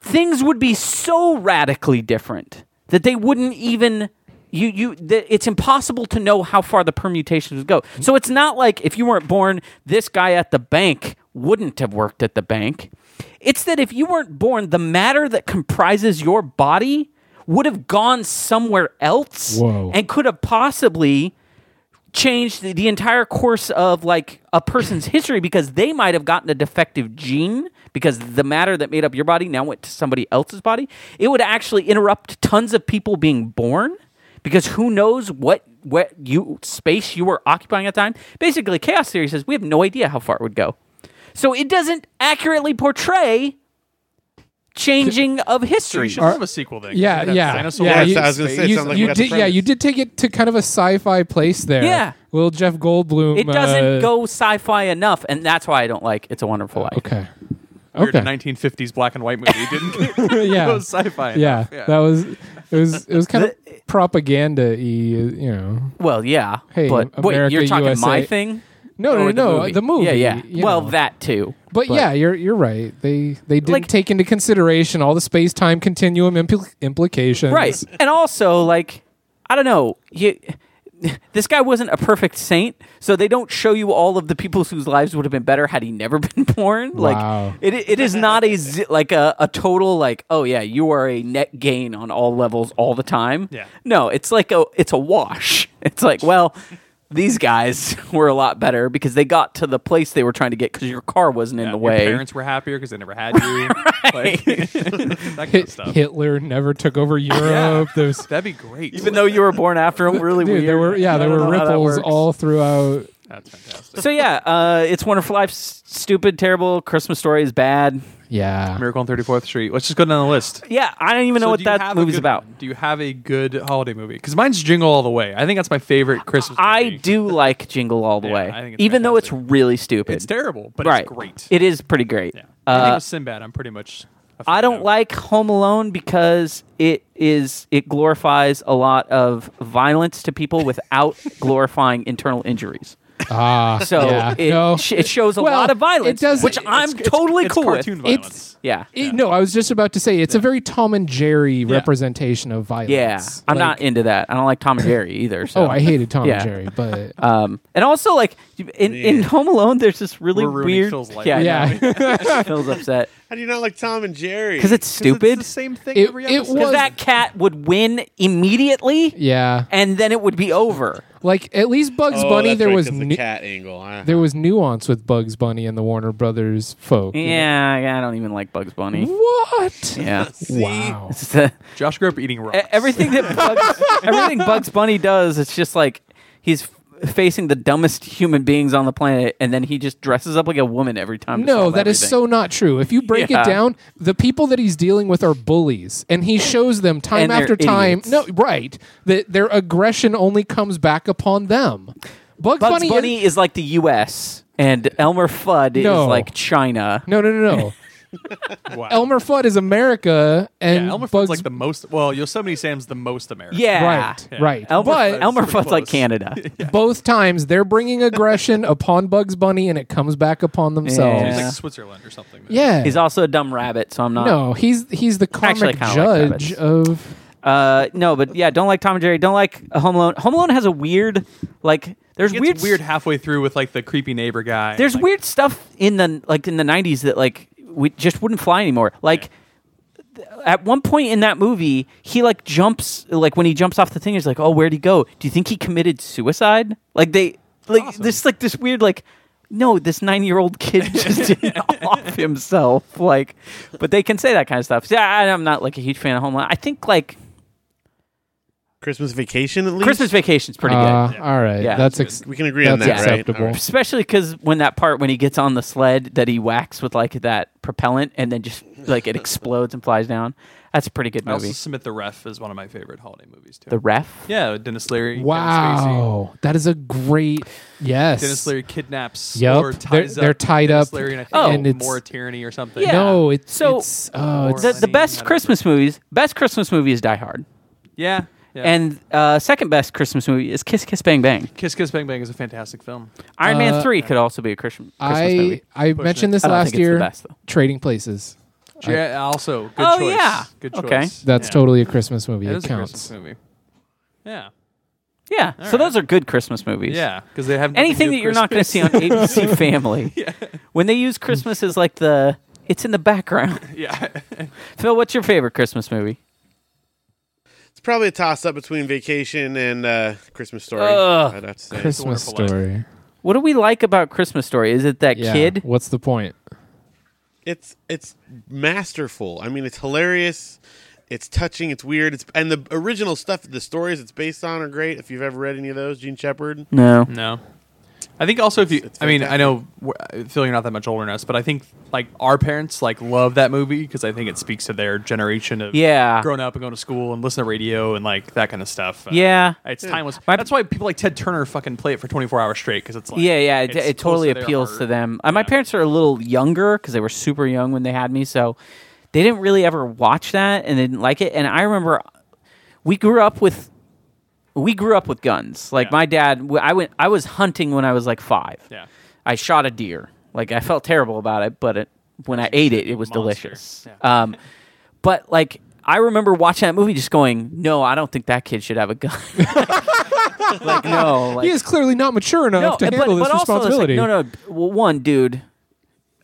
[SPEAKER 1] things would be so radically different that they wouldn't even you you th- it's impossible to know how far the permutations would go so it's not like if you weren't born this guy at the bank wouldn't have worked at the bank it's that if you weren't born the matter that comprises your body would have gone somewhere else
[SPEAKER 2] Whoa.
[SPEAKER 1] and could have possibly changed the, the entire course of like a person's history because they might have gotten a defective gene because the matter that made up your body now went to somebody else's body. It would actually interrupt tons of people being born because who knows what what you space you were occupying at the time. Basically, chaos theory says we have no idea how far it would go. So it doesn't accurately portray changing of
[SPEAKER 4] You
[SPEAKER 1] history.
[SPEAKER 4] should have a sequel then.
[SPEAKER 2] Yeah,
[SPEAKER 4] You could
[SPEAKER 2] yeah,
[SPEAKER 4] have dinosaurs
[SPEAKER 2] yeah.
[SPEAKER 4] in
[SPEAKER 2] you-
[SPEAKER 3] I was gonna say, it
[SPEAKER 2] you,
[SPEAKER 3] sounds like
[SPEAKER 2] you
[SPEAKER 3] we got the
[SPEAKER 2] did, yeah, you
[SPEAKER 3] premise.
[SPEAKER 2] did take it to kind of a sci-fi place there.
[SPEAKER 1] Yeah.
[SPEAKER 2] Little Jeff Goldblum.
[SPEAKER 1] It doesn't
[SPEAKER 2] uh,
[SPEAKER 1] go sci-fi enough, and that's why I don't like It's a Wonderful Life.
[SPEAKER 2] Okay.
[SPEAKER 4] weird
[SPEAKER 2] Okay.
[SPEAKER 4] 1950s black and white movie. It Didn't
[SPEAKER 2] yeah.
[SPEAKER 4] go sci-fi.
[SPEAKER 2] yeah.
[SPEAKER 4] enough. yeah.
[SPEAKER 2] That was. It was. It was kind of propaganda. You know.
[SPEAKER 1] Well, yeah.
[SPEAKER 2] Hey,
[SPEAKER 1] but wait,
[SPEAKER 2] America,
[SPEAKER 1] you're talking
[SPEAKER 2] USA.
[SPEAKER 1] my thing?
[SPEAKER 2] No, no,
[SPEAKER 1] Oh, Or
[SPEAKER 2] no, no, the movie,
[SPEAKER 1] Yeah, yeah.
[SPEAKER 2] you
[SPEAKER 1] Well,
[SPEAKER 2] know.
[SPEAKER 1] that too.
[SPEAKER 2] But, yeah, you're you're right. They they didn't
[SPEAKER 1] Like-
[SPEAKER 2] take into consideration all the space time continuum impl- implications.
[SPEAKER 1] Right. and also, like, I don't know. You, this guy wasn't a perfect saint, so they don't show you all of the people whose lives would have been better had he never been born.
[SPEAKER 2] Wow.
[SPEAKER 1] Like, it, it is not a zi- like a, a total like, oh yeah, you are a net gain on all levels all the time.
[SPEAKER 4] Yeah.
[SPEAKER 1] No, it's like a it's a wash. It's like, well, these guys were a lot better because they got to the place they were trying to get because your car wasn't in the
[SPEAKER 4] Your
[SPEAKER 1] way.
[SPEAKER 4] parents were happier because they never had you. like, that kind of
[SPEAKER 2] Hit-
[SPEAKER 4] stuff.
[SPEAKER 2] Hitler never took over Europe. There's
[SPEAKER 4] That'd be great.
[SPEAKER 1] even though you were born after him. Really
[SPEAKER 2] dude,
[SPEAKER 1] weird.
[SPEAKER 2] there were yeah,
[SPEAKER 1] I
[SPEAKER 2] there
[SPEAKER 1] don't
[SPEAKER 2] were
[SPEAKER 1] know how that
[SPEAKER 2] ripples
[SPEAKER 1] works.
[SPEAKER 2] all throughout.
[SPEAKER 4] that's fantastic.
[SPEAKER 1] So yeah, uh, it's Wonderful Life. s- Stupid, terrible. Christmas Story is bad.
[SPEAKER 2] Yeah.
[SPEAKER 4] Miracle on 34th Street. Let's just go down the list.
[SPEAKER 1] Yeah, I don't even know
[SPEAKER 4] So
[SPEAKER 1] what
[SPEAKER 4] do you
[SPEAKER 1] that
[SPEAKER 4] have a
[SPEAKER 1] movie's
[SPEAKER 4] good-
[SPEAKER 1] about.
[SPEAKER 4] Do you have a good holiday movie? Because mine's Jingle All the Way. I think that's my favorite Christmas.
[SPEAKER 1] I
[SPEAKER 4] movie.
[SPEAKER 1] do like Jingle All the
[SPEAKER 4] Yeah,
[SPEAKER 1] Way,
[SPEAKER 4] I think it's
[SPEAKER 1] even though it's
[SPEAKER 4] fantastic.
[SPEAKER 1] really stupid.
[SPEAKER 4] It's terrible, but
[SPEAKER 1] right.
[SPEAKER 4] it's great.
[SPEAKER 1] It is pretty great.
[SPEAKER 4] yeah. I think
[SPEAKER 1] Uh,
[SPEAKER 4] with Sinbad, I'm pretty much. a
[SPEAKER 1] I
[SPEAKER 4] fan
[SPEAKER 1] don't
[SPEAKER 4] of.
[SPEAKER 1] like Home Alone because it is it glorifies a lot of violence to people without glorifying internal injuries.
[SPEAKER 2] Ah,
[SPEAKER 1] So
[SPEAKER 2] yeah.
[SPEAKER 1] it,
[SPEAKER 2] no.
[SPEAKER 1] sh- it shows a
[SPEAKER 2] Well,
[SPEAKER 1] lot of
[SPEAKER 2] it
[SPEAKER 1] violence,
[SPEAKER 2] does-
[SPEAKER 1] which
[SPEAKER 2] it's-
[SPEAKER 1] I'm
[SPEAKER 4] It's- it's-
[SPEAKER 1] totally
[SPEAKER 4] it's
[SPEAKER 1] cool
[SPEAKER 4] cartoon
[SPEAKER 1] with.
[SPEAKER 4] violence.
[SPEAKER 1] Yeah.
[SPEAKER 2] It- no, I was just about to say it's a very Tom and Jerry representation of violence.
[SPEAKER 1] Yeah. I'm
[SPEAKER 2] Like-
[SPEAKER 1] not into that. I don't like Tom and Jerry either. So.
[SPEAKER 2] Oh, I hated Tom
[SPEAKER 1] Yeah.
[SPEAKER 2] and Jerry, but
[SPEAKER 1] Um, and also, like in, in Home Alone, there's this really
[SPEAKER 4] We're ruining
[SPEAKER 1] weird.
[SPEAKER 4] Phil's life.
[SPEAKER 1] yeah, I know.
[SPEAKER 2] yeah,
[SPEAKER 1] Phil's upset
[SPEAKER 3] How do you not like Tom and Jerry?
[SPEAKER 1] because it's
[SPEAKER 4] 'Cause
[SPEAKER 1] stupid.
[SPEAKER 4] It's the
[SPEAKER 1] Because
[SPEAKER 4] same thing
[SPEAKER 2] It-
[SPEAKER 4] every
[SPEAKER 2] it
[SPEAKER 4] episode.
[SPEAKER 2] was-
[SPEAKER 1] that cat would win immediately,
[SPEAKER 2] yeah.
[SPEAKER 1] and then it would be over.
[SPEAKER 2] Like at least Bugs
[SPEAKER 3] Oh,
[SPEAKER 2] Bunny,
[SPEAKER 3] that's
[SPEAKER 2] there
[SPEAKER 3] right,
[SPEAKER 2] was
[SPEAKER 3] 'cause the
[SPEAKER 2] nu-
[SPEAKER 3] cat angle. huh?
[SPEAKER 2] there was nuance with Bugs Bunny and the Warner Brothers folk.
[SPEAKER 1] Yeah, I don't even like Bugs Bunny.
[SPEAKER 2] What?
[SPEAKER 1] Yeah.
[SPEAKER 2] Wow.
[SPEAKER 1] It's the-
[SPEAKER 4] Josh grew up eating rocks.
[SPEAKER 1] e- everything that Bugs, everything Bugs Bunny does, it's just like he's f- facing the dumbest human beings on the planet, and then he just dresses up like a woman every time. to
[SPEAKER 2] No,
[SPEAKER 1] solve
[SPEAKER 2] that is
[SPEAKER 1] everything.
[SPEAKER 2] so not true. If you break
[SPEAKER 1] Yeah.
[SPEAKER 2] it down, the people that he's dealing with are bullies, and he shows them time
[SPEAKER 1] And they're
[SPEAKER 2] after time.
[SPEAKER 1] idiots.
[SPEAKER 2] No, right, that their aggression only comes back upon them. Bugs,
[SPEAKER 1] Bugs
[SPEAKER 2] Bunny.
[SPEAKER 1] Bunny, is, like the U.S. and Elmer Fudd
[SPEAKER 2] No.
[SPEAKER 1] is like China.
[SPEAKER 2] no, no, no, no.
[SPEAKER 4] Wow.
[SPEAKER 2] Elmer Fudd is America, and
[SPEAKER 4] yeah, Elmer Fudd's
[SPEAKER 2] Bugs
[SPEAKER 4] like the most. Well, Yosemite Sam's the most American.
[SPEAKER 1] Yeah,
[SPEAKER 2] right, right.
[SPEAKER 1] Elmer,
[SPEAKER 2] but
[SPEAKER 1] Elmer
[SPEAKER 4] pretty
[SPEAKER 1] Fudd's like
[SPEAKER 4] close.
[SPEAKER 1] Canada.
[SPEAKER 2] both times they're bringing aggression upon Bugs Bunny, and it comes back upon themselves.
[SPEAKER 4] It's
[SPEAKER 1] Yeah.
[SPEAKER 4] like Switzerland or something.
[SPEAKER 2] Yeah.
[SPEAKER 1] He's also a dumb rabbit, so I'm not.
[SPEAKER 2] no, he's he's the
[SPEAKER 1] Actually,
[SPEAKER 2] comic
[SPEAKER 1] I kinda like
[SPEAKER 2] judge
[SPEAKER 1] rabbits.
[SPEAKER 2] of
[SPEAKER 1] Uh, no, but yeah, don't like Tom and Jerry. Don't like Home Alone. Home Alone has a weird, like, there's
[SPEAKER 4] It's
[SPEAKER 1] weird,
[SPEAKER 4] weird, weird halfway through with like the creepy neighbor guy.
[SPEAKER 1] there's
[SPEAKER 4] like,
[SPEAKER 1] weird stuff in the like in the '90s that like we just wouldn't fly anymore. Like. th- At one point in that movie, he like jumps, like when he jumps off the thing, he's like, "Oh, where'd he go? Do you think he committed suicide?" Like they, like this, like this weird, like, no, this nine-year-old kid just did off himself. Like, but they can say that kind of stuff. Yeah, I- I'm not like a huge fan of Home Alone. I think like
[SPEAKER 3] Christmas vacation at least.
[SPEAKER 1] Christmas Vacation's pretty
[SPEAKER 2] uh,
[SPEAKER 1] good.
[SPEAKER 2] all right.
[SPEAKER 1] Yeah.
[SPEAKER 2] that's ex-
[SPEAKER 3] We can agree on
[SPEAKER 2] that's
[SPEAKER 3] that, right?
[SPEAKER 2] acceptable.
[SPEAKER 3] All right.
[SPEAKER 1] Especially because when that part when he gets on the sled that he whacks with like that propellant and then just like it explodes and flies down. That's a pretty good
[SPEAKER 4] I also
[SPEAKER 1] movie.
[SPEAKER 4] submit the ref is one of my favorite holiday movies too.
[SPEAKER 1] The ref.
[SPEAKER 4] yeah, Dennis Leary. Kevin Spacey.
[SPEAKER 2] Wow, that is a great yes.
[SPEAKER 4] Dennis Leary kidnaps.
[SPEAKER 2] Yep.
[SPEAKER 4] Or ties
[SPEAKER 2] They're- they're
[SPEAKER 4] up
[SPEAKER 2] tied
[SPEAKER 4] Dennis
[SPEAKER 2] up,
[SPEAKER 4] Leary and I think
[SPEAKER 1] Oh.
[SPEAKER 2] and it's-
[SPEAKER 4] more tyranny or something.
[SPEAKER 1] Yeah.
[SPEAKER 2] No, it's
[SPEAKER 1] So-
[SPEAKER 2] it's, oh, it's-
[SPEAKER 1] The, the best Christmas movies. Best Christmas movie is Die Hard,
[SPEAKER 4] Yeah. yeah.
[SPEAKER 1] and uh, second best Christmas movie is Kiss Kiss Bang Bang.
[SPEAKER 4] Kiss Kiss Bang Bang is a fantastic film.
[SPEAKER 1] Iron Man
[SPEAKER 2] Uh,
[SPEAKER 1] Three could also be a Christian, Christmas
[SPEAKER 2] I
[SPEAKER 1] movie.
[SPEAKER 2] I mentioned this
[SPEAKER 1] I don't
[SPEAKER 2] last
[SPEAKER 1] think it's the
[SPEAKER 2] year.
[SPEAKER 1] best, though.
[SPEAKER 2] Trading Places.
[SPEAKER 4] Jer- also, good
[SPEAKER 1] Oh,
[SPEAKER 4] choice.
[SPEAKER 1] yeah.
[SPEAKER 4] Good choice.
[SPEAKER 1] Okay.
[SPEAKER 2] That's
[SPEAKER 4] Yeah.
[SPEAKER 2] totally a Christmas movie.
[SPEAKER 4] It
[SPEAKER 2] It,
[SPEAKER 4] is a Christmas
[SPEAKER 2] counts.
[SPEAKER 4] movie. Yeah.
[SPEAKER 1] Yeah. So
[SPEAKER 4] right.
[SPEAKER 1] those are good Christmas movies.
[SPEAKER 4] Yeah. Because they have nothing to
[SPEAKER 1] Anything
[SPEAKER 4] do
[SPEAKER 1] that
[SPEAKER 4] with
[SPEAKER 1] you're not going to
[SPEAKER 4] Christmas.
[SPEAKER 1] see on ABC Family. When they use Christmas as like the, it's in the background.
[SPEAKER 4] Yeah.
[SPEAKER 1] Phil, what's your favorite Christmas movie?
[SPEAKER 3] It's probably a toss up between vacation and uh, Christmas story.
[SPEAKER 1] Ugh.
[SPEAKER 3] I'd have to say.
[SPEAKER 2] Christmas
[SPEAKER 4] Wonderful Life.
[SPEAKER 2] story.
[SPEAKER 1] What do we like about Christmas Story? Is it that
[SPEAKER 2] Yeah.
[SPEAKER 1] kid?
[SPEAKER 2] What's the point?
[SPEAKER 3] It's it's masterful. I mean, it's hilarious. It's touching. It's weird. It's and the original stuff, the stories it's based on are great. If you've ever read any of those, Gene Shepard.
[SPEAKER 1] No.
[SPEAKER 4] No. I think also if you,
[SPEAKER 3] It's- it's
[SPEAKER 4] I mean, I know w- I feel you're not that much older than us, but I think like our parents like love that movie because I think it speaks to their generation of
[SPEAKER 1] Yeah.
[SPEAKER 4] growing up and going to school and listening to radio and like that kind of stuff. Uh,
[SPEAKER 1] Yeah.
[SPEAKER 4] it's timeless.
[SPEAKER 1] My-
[SPEAKER 4] That's why people like Ted Turner fucking play it for 24 hours straight because it's like
[SPEAKER 1] Yeah, yeah, it,
[SPEAKER 4] it's
[SPEAKER 1] it
[SPEAKER 4] close
[SPEAKER 1] totally
[SPEAKER 4] their
[SPEAKER 1] appeals
[SPEAKER 4] heart.
[SPEAKER 1] to them. Uh, my parents are a little younger because they were super young when they had me, so they didn't really ever watch that and they didn't like it. And I remember we grew up with we grew up with guns. Like
[SPEAKER 4] Yeah.
[SPEAKER 1] my dad, w- I went, I was hunting when I was like five.
[SPEAKER 4] Yeah.
[SPEAKER 1] I shot a deer. Like I felt terrible about it, but it, when I ate it, it was
[SPEAKER 4] Monster.
[SPEAKER 1] delicious. Um, but like I remember watching that movie, just going, "No, I don't think that kid should have a gun." like, no, like,
[SPEAKER 2] he is clearly not mature enough to
[SPEAKER 1] and-
[SPEAKER 2] handle this
[SPEAKER 1] also it's like,
[SPEAKER 2] responsibility.
[SPEAKER 1] no, no. d- Well, one, dude,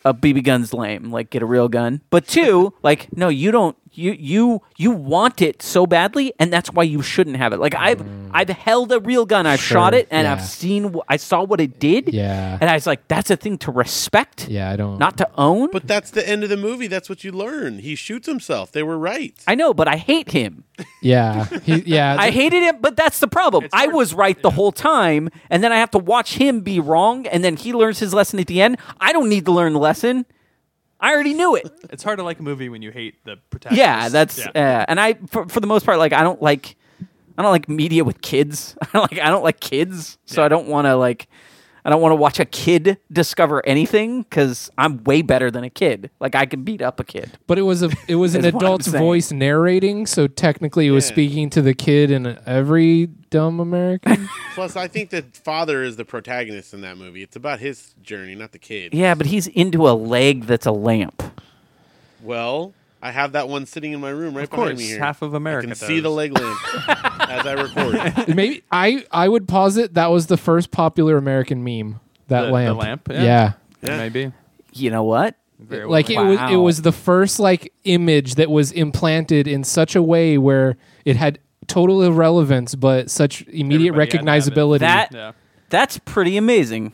[SPEAKER 1] a BB gun's lame. Like, get a real gun. But two, like, no, you don't. You you you want it so badly, and that's why you shouldn't have it. Like, I've I've held a real gun. I've
[SPEAKER 2] Mm. Sure,
[SPEAKER 1] shot it, and
[SPEAKER 2] yeah.
[SPEAKER 1] I've seen. wh- I saw what it did.
[SPEAKER 2] Yeah.
[SPEAKER 1] And I was like, that's a thing to respect.
[SPEAKER 2] Yeah, I don't.
[SPEAKER 1] Not to own.
[SPEAKER 3] But that's the end of the movie. That's what you learn. He shoots himself. They were right.
[SPEAKER 1] I know, but I hate him.
[SPEAKER 2] yeah, he, yeah.
[SPEAKER 1] I hated him, but that's the problem. I was right the whole time, and then I have to watch him be wrong, and then he learns his lesson at the end. I don't need to learn the lesson. I already knew it.
[SPEAKER 4] It's hard to like a movie when you hate the protagonist.
[SPEAKER 1] yeah, that's Uh, and I for, for the most part like I don't like I don't like media with kids. I don't like I don't like kids, so I don't want to like I I don't want to watch a kid discover anything because I'm way better than a kid. Like I could beat up a kid.
[SPEAKER 2] But it was a it was an
[SPEAKER 1] Is what I'm
[SPEAKER 2] adult's
[SPEAKER 1] saying.
[SPEAKER 2] voice narrating, so technically it was
[SPEAKER 3] Yeah.
[SPEAKER 2] speaking to the kid in every dumb American.
[SPEAKER 3] Plus, I think the father is the protagonist in that movie. It's about his journey, not the kid.
[SPEAKER 1] Yeah, but he's into a leg that's a lamp.
[SPEAKER 3] Well, I have that one sitting in my room right
[SPEAKER 4] Of
[SPEAKER 3] behind
[SPEAKER 4] course,
[SPEAKER 3] me here.
[SPEAKER 4] half of
[SPEAKER 3] I
[SPEAKER 4] America
[SPEAKER 3] can
[SPEAKER 4] does.
[SPEAKER 3] see the leg lamp as I record.
[SPEAKER 2] Maybe I I would posit that was the first popular American meme. That
[SPEAKER 4] The- the
[SPEAKER 2] lamp.
[SPEAKER 4] lamp,
[SPEAKER 2] Yeah.
[SPEAKER 4] yeah.
[SPEAKER 3] Yeah.
[SPEAKER 4] Maybe.
[SPEAKER 1] You know what?
[SPEAKER 4] Very well
[SPEAKER 2] Like
[SPEAKER 4] made.
[SPEAKER 2] it was it
[SPEAKER 1] Wow.
[SPEAKER 2] was the first like image that was implanted in such a way where it had total irrelevance but such immediate
[SPEAKER 4] Everybody had to have it.
[SPEAKER 2] recognizability.
[SPEAKER 1] That
[SPEAKER 4] Yeah.
[SPEAKER 1] that's pretty amazing.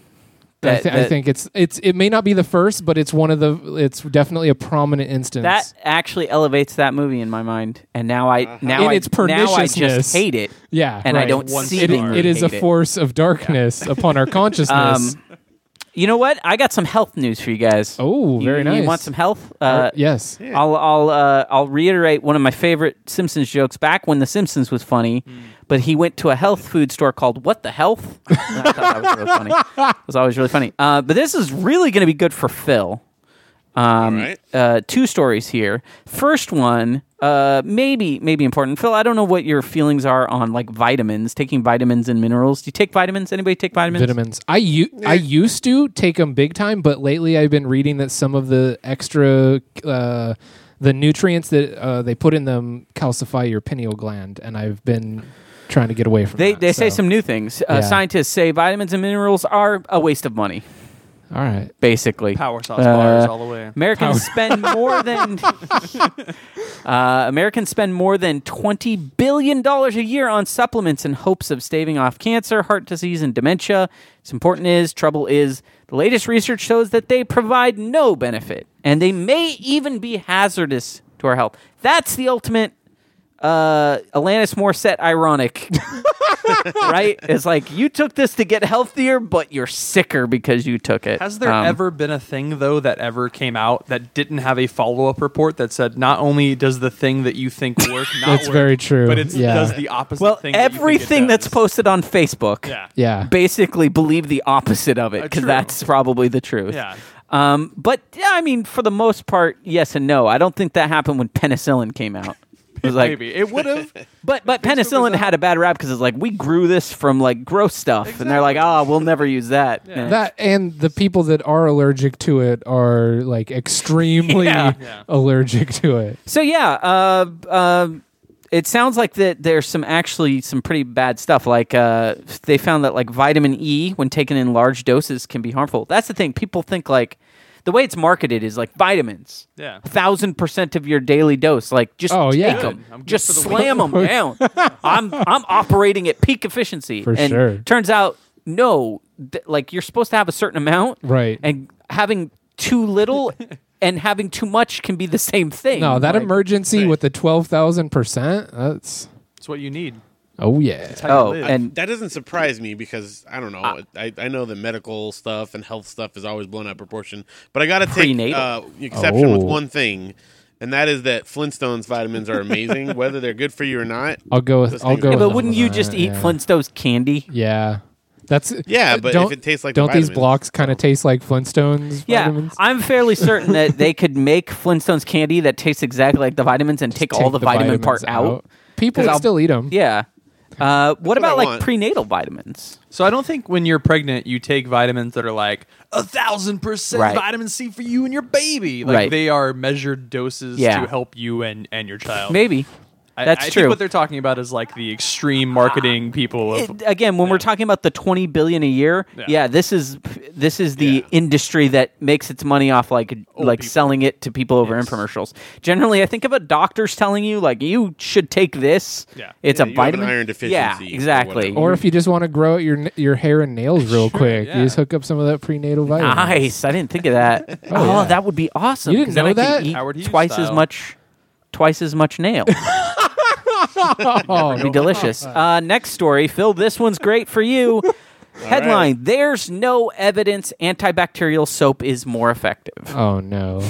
[SPEAKER 2] I, thi- I
[SPEAKER 1] that-
[SPEAKER 2] think it's it's it may not be the first, but it's one of the it's definitely a prominent instance.
[SPEAKER 1] that actually elevates that movie in my mind. And now I now
[SPEAKER 2] In
[SPEAKER 1] I,
[SPEAKER 2] its
[SPEAKER 1] now I
[SPEAKER 2] perniciousness.
[SPEAKER 1] just hate it.
[SPEAKER 2] yeah,
[SPEAKER 1] and I
[SPEAKER 2] right.
[SPEAKER 1] don't
[SPEAKER 4] One
[SPEAKER 2] It-
[SPEAKER 1] see
[SPEAKER 4] star.
[SPEAKER 2] it is a
[SPEAKER 1] hate
[SPEAKER 2] force of darkness upon our consciousness.
[SPEAKER 1] Um, You know what? I got some health news for you guys.
[SPEAKER 2] Oh,
[SPEAKER 1] You-
[SPEAKER 2] very
[SPEAKER 1] You
[SPEAKER 2] nice.
[SPEAKER 1] want some health? Uh,
[SPEAKER 2] yes.
[SPEAKER 1] I'll I'll uh, I'll reiterate one of my favorite Simpsons jokes back when The Simpsons was funny, but he went to a health food store called What the Health. And I thought that was really funny. It was always really funny. Uh, but this is really going to be good for Phil. Um,
[SPEAKER 3] right.
[SPEAKER 1] uh, two stories here. First one, uh, maybe maybe important. Phil, I don't know what your feelings are on like vitamins, taking vitamins and minerals. Do you take vitamins? Anybody take vitamins?
[SPEAKER 2] Vitamins. I u- I used to take them big time, but lately I've been reading that some of the extra uh, the nutrients that uh, they put in them calcify your pineal gland, and I've been trying to get away from.
[SPEAKER 1] They,
[SPEAKER 2] that,
[SPEAKER 1] they say
[SPEAKER 2] so-
[SPEAKER 1] some new things. Uh,
[SPEAKER 2] Yeah.
[SPEAKER 1] Scientists say vitamins and minerals are a waste of money,
[SPEAKER 2] All right.
[SPEAKER 1] basically.
[SPEAKER 4] Power sauce bars
[SPEAKER 1] Uh,
[SPEAKER 4] all the way.
[SPEAKER 1] Americans spend more than uh, Americans spend more than twenty billion dollars a year on supplements in hopes of staving off cancer, heart disease, and dementia. It's important is trouble is the latest research shows that they provide no benefit, and they may even be hazardous to our health. That's the ultimate uh, Alanis Morissette ironic. right? It's like you took this to get healthier, but you're sicker because you took it.
[SPEAKER 4] Has there
[SPEAKER 1] Um,
[SPEAKER 4] ever been a thing though that ever came out that didn't have a follow up report that said not only does the thing that you think work not
[SPEAKER 2] That's
[SPEAKER 4] work,
[SPEAKER 2] very true.
[SPEAKER 4] but it
[SPEAKER 2] Yeah.
[SPEAKER 4] does the opposite.
[SPEAKER 1] Well,
[SPEAKER 4] thing that you think it
[SPEAKER 1] everything that's
[SPEAKER 4] does.
[SPEAKER 1] posted on Facebook,
[SPEAKER 4] Yeah.
[SPEAKER 2] Yeah.
[SPEAKER 1] basically believe the opposite of it
[SPEAKER 4] Uh,
[SPEAKER 1] because
[SPEAKER 4] true.
[SPEAKER 1] that's probably the truth.
[SPEAKER 4] Yeah.
[SPEAKER 1] Um, but yeah, I mean, for the most part, yes and no. I don't think that happened when penicillin came out. It was like,
[SPEAKER 4] Maybe it would have.
[SPEAKER 1] but but
[SPEAKER 4] was
[SPEAKER 1] penicillin
[SPEAKER 4] out.
[SPEAKER 1] had a bad rap because it's like we grew this from like gross stuff, and they're like, oh, we'll never use that. And-
[SPEAKER 2] That and the people that are allergic to it are like extremely
[SPEAKER 1] Yeah.
[SPEAKER 4] Yeah.
[SPEAKER 2] allergic to it.
[SPEAKER 1] So yeah, uh, uh, it sounds like that there's some actually some pretty bad stuff. Like uh, they found that like vitamin E, when taken in large doses, can be harmful. That's the thing. People think like the way it's marketed is like vitamins.
[SPEAKER 4] Yeah.
[SPEAKER 1] thousand percent of your daily dose. Like just
[SPEAKER 2] Oh,
[SPEAKER 1] take
[SPEAKER 2] yeah.
[SPEAKER 1] them,
[SPEAKER 4] I'm good
[SPEAKER 1] just
[SPEAKER 4] for the
[SPEAKER 1] slam them down. I'm I'm operating at peak efficiency.
[SPEAKER 2] For
[SPEAKER 1] and
[SPEAKER 2] sure.
[SPEAKER 1] Turns out no, th- like you're supposed to have a certain amount,
[SPEAKER 2] Right.
[SPEAKER 1] And having too little. And having too much can be the same thing.
[SPEAKER 2] No, that
[SPEAKER 1] Like-
[SPEAKER 2] emergency with the twelve thousand percent. That's
[SPEAKER 4] It's what you need.
[SPEAKER 2] oh yeah.
[SPEAKER 4] It's how you
[SPEAKER 1] Oh,
[SPEAKER 4] live.
[SPEAKER 1] and Uh,
[SPEAKER 3] That doesn't surprise me because I don't know. I, I know the medical stuff and health stuff is always blown out of proportion. But I got to take
[SPEAKER 1] Prenatal.
[SPEAKER 3] uh, exception with
[SPEAKER 2] Oh.
[SPEAKER 3] one thing, and that is that Flintstones vitamins are amazing, whether they're good for you or not.
[SPEAKER 2] I'll go with.
[SPEAKER 3] Those
[SPEAKER 2] I'll
[SPEAKER 3] things-
[SPEAKER 1] yeah,
[SPEAKER 2] go.
[SPEAKER 3] Yeah,
[SPEAKER 2] with
[SPEAKER 1] but
[SPEAKER 2] them
[SPEAKER 1] wouldn't
[SPEAKER 2] on
[SPEAKER 1] you
[SPEAKER 2] that,
[SPEAKER 1] just eat
[SPEAKER 2] yeah.
[SPEAKER 1] Flintstones candy?
[SPEAKER 2] Yeah, that's
[SPEAKER 3] Yeah,
[SPEAKER 2] uh,
[SPEAKER 3] but if
[SPEAKER 2] don't-
[SPEAKER 3] it tastes like
[SPEAKER 2] don't these
[SPEAKER 3] vitamins,
[SPEAKER 2] blocks kind of taste like Flintstones?
[SPEAKER 1] Yeah,
[SPEAKER 2] vitamins?
[SPEAKER 1] I'm fairly certain that they could make Flintstones candy that tastes exactly like the vitamins and take, all
[SPEAKER 2] Take
[SPEAKER 1] the, vitamin
[SPEAKER 2] vitamins
[SPEAKER 1] part out.
[SPEAKER 2] People
[SPEAKER 1] 'Cause
[SPEAKER 2] would
[SPEAKER 1] I'll-
[SPEAKER 2] still eat them.
[SPEAKER 1] Yeah. Uh, what
[SPEAKER 3] what I
[SPEAKER 1] about like
[SPEAKER 3] want.
[SPEAKER 1] prenatal vitamins?
[SPEAKER 4] so I don't think when you're pregnant you take vitamins that are like a thousand percent
[SPEAKER 1] Right.
[SPEAKER 4] vitamin C for you and your baby. Like
[SPEAKER 1] Right.
[SPEAKER 4] they are measured doses
[SPEAKER 1] Yeah.
[SPEAKER 4] to help you and and your
[SPEAKER 3] Oh.
[SPEAKER 4] child.
[SPEAKER 1] Maybe.
[SPEAKER 4] I-
[SPEAKER 1] That's true.
[SPEAKER 4] I
[SPEAKER 1] Ah,
[SPEAKER 4] Think what they're talking about is like the extreme marketing people. Of,
[SPEAKER 1] It- again, when we're talking about the 20 billion a year, yeah,
[SPEAKER 4] Yeah.
[SPEAKER 1] this is this is the
[SPEAKER 3] Yeah.
[SPEAKER 1] industry that makes its money off like like
[SPEAKER 4] people.
[SPEAKER 1] selling it to people over infomercials. Generally, I think if a doctor's telling you like you should take this,
[SPEAKER 4] Yeah.
[SPEAKER 1] it's
[SPEAKER 3] Yeah,
[SPEAKER 1] a
[SPEAKER 3] you have an
[SPEAKER 1] vitamin
[SPEAKER 3] iron
[SPEAKER 1] Yeah,
[SPEAKER 3] deficiency or
[SPEAKER 1] exactly.
[SPEAKER 3] whatever.
[SPEAKER 2] Or if you just want to grow out your n- your hair and nails real quick,
[SPEAKER 4] yeah.
[SPEAKER 2] you just hook up some of that prenatal vitamin.
[SPEAKER 1] Nice. I didn't think of that. oh,
[SPEAKER 2] yeah.
[SPEAKER 1] that would be awesome.
[SPEAKER 2] You didn't
[SPEAKER 1] 'cause then
[SPEAKER 2] know
[SPEAKER 1] I could
[SPEAKER 2] that?
[SPEAKER 1] eat
[SPEAKER 4] Howard Hughes
[SPEAKER 1] twice as
[SPEAKER 4] style.
[SPEAKER 1] much, twice as much nail.
[SPEAKER 2] Oh,
[SPEAKER 1] It'd be delicious. Uh, next story, Phil. This one's great for you. Headline: There's no evidence antibacterial soap is more effective.
[SPEAKER 2] oh no,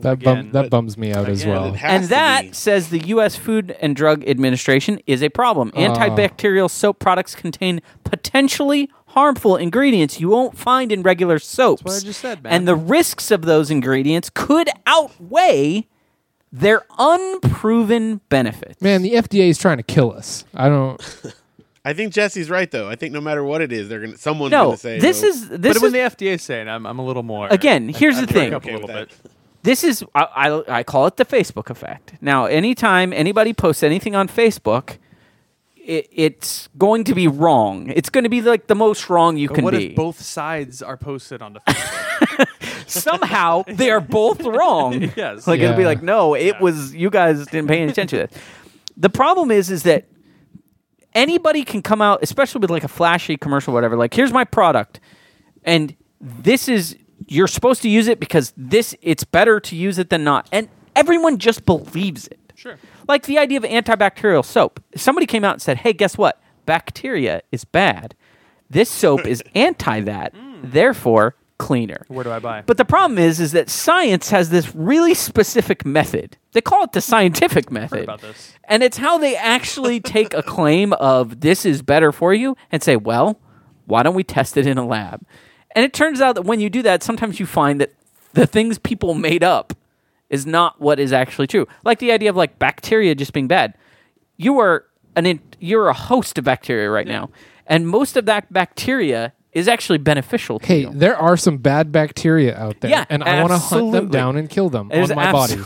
[SPEAKER 2] that
[SPEAKER 4] Again,
[SPEAKER 2] bum, that bums me out as
[SPEAKER 3] Yeah, it
[SPEAKER 2] well.
[SPEAKER 3] has
[SPEAKER 1] And
[SPEAKER 3] to
[SPEAKER 1] that
[SPEAKER 3] be.
[SPEAKER 1] says the U.S. Food and
[SPEAKER 4] Ah.
[SPEAKER 1] Drug Administration is a problem. Antibacterial soap products contain potentially harmful ingredients you won't find in regular soaps.
[SPEAKER 4] what I just said, man.
[SPEAKER 1] And the risks of those ingredients could outweigh their unproven benefits.
[SPEAKER 2] Man, the FDA is trying to kill us. I don't.
[SPEAKER 3] I think Jesse's right though. I think no matter what it is, they're gonna someone's
[SPEAKER 1] no,
[SPEAKER 3] gonna say "Oh,
[SPEAKER 1] this
[SPEAKER 3] no.
[SPEAKER 1] is this
[SPEAKER 4] but when
[SPEAKER 1] is
[SPEAKER 4] the FDA saying, I'm, I'm a little more.
[SPEAKER 1] Again, here's the
[SPEAKER 4] I perk
[SPEAKER 1] thing.
[SPEAKER 4] Up a
[SPEAKER 3] Okay
[SPEAKER 4] little
[SPEAKER 3] with that.
[SPEAKER 4] bit.
[SPEAKER 1] this is I, I, I call it the Facebook effect. Now, anytime anybody posts anything on Facebook, it, it's going to be wrong. It's going to be like the most wrong you
[SPEAKER 4] But
[SPEAKER 1] can
[SPEAKER 4] what
[SPEAKER 1] be.
[SPEAKER 4] if both sides are posted on the Facebook?
[SPEAKER 1] Somehow they are both wrong.
[SPEAKER 4] Yes.
[SPEAKER 1] like it'll be
[SPEAKER 2] Yeah.
[SPEAKER 1] like, no, it was you guys didn't pay any attention to this. The problem is, is that anybody can come out, especially with like a flashy commercial, whatever. Like, here's my product, and this is you're supposed to use it because this it's better to use it than not, and everyone just believes it.
[SPEAKER 4] Sure.
[SPEAKER 1] Like the idea of antibacterial soap. Somebody came out and said, "Hey, guess what? Bacteria is bad. This soap is anti that. Therefore, cleaner."
[SPEAKER 4] Where do I buy?
[SPEAKER 1] But the problem is, is that science has this really specific method. They call it the scientific method.
[SPEAKER 4] about this.
[SPEAKER 1] And it's how they actually take a claim of this is better for you and say, well, why don't we test it in a lab? And it turns out that when you do that, sometimes you find that the things people made up is not what is actually true. Like the idea of like bacteria just being bad. You are an in, you're a host of bacteria right now, and most of that bacteria is actually beneficial to
[SPEAKER 2] Hey,
[SPEAKER 1] you.
[SPEAKER 2] there are some bad bacteria out there,
[SPEAKER 1] Yeah,
[SPEAKER 2] and I want to hunt them
[SPEAKER 1] absolutely.
[SPEAKER 2] down and kill them
[SPEAKER 1] There's
[SPEAKER 2] on my body.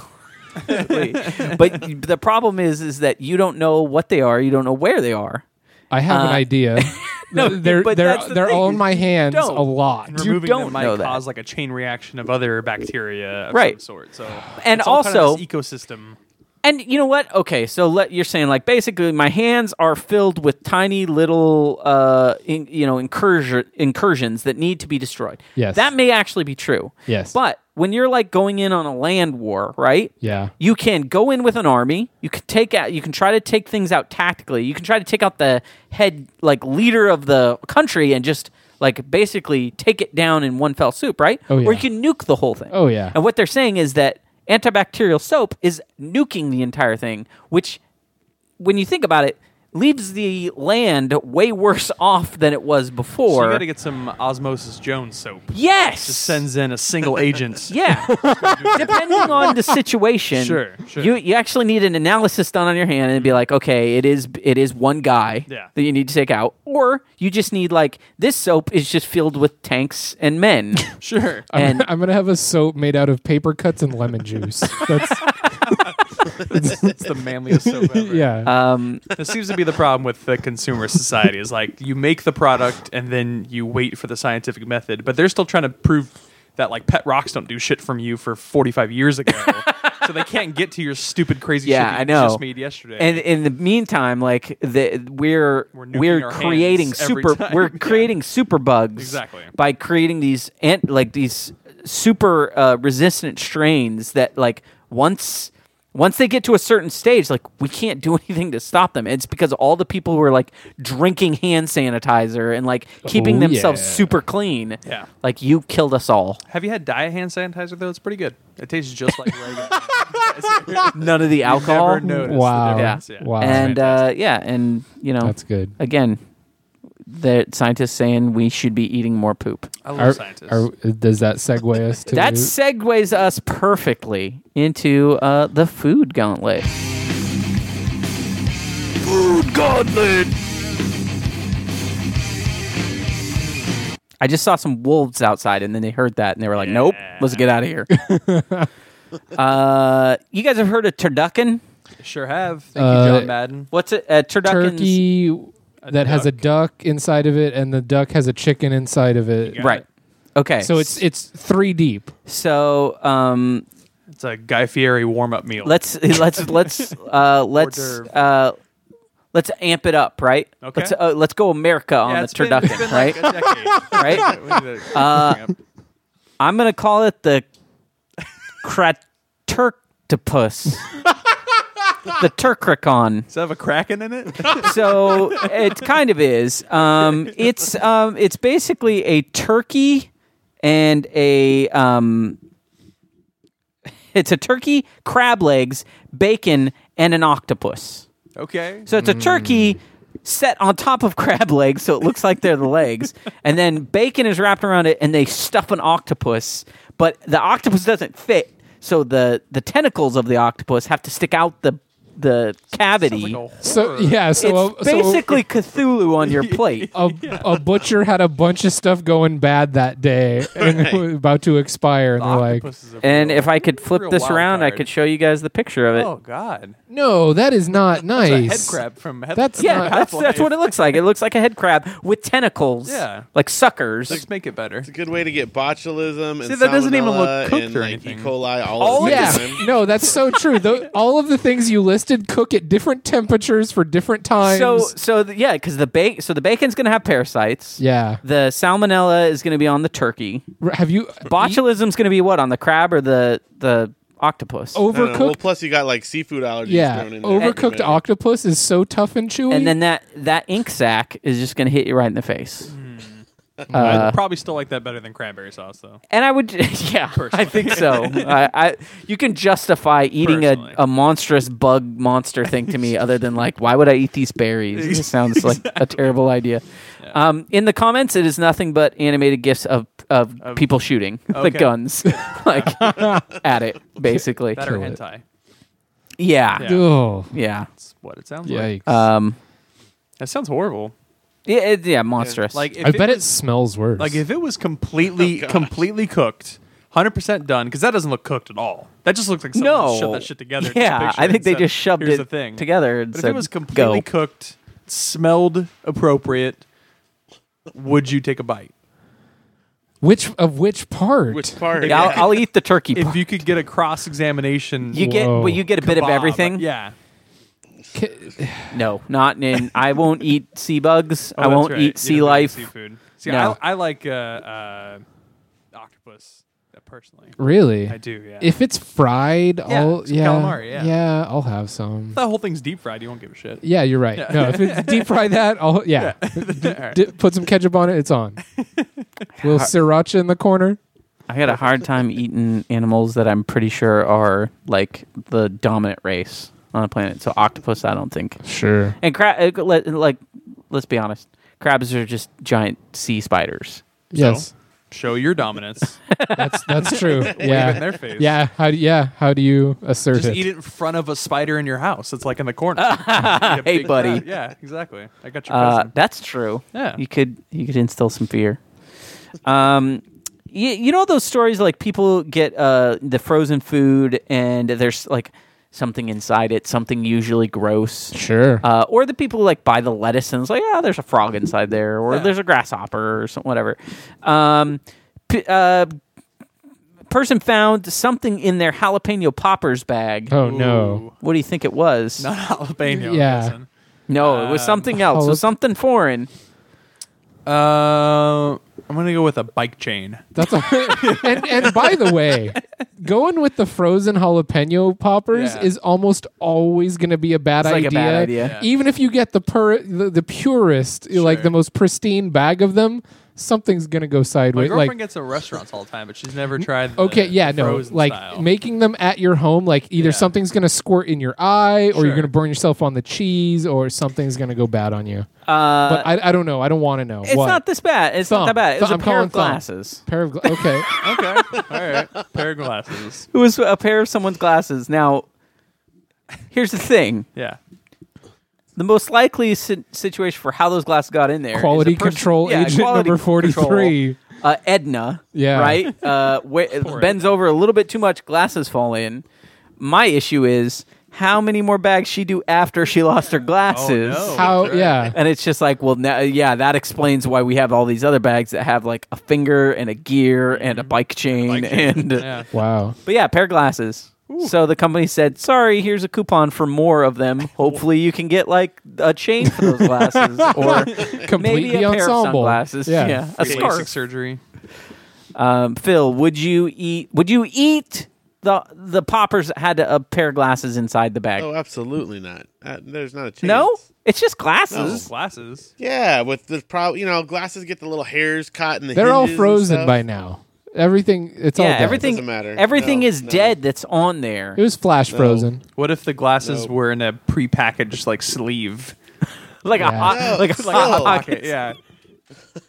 [SPEAKER 1] absolutely- but the problem is, is that you don't know what they are. You don't know where they are.
[SPEAKER 2] I have an idea.
[SPEAKER 1] Uh, No,
[SPEAKER 2] they're
[SPEAKER 1] but
[SPEAKER 2] they're
[SPEAKER 1] that's the
[SPEAKER 2] they're
[SPEAKER 1] thing
[SPEAKER 2] all in
[SPEAKER 1] is
[SPEAKER 2] my
[SPEAKER 1] you
[SPEAKER 2] hands
[SPEAKER 1] don't.
[SPEAKER 2] a lot.
[SPEAKER 1] You
[SPEAKER 4] Removing
[SPEAKER 1] don't
[SPEAKER 4] them might
[SPEAKER 1] know that.
[SPEAKER 4] cause like a chain reaction of other bacteria of
[SPEAKER 1] Right.
[SPEAKER 4] some sort. So
[SPEAKER 1] And
[SPEAKER 4] it's all kind of
[SPEAKER 1] also-
[SPEAKER 4] this ecosystem.
[SPEAKER 1] And you know what? Okay, so let, you're saying like basically my hands are filled with tiny little uh in, you know incursion, incursions that need to be destroyed.
[SPEAKER 2] Yes.
[SPEAKER 1] that may actually be true.
[SPEAKER 2] Yes.
[SPEAKER 1] but when you're like going in on a land war, right?
[SPEAKER 2] Yeah.
[SPEAKER 1] you can go in with an army. You can take out. You can try to take things out tactically. You can try to take out the head like leader of the country and just like basically take it down in one fell swoop, right?
[SPEAKER 2] Oh,
[SPEAKER 1] Or
[SPEAKER 2] yeah.
[SPEAKER 1] you can nuke the whole thing.
[SPEAKER 2] Oh, yeah.
[SPEAKER 1] And what they're saying is that antibacterial soap is nuking the entire thing, which, when you think about it, leaves the land way worse off than it was
[SPEAKER 4] So
[SPEAKER 1] before.
[SPEAKER 4] you got to get some Osmosis Jones soap.
[SPEAKER 1] yes.
[SPEAKER 4] Just sends in a single agent.
[SPEAKER 1] Yeah. Depending on the situation,
[SPEAKER 4] Sure, sure.
[SPEAKER 1] You, you actually need an analysis done on your hand and be like, okay, it is it is one guy
[SPEAKER 4] Yeah.
[SPEAKER 1] that you need to take out, or you just need like this soap is just filled with tanks and men.
[SPEAKER 4] Sure.
[SPEAKER 1] and
[SPEAKER 2] I'm gonna have a soap made out of paper cuts and lemon juice. That's
[SPEAKER 4] it's the manliest soap ever.
[SPEAKER 2] yeah.
[SPEAKER 1] um,
[SPEAKER 4] This seems to be the problem with the consumer society is like you make the product and then you wait for the scientific method, but they're still trying to prove that like pet rocks don't do shit from you for 45 years ago. so they can't get to your stupid crazy
[SPEAKER 1] Yeah,
[SPEAKER 4] shit
[SPEAKER 1] I
[SPEAKER 4] you
[SPEAKER 1] know.
[SPEAKER 4] just made yesterday.
[SPEAKER 1] and in the meantime, like the, we're
[SPEAKER 4] We're nuking
[SPEAKER 1] we're,
[SPEAKER 4] our
[SPEAKER 1] creating
[SPEAKER 4] hands every
[SPEAKER 1] super
[SPEAKER 4] time.
[SPEAKER 1] we're
[SPEAKER 4] Yeah.
[SPEAKER 1] creating super bugs
[SPEAKER 4] Exactly.
[SPEAKER 1] by creating these ant like these super uh, resistant strains that like once once they get to a certain stage, like we can't do anything to stop them. It's because all the people who are like drinking hand sanitizer and like keeping
[SPEAKER 2] Oh,
[SPEAKER 1] themselves
[SPEAKER 2] yeah.
[SPEAKER 1] super clean.
[SPEAKER 4] Yeah.
[SPEAKER 1] Like you killed us all.
[SPEAKER 4] Have you had diet hand sanitizer though? It's pretty good. It tastes just like regular.
[SPEAKER 1] None of the alcohol.
[SPEAKER 4] Never noticed the
[SPEAKER 2] Wow.
[SPEAKER 4] difference,
[SPEAKER 1] Yeah.
[SPEAKER 2] Wow.
[SPEAKER 1] and uh, yeah, and you know
[SPEAKER 2] That's good.
[SPEAKER 1] again, the scientists saying we should be eating more poop.
[SPEAKER 4] I love
[SPEAKER 2] Are-
[SPEAKER 4] scientists.
[SPEAKER 2] are- does that segue us to
[SPEAKER 1] That segues us perfectly into uh, the food gauntlet. Food gauntlet. I just saw some wolves outside, and then they heard that, and they were like, "Nope, let's get out of here." uh, you guys have heard of turducken?
[SPEAKER 4] sure have. Thank
[SPEAKER 2] Uh,
[SPEAKER 4] you, John Madden.
[SPEAKER 1] What's it? Uh, turducken's
[SPEAKER 2] turkey that has a duck inside of it, and the duck has a chicken inside of it?
[SPEAKER 4] got
[SPEAKER 1] right? Okay,
[SPEAKER 2] So it's it's three deep.
[SPEAKER 1] so um,
[SPEAKER 4] It's a Guy Fieri warm up meal.
[SPEAKER 1] let's let's let's uh, let's
[SPEAKER 4] d'oeuvre.
[SPEAKER 1] uh, let's amp it up, right?
[SPEAKER 4] Okay.
[SPEAKER 1] Let's uh, let's go America on
[SPEAKER 4] yeah,
[SPEAKER 1] the
[SPEAKER 4] it's been- it's
[SPEAKER 1] turducken,
[SPEAKER 4] been
[SPEAKER 1] right?
[SPEAKER 4] like a decade.
[SPEAKER 1] right? Uh,
[SPEAKER 4] We need to bring up-
[SPEAKER 1] I'm gonna call it the craturctopus, the turkricon.
[SPEAKER 4] Does that have a kraken in it?
[SPEAKER 1] So it kind of is. Um, it's um, it's basically a turkey and a um, it's a turkey, crab legs, bacon, and an octopus.
[SPEAKER 4] Okay.
[SPEAKER 1] So it's a turkey, set on top of crab legs, so it looks like they're the legs. And then bacon is wrapped around it, and they stuff an octopus, but the octopus doesn't fit. So the the tentacles of the octopus have to stick out the the cavity.
[SPEAKER 2] So yeah, so
[SPEAKER 4] uh,
[SPEAKER 1] it's
[SPEAKER 2] a, so a-
[SPEAKER 1] basically Cthulhu on your plate.
[SPEAKER 2] a, a butcher had a bunch of stuff going bad that day and it was about to expire, and they're like,
[SPEAKER 1] And if I could flip
[SPEAKER 4] Real
[SPEAKER 1] this
[SPEAKER 4] wild
[SPEAKER 1] around, I
[SPEAKER 4] card.
[SPEAKER 1] could show you guys the picture of it.
[SPEAKER 4] oh god,
[SPEAKER 2] "No, that is not
[SPEAKER 4] a
[SPEAKER 2] nice."
[SPEAKER 4] head crab from head
[SPEAKER 2] That's
[SPEAKER 1] yeah,
[SPEAKER 2] not-
[SPEAKER 1] that's, that's what it looks like. It looks like a head crab with tentacles.
[SPEAKER 4] Yeah.
[SPEAKER 1] like suckers.
[SPEAKER 4] Let's make it better.
[SPEAKER 3] It's a good way to get botulism and
[SPEAKER 4] See, that doesn't even look
[SPEAKER 3] salmonella
[SPEAKER 4] cooked
[SPEAKER 3] and,
[SPEAKER 4] or
[SPEAKER 3] like,
[SPEAKER 4] anything.
[SPEAKER 3] E. coli
[SPEAKER 1] Oh,
[SPEAKER 3] all,
[SPEAKER 4] All
[SPEAKER 3] at the
[SPEAKER 4] of this-
[SPEAKER 2] Yeah,
[SPEAKER 3] time.
[SPEAKER 2] no, that's so true. Tho- all of the things you listed cook at different temperatures for different times.
[SPEAKER 1] So so the, yeah, because the bacon so the bacon's gonna have parasites.
[SPEAKER 2] yeah,
[SPEAKER 1] The salmonella is gonna be on the turkey.
[SPEAKER 2] R- have you
[SPEAKER 1] Botulism's gonna be what on the crab or the the octopus.
[SPEAKER 2] uh, overcooked?
[SPEAKER 3] No, no, Well, plus you got like seafood allergies
[SPEAKER 2] yeah,
[SPEAKER 3] thrown in there.
[SPEAKER 2] overcooked octopus is so tough and chewy.
[SPEAKER 1] and then that that ink sac is just gonna hit you right in the face. Uh,
[SPEAKER 4] I probably still like that better than cranberry sauce though.
[SPEAKER 1] And I would, yeah, I think so. I, I you can justify eating a,
[SPEAKER 4] Personally.
[SPEAKER 1] a monstrous bug monster thing to me, other than like, why would I eat these berries? This sounds like a terrible idea. Um, in the comments, it is nothing but animated gifs of of people shooting the
[SPEAKER 4] okay.
[SPEAKER 1] guns, like at it, basically.
[SPEAKER 4] Better
[SPEAKER 2] Kill it.
[SPEAKER 4] hentai.
[SPEAKER 1] Yeah,
[SPEAKER 4] Yeah. Uh,
[SPEAKER 2] oh,
[SPEAKER 1] yeah,
[SPEAKER 4] That's what it sounds like.
[SPEAKER 2] yikes!
[SPEAKER 1] um,
[SPEAKER 4] That sounds horrible.
[SPEAKER 1] yeah, it- yeah, monstrous.
[SPEAKER 4] Like if
[SPEAKER 2] I bet
[SPEAKER 4] it,
[SPEAKER 2] it smells worse.
[SPEAKER 4] like if it was
[SPEAKER 1] Oh,
[SPEAKER 4] completely completely cooked, hundred percent done because that doesn't look cooked at all. That just looks like someone
[SPEAKER 1] no,
[SPEAKER 4] shoved that shit together. and took a
[SPEAKER 1] Yeah,
[SPEAKER 4] picture
[SPEAKER 1] I
[SPEAKER 4] and
[SPEAKER 1] think they
[SPEAKER 4] said,
[SPEAKER 1] just shoved
[SPEAKER 4] Here's
[SPEAKER 1] it
[SPEAKER 4] the thing.
[SPEAKER 1] together and
[SPEAKER 4] But if
[SPEAKER 1] said,
[SPEAKER 4] it was completely
[SPEAKER 1] go.
[SPEAKER 4] cooked, smelled appropriate, would you take a bite?
[SPEAKER 2] which of which part?
[SPEAKER 3] Which part?
[SPEAKER 1] Like, I'll, I'll eat the turkey.
[SPEAKER 4] If you could get a cross examination,
[SPEAKER 1] You get
[SPEAKER 2] Whoa.
[SPEAKER 1] well, you get a bit of everything.
[SPEAKER 4] Yeah,
[SPEAKER 2] Ki-
[SPEAKER 1] No, not in. I won't eat sea bugs. I
[SPEAKER 4] Oh, that's
[SPEAKER 1] won't
[SPEAKER 4] right. You
[SPEAKER 1] eat sea
[SPEAKER 4] don't like
[SPEAKER 1] life.
[SPEAKER 4] seafood. See,
[SPEAKER 1] No.
[SPEAKER 4] I, I like uh, uh, octopus uh, personally.
[SPEAKER 2] Really?
[SPEAKER 4] I do. Yeah.
[SPEAKER 2] If it's fried,
[SPEAKER 4] Yeah,
[SPEAKER 2] I'll
[SPEAKER 4] it's
[SPEAKER 2] yeah,
[SPEAKER 4] calamari, yeah.
[SPEAKER 2] I'll have some.
[SPEAKER 4] the whole thing's deep fried, you won't give a shit.
[SPEAKER 2] Yeah, you're right. No, if it's deep fry that, I'll yeah.
[SPEAKER 4] Alright.
[SPEAKER 2] Dip, put some ketchup on it. It's on. Little sriracha in the corner.
[SPEAKER 1] I had a hard time eating animals that I'm pretty sure are like the dominant race on the planet. So octopus, I don't think.
[SPEAKER 2] Sure.
[SPEAKER 1] And crab, let, like, let's be honest, crabs are just giant sea spiders.
[SPEAKER 2] Yes,
[SPEAKER 4] Show your dominance.
[SPEAKER 2] that's that's true.
[SPEAKER 4] Wave it in
[SPEAKER 2] yeah.
[SPEAKER 4] their face.
[SPEAKER 2] Yeah. How do yeah? How do you assert
[SPEAKER 4] Just
[SPEAKER 2] it?
[SPEAKER 4] eat it in front of a spider in your house. It's like in the corner. Eat a
[SPEAKER 1] Hey,
[SPEAKER 4] big
[SPEAKER 1] buddy.
[SPEAKER 4] crab. Yeah, exactly. I got your
[SPEAKER 1] Uh,
[SPEAKER 4] cousin.
[SPEAKER 1] that's true.
[SPEAKER 4] Yeah.
[SPEAKER 1] you could you could instill some fear. Um, you, you know those stories like people get uh the frozen food and there's like something inside it, something usually gross.
[SPEAKER 2] Sure.
[SPEAKER 1] Uh, or the people who, like buy the lettuce and it's like, oh, there's a frog inside there, or
[SPEAKER 4] Yeah.
[SPEAKER 1] there's a grasshopper or some whatever. Um, p- uh, person found something in their jalapeno poppers bag.
[SPEAKER 2] oh no.
[SPEAKER 4] Ooh.
[SPEAKER 1] What do you think it was?
[SPEAKER 4] Not jalapeno.
[SPEAKER 2] Yeah.
[SPEAKER 4] cousin.
[SPEAKER 1] No, it was
[SPEAKER 4] Um,
[SPEAKER 1] something else. It
[SPEAKER 2] jalap-
[SPEAKER 1] was something foreign.
[SPEAKER 4] Uh, I'm gonna go with a bike chain.
[SPEAKER 2] That's all right. and and by the way, going with the frozen jalapeno poppers
[SPEAKER 4] Yeah.
[SPEAKER 2] is almost always going to be a bad
[SPEAKER 1] It's like
[SPEAKER 2] idea.
[SPEAKER 1] a bad idea.
[SPEAKER 4] Yeah.
[SPEAKER 2] Even if you get the pur- the, the purest, like
[SPEAKER 4] Sure.
[SPEAKER 2] the most pristine bag of them, something's going to go
[SPEAKER 4] My
[SPEAKER 2] sideways.
[SPEAKER 4] girlfriend
[SPEAKER 2] Like
[SPEAKER 4] gets a restaurants all the time, but she's never tried. The
[SPEAKER 2] okay, yeah, no,
[SPEAKER 4] frozen
[SPEAKER 2] like
[SPEAKER 4] style.
[SPEAKER 2] making them at your home, like either
[SPEAKER 4] Yeah.
[SPEAKER 2] something's going to squirt in your eye, or you're
[SPEAKER 4] Sure.
[SPEAKER 2] going to burn yourself on the cheese, or something's going to go bad on you.
[SPEAKER 1] Uh,
[SPEAKER 2] But I, I don't know. I don't want to know.
[SPEAKER 1] It's
[SPEAKER 2] what?
[SPEAKER 1] not this bad. It's
[SPEAKER 2] Thumb.
[SPEAKER 1] not that bad. It was
[SPEAKER 2] Thumb.
[SPEAKER 1] a
[SPEAKER 2] I'm
[SPEAKER 1] pair
[SPEAKER 2] calling
[SPEAKER 1] of
[SPEAKER 2] thumb.
[SPEAKER 1] glasses.
[SPEAKER 2] pair of gla- okay.
[SPEAKER 4] okay, all right, pair of glasses.
[SPEAKER 1] It was a pair of someone's glasses. Now, here's the thing:
[SPEAKER 4] Yeah,
[SPEAKER 1] the most likely si- situation for how those glasses got in there. is a
[SPEAKER 2] Quality
[SPEAKER 1] person-
[SPEAKER 2] control
[SPEAKER 1] yeah,
[SPEAKER 2] agent
[SPEAKER 1] quality
[SPEAKER 2] number
[SPEAKER 1] control,
[SPEAKER 2] forty-three.
[SPEAKER 1] uh, Edna.
[SPEAKER 2] Yeah.
[SPEAKER 1] Right. Uh, where, bends over a little bit too much. Glasses fall in. My issue is how many more bags she do after she lost her glasses.
[SPEAKER 4] no.
[SPEAKER 2] How?
[SPEAKER 4] That's right.
[SPEAKER 2] Yeah.
[SPEAKER 1] And it's just like, well, now, yeah, that explains why we have all these other bags that have like a finger and a gear and a bike chain, and
[SPEAKER 4] yeah.
[SPEAKER 2] Wow.
[SPEAKER 1] But yeah, pair of glasses. So the company said, "Sorry, here's a coupon for more of them. Hopefully, you can get like a chain for those glasses, or
[SPEAKER 2] Complete
[SPEAKER 1] maybe
[SPEAKER 2] the
[SPEAKER 1] a pair of
[SPEAKER 2] ensemble.
[SPEAKER 1] sunglasses.
[SPEAKER 2] Yeah.
[SPEAKER 1] Yeah, a
[SPEAKER 4] Free LASIK
[SPEAKER 1] scarf."
[SPEAKER 4] surgery.
[SPEAKER 1] Um, Phil, would you eat? Would you eat the the poppers that had a pair of glasses inside the bag?
[SPEAKER 3] Oh, absolutely not. Uh, there's not a chance.
[SPEAKER 1] no, it's just
[SPEAKER 4] Those
[SPEAKER 1] glasses.
[SPEAKER 4] Oh, glasses.
[SPEAKER 3] Yeah, with the probably you know glasses get the little hairs caught in the.
[SPEAKER 2] They're all
[SPEAKER 3] hinges and
[SPEAKER 2] frozen
[SPEAKER 3] stuff.
[SPEAKER 2] by now. Everything. It's all
[SPEAKER 1] Yeah,
[SPEAKER 2] done.
[SPEAKER 1] everything. Oh.
[SPEAKER 3] Doesn't matter.
[SPEAKER 1] Everything
[SPEAKER 3] No,
[SPEAKER 1] is
[SPEAKER 3] no.
[SPEAKER 1] dead that's on there.
[SPEAKER 2] It was flash frozen.
[SPEAKER 4] What if the glasses
[SPEAKER 3] No.
[SPEAKER 4] were in a prepackaged like sleeve?
[SPEAKER 1] like a hot,
[SPEAKER 3] No,
[SPEAKER 1] like a
[SPEAKER 3] still.
[SPEAKER 1] like a hot
[SPEAKER 3] Hot
[SPEAKER 1] pocket.
[SPEAKER 4] Pocket, yeah.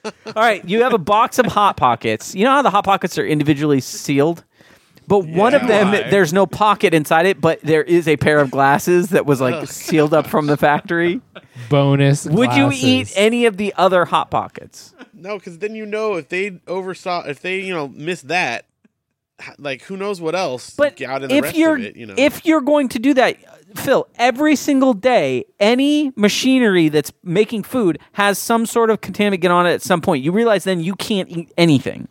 [SPEAKER 1] All right, you have a box of hot pockets. You know how the hot pockets are individually sealed, but one of them
[SPEAKER 4] Why?
[SPEAKER 1] there's no pocket inside it, but there is a pair of glasses that was like sealed up from the factory.
[SPEAKER 2] Bonus.
[SPEAKER 1] Would you eat
[SPEAKER 2] glasses.
[SPEAKER 1] any of the other hot pockets?
[SPEAKER 3] No, because then you know if they oversaw, if they you know missed that, h- like who knows what else
[SPEAKER 1] But
[SPEAKER 3] got in the
[SPEAKER 1] if
[SPEAKER 3] rest
[SPEAKER 1] you're
[SPEAKER 3] of it, you know.
[SPEAKER 1] if you're going to do that, Phil, every single day, any machinery that's making food has some sort of contaminant on it at some point. You realize then you can't eat anything.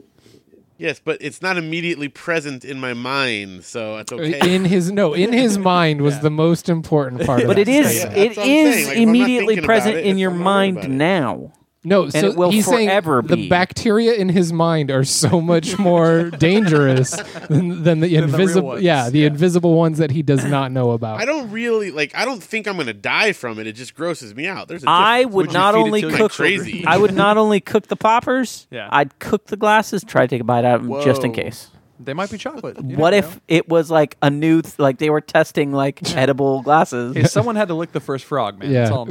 [SPEAKER 3] yes, but it's not immediately present in my mind, so it's okay.
[SPEAKER 2] Uh, In his no, in his mind was the most important part. of
[SPEAKER 1] But
[SPEAKER 2] that
[SPEAKER 1] it is
[SPEAKER 2] statement.
[SPEAKER 1] it
[SPEAKER 3] That's what I'm saying.
[SPEAKER 1] is
[SPEAKER 3] Like, if I'm not
[SPEAKER 1] immediately
[SPEAKER 3] thinking about
[SPEAKER 1] present
[SPEAKER 3] it,
[SPEAKER 1] in
[SPEAKER 3] it's
[SPEAKER 1] your
[SPEAKER 3] not worried
[SPEAKER 1] mind
[SPEAKER 3] about it.
[SPEAKER 1] now.
[SPEAKER 2] No, so
[SPEAKER 1] it will
[SPEAKER 2] he's saying
[SPEAKER 1] forever be.
[SPEAKER 2] the bacteria in his mind are so much more dangerous than, than the
[SPEAKER 4] the real
[SPEAKER 2] invisible,
[SPEAKER 4] ones,
[SPEAKER 2] yeah, the
[SPEAKER 4] yeah.
[SPEAKER 2] invisible ones that he does not know about.
[SPEAKER 3] I don't really like. I don't think I'm gonna die from it. It just grosses me out. There's a
[SPEAKER 1] I
[SPEAKER 3] difference.
[SPEAKER 1] would,
[SPEAKER 4] Would you
[SPEAKER 1] not
[SPEAKER 4] feed it
[SPEAKER 1] only
[SPEAKER 4] to your
[SPEAKER 1] cook.
[SPEAKER 3] children? Crazy.
[SPEAKER 1] I would not only cook the poppers.
[SPEAKER 4] Yeah.
[SPEAKER 1] I'd cook the glasses. Try to take a bite out of them just in
[SPEAKER 4] Whoa.
[SPEAKER 1] case.
[SPEAKER 4] They might be chocolate. You
[SPEAKER 1] what
[SPEAKER 4] never
[SPEAKER 1] if
[SPEAKER 4] know.
[SPEAKER 1] it was like a new, th- like they were testing like edible glasses?
[SPEAKER 4] Hey, someone had to lick the first frog, man? That's
[SPEAKER 2] Yeah.
[SPEAKER 4] all I'm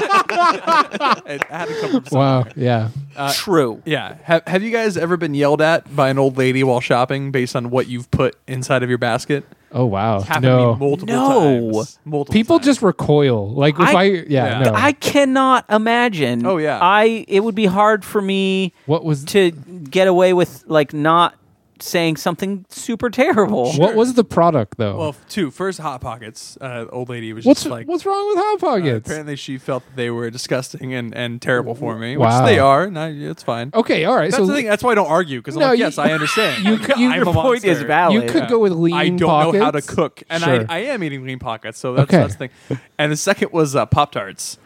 [SPEAKER 4] saying. it had to come from somewhere.
[SPEAKER 2] Wow, yeah.
[SPEAKER 1] True.
[SPEAKER 4] Yeah. Have, have you guys ever been yelled at by an old lady while shopping based on what you've put inside of your basket?
[SPEAKER 2] Oh wow,
[SPEAKER 4] Happened to me
[SPEAKER 2] no.
[SPEAKER 4] multiple
[SPEAKER 1] No.
[SPEAKER 4] times. Multiple
[SPEAKER 2] People
[SPEAKER 4] times.
[SPEAKER 2] just recoil. Like if
[SPEAKER 1] I-
[SPEAKER 2] I, yeah,
[SPEAKER 4] Yeah.
[SPEAKER 2] no.
[SPEAKER 1] I cannot imagine.
[SPEAKER 4] Oh, yeah.
[SPEAKER 1] I it would be hard for me
[SPEAKER 2] what was
[SPEAKER 1] to get away with like not saying something super terrible.
[SPEAKER 2] what was the product though?
[SPEAKER 4] Well, f- two. First, Hot Pockets. Uh, old lady was
[SPEAKER 2] what's
[SPEAKER 4] just like. uh,
[SPEAKER 2] what's wrong with hot pockets?
[SPEAKER 4] apparently, she felt that they were disgusting and, and terrible for me,
[SPEAKER 2] Wow.
[SPEAKER 4] which they are. And I, it's fine.
[SPEAKER 2] okay, all right.
[SPEAKER 4] That's
[SPEAKER 2] so
[SPEAKER 4] the thing. That's why I don't argue because I'm
[SPEAKER 2] No,
[SPEAKER 4] like,
[SPEAKER 2] you-
[SPEAKER 4] yes, I understand.
[SPEAKER 2] you-
[SPEAKER 4] Like,
[SPEAKER 2] you-
[SPEAKER 4] I'm
[SPEAKER 1] Your
[SPEAKER 4] a
[SPEAKER 1] point is
[SPEAKER 4] monster.
[SPEAKER 1] valid.
[SPEAKER 2] you could go with lean.
[SPEAKER 4] I don't know how to
[SPEAKER 2] pockets.
[SPEAKER 4] cook, and
[SPEAKER 2] Sure.
[SPEAKER 4] I, I am eating lean pockets, so that's,
[SPEAKER 2] Okay.
[SPEAKER 4] that's the thing. And the second was uh, Pop Tarts,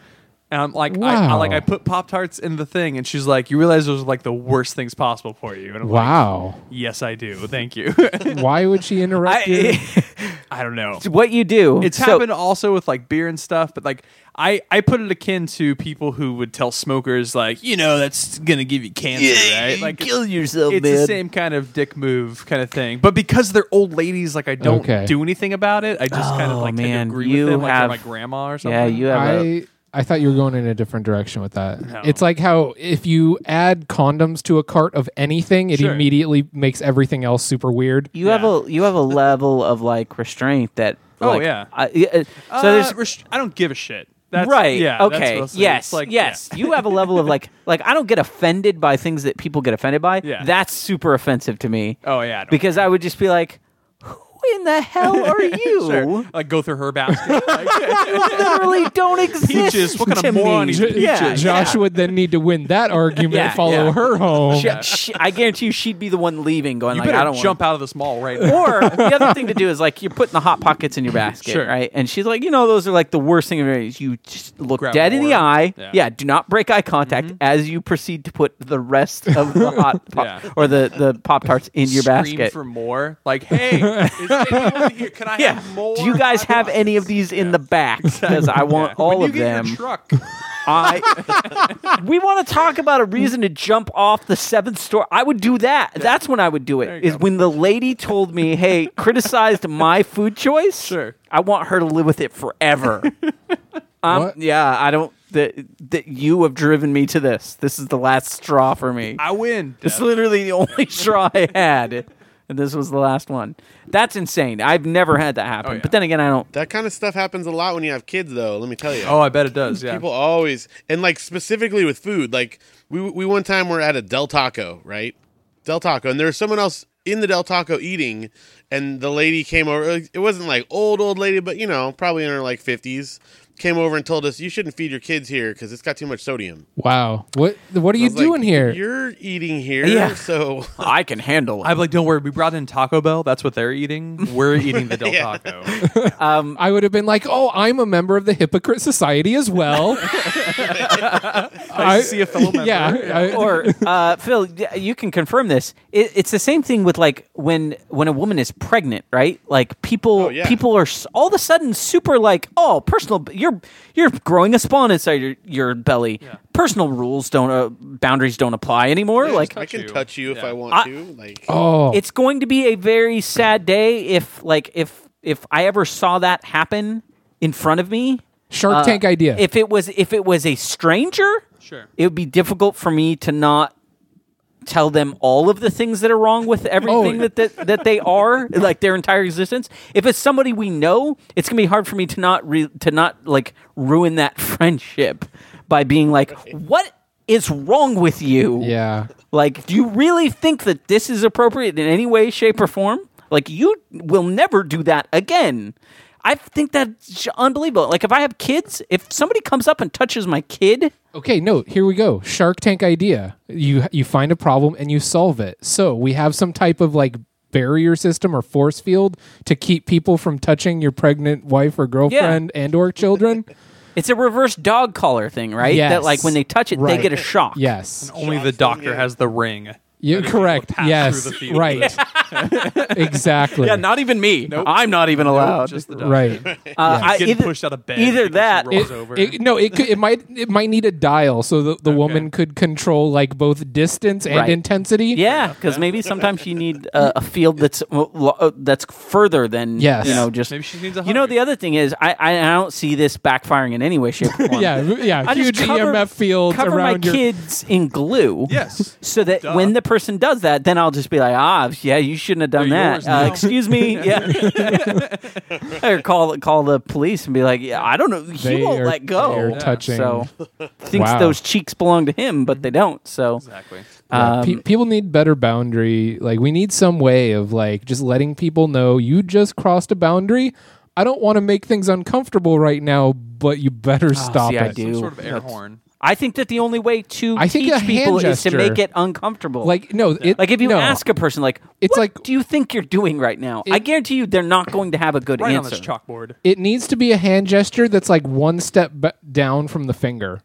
[SPEAKER 4] and I'm like, I, I
[SPEAKER 2] Wow.
[SPEAKER 4] like I put Pop Tarts in the thing, and she's like, you realize those are like the worst things possible for you, and I'm like,
[SPEAKER 2] wow.
[SPEAKER 4] yes, I do, thank you.
[SPEAKER 2] Why would she interrupt you?
[SPEAKER 1] I,
[SPEAKER 4] I don't know.
[SPEAKER 1] what you do?
[SPEAKER 4] It's
[SPEAKER 1] so-
[SPEAKER 4] happened also with like beer and stuff, but like I, I put it akin to people who would tell smokers like, you know, that's gonna give you cancer, right? Like it's-
[SPEAKER 1] kill yourself,
[SPEAKER 4] it's the same kind of dick move kind of thing. But because they're old ladies, like I don't
[SPEAKER 2] Okay.
[SPEAKER 4] do anything about it. I just kind of
[SPEAKER 1] Oh,
[SPEAKER 4] like tend to
[SPEAKER 1] man,
[SPEAKER 4] agree
[SPEAKER 1] you
[SPEAKER 4] with them, like
[SPEAKER 1] have-
[SPEAKER 4] they're my grandma or something.
[SPEAKER 1] Yeah, you have. a-
[SPEAKER 2] I I thought you were going in a different direction with that. It's like how if you add condoms to a cart of anything, it
[SPEAKER 4] Sure.
[SPEAKER 2] immediately makes everything else super weird.
[SPEAKER 1] you have a you have a level of like restraint that.
[SPEAKER 4] Oh,
[SPEAKER 1] like,
[SPEAKER 4] yeah.
[SPEAKER 1] I, uh,
[SPEAKER 4] Uh,
[SPEAKER 1] so there's
[SPEAKER 4] rest- I don't give a shit. That's,
[SPEAKER 1] right.
[SPEAKER 4] Yeah. that's
[SPEAKER 1] okay.
[SPEAKER 4] mostly-
[SPEAKER 1] yes.
[SPEAKER 4] it's Like,
[SPEAKER 1] yes.
[SPEAKER 4] yeah.
[SPEAKER 1] You have a level of like like I don't get offended by things that people get offended by.
[SPEAKER 4] Yeah.
[SPEAKER 1] That's super offensive to me.
[SPEAKER 4] Oh yeah. I don't
[SPEAKER 1] Because I would just be like, who in the hell are you?
[SPEAKER 4] Sure. Like go through her basket. Like,
[SPEAKER 1] Literally don't exist.
[SPEAKER 4] Peaches, what kind of
[SPEAKER 1] to
[SPEAKER 4] moron
[SPEAKER 1] me.
[SPEAKER 4] is Peaches?
[SPEAKER 1] Yeah,
[SPEAKER 2] Josh would then need to win that argument,
[SPEAKER 1] Yeah,
[SPEAKER 2] follow
[SPEAKER 1] yeah.
[SPEAKER 2] her home.
[SPEAKER 1] yeah. She- I guarantee you, she'd be the one leaving, going
[SPEAKER 4] you
[SPEAKER 1] like,
[SPEAKER 4] better
[SPEAKER 1] I don't
[SPEAKER 4] jump
[SPEAKER 1] want.
[SPEAKER 4] out of this mall right now.
[SPEAKER 1] Or the other thing to do is like you're putting the hot pockets in your basket,
[SPEAKER 4] Sure.
[SPEAKER 1] right? And she's like, you know, those are like the worst thing. ever. You just look
[SPEAKER 4] Grab
[SPEAKER 1] dead in the
[SPEAKER 4] more.
[SPEAKER 1] eye. Yeah.
[SPEAKER 4] Yeah. Mm-hmm.
[SPEAKER 1] do not break eye contact as you proceed to put the rest of the hot pop
[SPEAKER 4] Yeah.
[SPEAKER 1] or the the pop tarts in your
[SPEAKER 4] scream
[SPEAKER 1] basket.
[SPEAKER 4] for more. Like, hey, is anyone here? Can I
[SPEAKER 1] yeah.
[SPEAKER 4] have more?
[SPEAKER 1] Do you guys
[SPEAKER 4] Hot
[SPEAKER 1] have any of
[SPEAKER 4] Pockets?
[SPEAKER 1] these in the back? Because I want
[SPEAKER 4] Yeah.
[SPEAKER 1] all
[SPEAKER 4] when
[SPEAKER 1] of
[SPEAKER 4] you get
[SPEAKER 1] them.
[SPEAKER 4] Your truck.
[SPEAKER 1] I we want to talk about a reason to jump off the seventh story. I would do that. That's when I would do
[SPEAKER 4] There
[SPEAKER 1] it.
[SPEAKER 4] you
[SPEAKER 1] Is
[SPEAKER 4] go.
[SPEAKER 1] when the lady told me, "Hey, criticized my food choice."
[SPEAKER 4] Sure.
[SPEAKER 1] I want her to live with it forever. um,
[SPEAKER 2] What?
[SPEAKER 1] yeah, I don't. That that you have driven me to this. This is the last straw for me.
[SPEAKER 4] I win.
[SPEAKER 1] It's literally the only straw I had, and this was the last one. That's insane. I've never had that happen.
[SPEAKER 4] yeah.
[SPEAKER 1] But then again, I don't.
[SPEAKER 3] that kind of stuff happens a lot when you have kids, though. Let me tell you.
[SPEAKER 4] Oh, I bet it does. Yeah.
[SPEAKER 3] People always and like specifically with food. Like we we one time were at a Del Taco, right? Del Taco, and there was someone else in the Del Taco eating, and the lady came over. It wasn't like old old lady, but you know, probably in her like fifties. Came over and told us you shouldn't feed your kids here because it's got too much sodium.
[SPEAKER 2] Wow. What what are you
[SPEAKER 3] I was like,
[SPEAKER 2] doing here?
[SPEAKER 3] You're eating here,
[SPEAKER 1] Yeah.
[SPEAKER 3] so
[SPEAKER 1] I can handle it.
[SPEAKER 4] I'm like, don't worry. We brought in Taco Bell. That's what they're eating. We're eating the Del Taco.
[SPEAKER 2] I would have been like, "Oh, I'm a member of the hypocrite society as well."
[SPEAKER 4] I see a fellow member.
[SPEAKER 2] Yeah. I-
[SPEAKER 1] or uh, Phil, y- you can confirm this. It, it's the same thing with like when when a woman is pregnant, right? Like people
[SPEAKER 3] Oh, yeah.
[SPEAKER 1] people are s- all of a sudden super like, oh, personal. You're you're growing a spawn inside your, your belly. Personal rules don't uh, boundaries don't apply anymore. like
[SPEAKER 3] I can
[SPEAKER 4] you.
[SPEAKER 3] touch you if I want
[SPEAKER 1] I-
[SPEAKER 3] to. Like
[SPEAKER 2] oh,
[SPEAKER 1] it's going to be a very sad day if like if if I ever saw that happen in front of me.
[SPEAKER 2] Shark Tank
[SPEAKER 1] Uh,
[SPEAKER 2] idea.
[SPEAKER 1] If it was if it was a stranger,
[SPEAKER 4] Sure.
[SPEAKER 1] it would be difficult for me to not tell them all of the things that are wrong with everything that, that that they are like their entire existence. If it's somebody we know, it's gonna be hard for me to not re- to not like ruin that friendship by being like, what is wrong with you?
[SPEAKER 2] yeah.
[SPEAKER 1] Like, do you really think that this is appropriate in any way, shape, or form? Like, you will never do that again. I think that's j- unbelievable. Like, if I have kids, if somebody comes up and touches my kid,
[SPEAKER 2] Okay, no, here we go. Shark Tank idea. You you find a problem and you solve it. So, we have some type of like barrier system or force field to keep people from touching your pregnant wife or girlfriend and or children.
[SPEAKER 1] it's a reverse dog collar thing, right?
[SPEAKER 2] Yes.
[SPEAKER 1] That, like, when they touch it,
[SPEAKER 2] Right.
[SPEAKER 1] they get a shock.
[SPEAKER 2] yes.
[SPEAKER 4] Only the doctor has the ring.
[SPEAKER 2] You correct.
[SPEAKER 4] pass
[SPEAKER 2] Yes.
[SPEAKER 4] through the field.
[SPEAKER 2] Right. exactly.
[SPEAKER 1] Yeah, not even me. I'm not even allowed.
[SPEAKER 4] Just the doctor.
[SPEAKER 2] right.
[SPEAKER 1] Uh, I-
[SPEAKER 4] Getting pushed out of bed.
[SPEAKER 1] Either
[SPEAKER 4] because
[SPEAKER 1] that,
[SPEAKER 4] she rolls
[SPEAKER 2] It-
[SPEAKER 4] over.
[SPEAKER 2] it- no, it could, it might it might need a dial so the, the woman could control like both distance and
[SPEAKER 1] Right.
[SPEAKER 2] intensity.
[SPEAKER 1] yeah, because maybe sometimes you need uh, a field that's uh, lo- uh, that's further than
[SPEAKER 2] Yes.
[SPEAKER 1] you know. Just
[SPEAKER 4] Maybe she needs a
[SPEAKER 1] you know.
[SPEAKER 4] hug.
[SPEAKER 1] The other thing is, I I, I don't see this backfiring in any way, shape, or form.
[SPEAKER 2] Yeah, yeah.
[SPEAKER 1] I
[SPEAKER 2] huge E
[SPEAKER 1] just cover,
[SPEAKER 2] EMF fields
[SPEAKER 1] cover
[SPEAKER 2] around
[SPEAKER 1] my
[SPEAKER 2] your
[SPEAKER 1] kids in glue.
[SPEAKER 4] Yes.
[SPEAKER 1] So that
[SPEAKER 4] Duh.
[SPEAKER 1] when the person does that, then I'll just be like, ah, yeah, you shouldn't have done
[SPEAKER 4] They're
[SPEAKER 1] that.
[SPEAKER 4] yours now.
[SPEAKER 1] Uh, excuse me. yeah. or call call the police and be like, yeah, I don't know. He
[SPEAKER 2] They
[SPEAKER 1] won't
[SPEAKER 2] are-
[SPEAKER 1] let go.
[SPEAKER 2] they are touching.
[SPEAKER 1] So thinks
[SPEAKER 2] Wow.
[SPEAKER 1] those cheeks belong to him, but they don't. So
[SPEAKER 4] Exactly.
[SPEAKER 2] Yeah, pe-
[SPEAKER 1] um,
[SPEAKER 2] people need better boundary. Like we need some way of like just letting people know you just crossed a boundary. I don't want to make things uncomfortable right now, but you better stop
[SPEAKER 1] see,
[SPEAKER 2] it.
[SPEAKER 1] I do.
[SPEAKER 4] Some sort of air
[SPEAKER 1] That's-
[SPEAKER 4] horn.
[SPEAKER 1] I think that the only way to
[SPEAKER 2] I think
[SPEAKER 1] teach
[SPEAKER 2] a hand
[SPEAKER 1] people is to
[SPEAKER 2] gesture-
[SPEAKER 1] make it uncomfortable.
[SPEAKER 2] Like no, it,
[SPEAKER 1] Like if you
[SPEAKER 2] no.
[SPEAKER 1] ask a person, like,
[SPEAKER 2] It's
[SPEAKER 1] what
[SPEAKER 2] like-
[SPEAKER 1] do you think you're doing right now? I guarantee you, they're not going to have a good
[SPEAKER 4] Right on
[SPEAKER 1] answer.
[SPEAKER 4] this chalkboard.
[SPEAKER 2] it needs to be a hand gesture that's like one step b- down from the finger.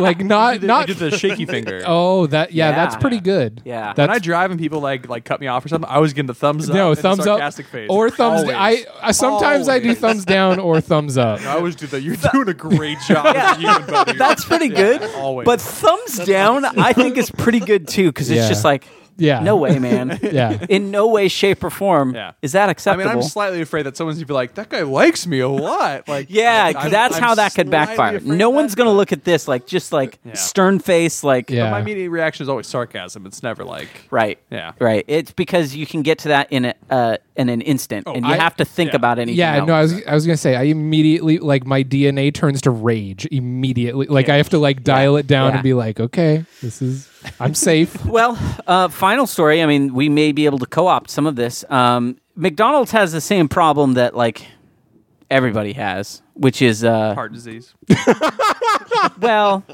[SPEAKER 2] Like not
[SPEAKER 4] I
[SPEAKER 2] not.
[SPEAKER 4] did the shaky finger.
[SPEAKER 2] Oh, that yeah, that's
[SPEAKER 1] Yeah.
[SPEAKER 2] pretty good.
[SPEAKER 1] Yeah. When
[SPEAKER 4] When I
[SPEAKER 2] that's
[SPEAKER 4] drive and people like like cut me off or something, I always give them the thumbs up.
[SPEAKER 2] no
[SPEAKER 4] and a
[SPEAKER 2] thumbs up
[SPEAKER 4] sarcastic face.
[SPEAKER 2] or thumbs.
[SPEAKER 4] Always.
[SPEAKER 2] I, I sometimes I do
[SPEAKER 4] Always.
[SPEAKER 2] thumbs down or thumbs up.
[SPEAKER 4] I always do that. You're doing a great job.
[SPEAKER 1] Yeah.
[SPEAKER 4] you and Buddy.
[SPEAKER 1] That's pretty good.
[SPEAKER 4] always.
[SPEAKER 1] But thumbs down, I think is pretty good too, because
[SPEAKER 2] Yeah.
[SPEAKER 1] it's just like,
[SPEAKER 2] Yeah.
[SPEAKER 1] no way, man.
[SPEAKER 2] Yeah.
[SPEAKER 1] In no way, shape, or form
[SPEAKER 4] Yeah.
[SPEAKER 1] is that
[SPEAKER 4] I
[SPEAKER 1] acceptable.
[SPEAKER 4] mean, I'm slightly afraid that someone's gonna be like, "That guy likes me a lot." Like,
[SPEAKER 1] yeah,
[SPEAKER 4] I'm-
[SPEAKER 1] that's
[SPEAKER 4] I'm
[SPEAKER 1] how that could
[SPEAKER 4] slightly
[SPEAKER 1] backfire.
[SPEAKER 4] afraid
[SPEAKER 1] No
[SPEAKER 4] of
[SPEAKER 1] one's
[SPEAKER 4] that.
[SPEAKER 1] gonna look at this like just like
[SPEAKER 4] Yeah.
[SPEAKER 1] stern face, like
[SPEAKER 2] Yeah.
[SPEAKER 4] My immediate reaction is always sarcasm. It's never like
[SPEAKER 1] right,
[SPEAKER 4] Yeah.
[SPEAKER 1] right. It's because you can get to that in a, uh, in an instant, and you
[SPEAKER 2] I-
[SPEAKER 1] have to think
[SPEAKER 4] Oh, yeah.
[SPEAKER 1] about anything.
[SPEAKER 2] Yeah,
[SPEAKER 1] else.
[SPEAKER 2] no, I was I was gonna say I immediately like my DNA turns to rage immediately. Like I have to like dial it down
[SPEAKER 1] Yeah.
[SPEAKER 2] and be like, okay, this is I'm safe.
[SPEAKER 1] Well, uh, final story. I mean, we may be able to co-opt some of this. Um, McDonald's has the same problem that like everybody has, which is uh,
[SPEAKER 4] heart disease.
[SPEAKER 1] well,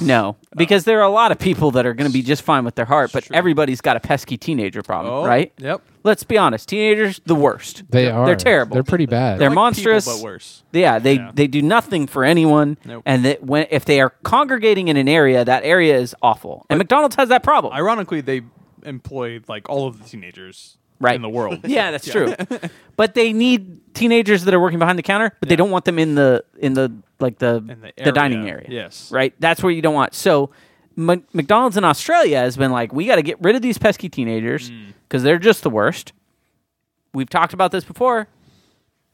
[SPEAKER 1] no,
[SPEAKER 4] Oh.
[SPEAKER 1] because there are a lot of people that are going to be just fine with their heart, but everybody's got a pesky teenager problem,
[SPEAKER 4] Oh,
[SPEAKER 1] right?
[SPEAKER 4] Yep.
[SPEAKER 1] Let's be honest, teenagers the worst.
[SPEAKER 2] They are
[SPEAKER 1] They're terrible.
[SPEAKER 2] They're pretty bad.
[SPEAKER 1] They're
[SPEAKER 4] Like people,
[SPEAKER 1] monstrous.
[SPEAKER 4] but worse.
[SPEAKER 1] Yeah, they
[SPEAKER 4] Yeah.
[SPEAKER 1] they do nothing for anyone,
[SPEAKER 4] Nope.
[SPEAKER 1] and that when if they are congregating in an area, that area is awful. And McDonald's has that problem.
[SPEAKER 4] Ironically, they employ like all of the teenagers
[SPEAKER 1] Right.
[SPEAKER 4] in the world.
[SPEAKER 1] Yeah, that's true. but they need teenagers that are working behind the counter, but they don't want them in the in the like the
[SPEAKER 4] In the
[SPEAKER 1] the, dining
[SPEAKER 4] area,
[SPEAKER 1] area.
[SPEAKER 4] yes.
[SPEAKER 1] right. That's where you don't want. So M- McDonald's in Australia has been like, we got to get rid of these pesky teenagers
[SPEAKER 4] Mm.
[SPEAKER 1] because they're just the worst. We've talked about this before.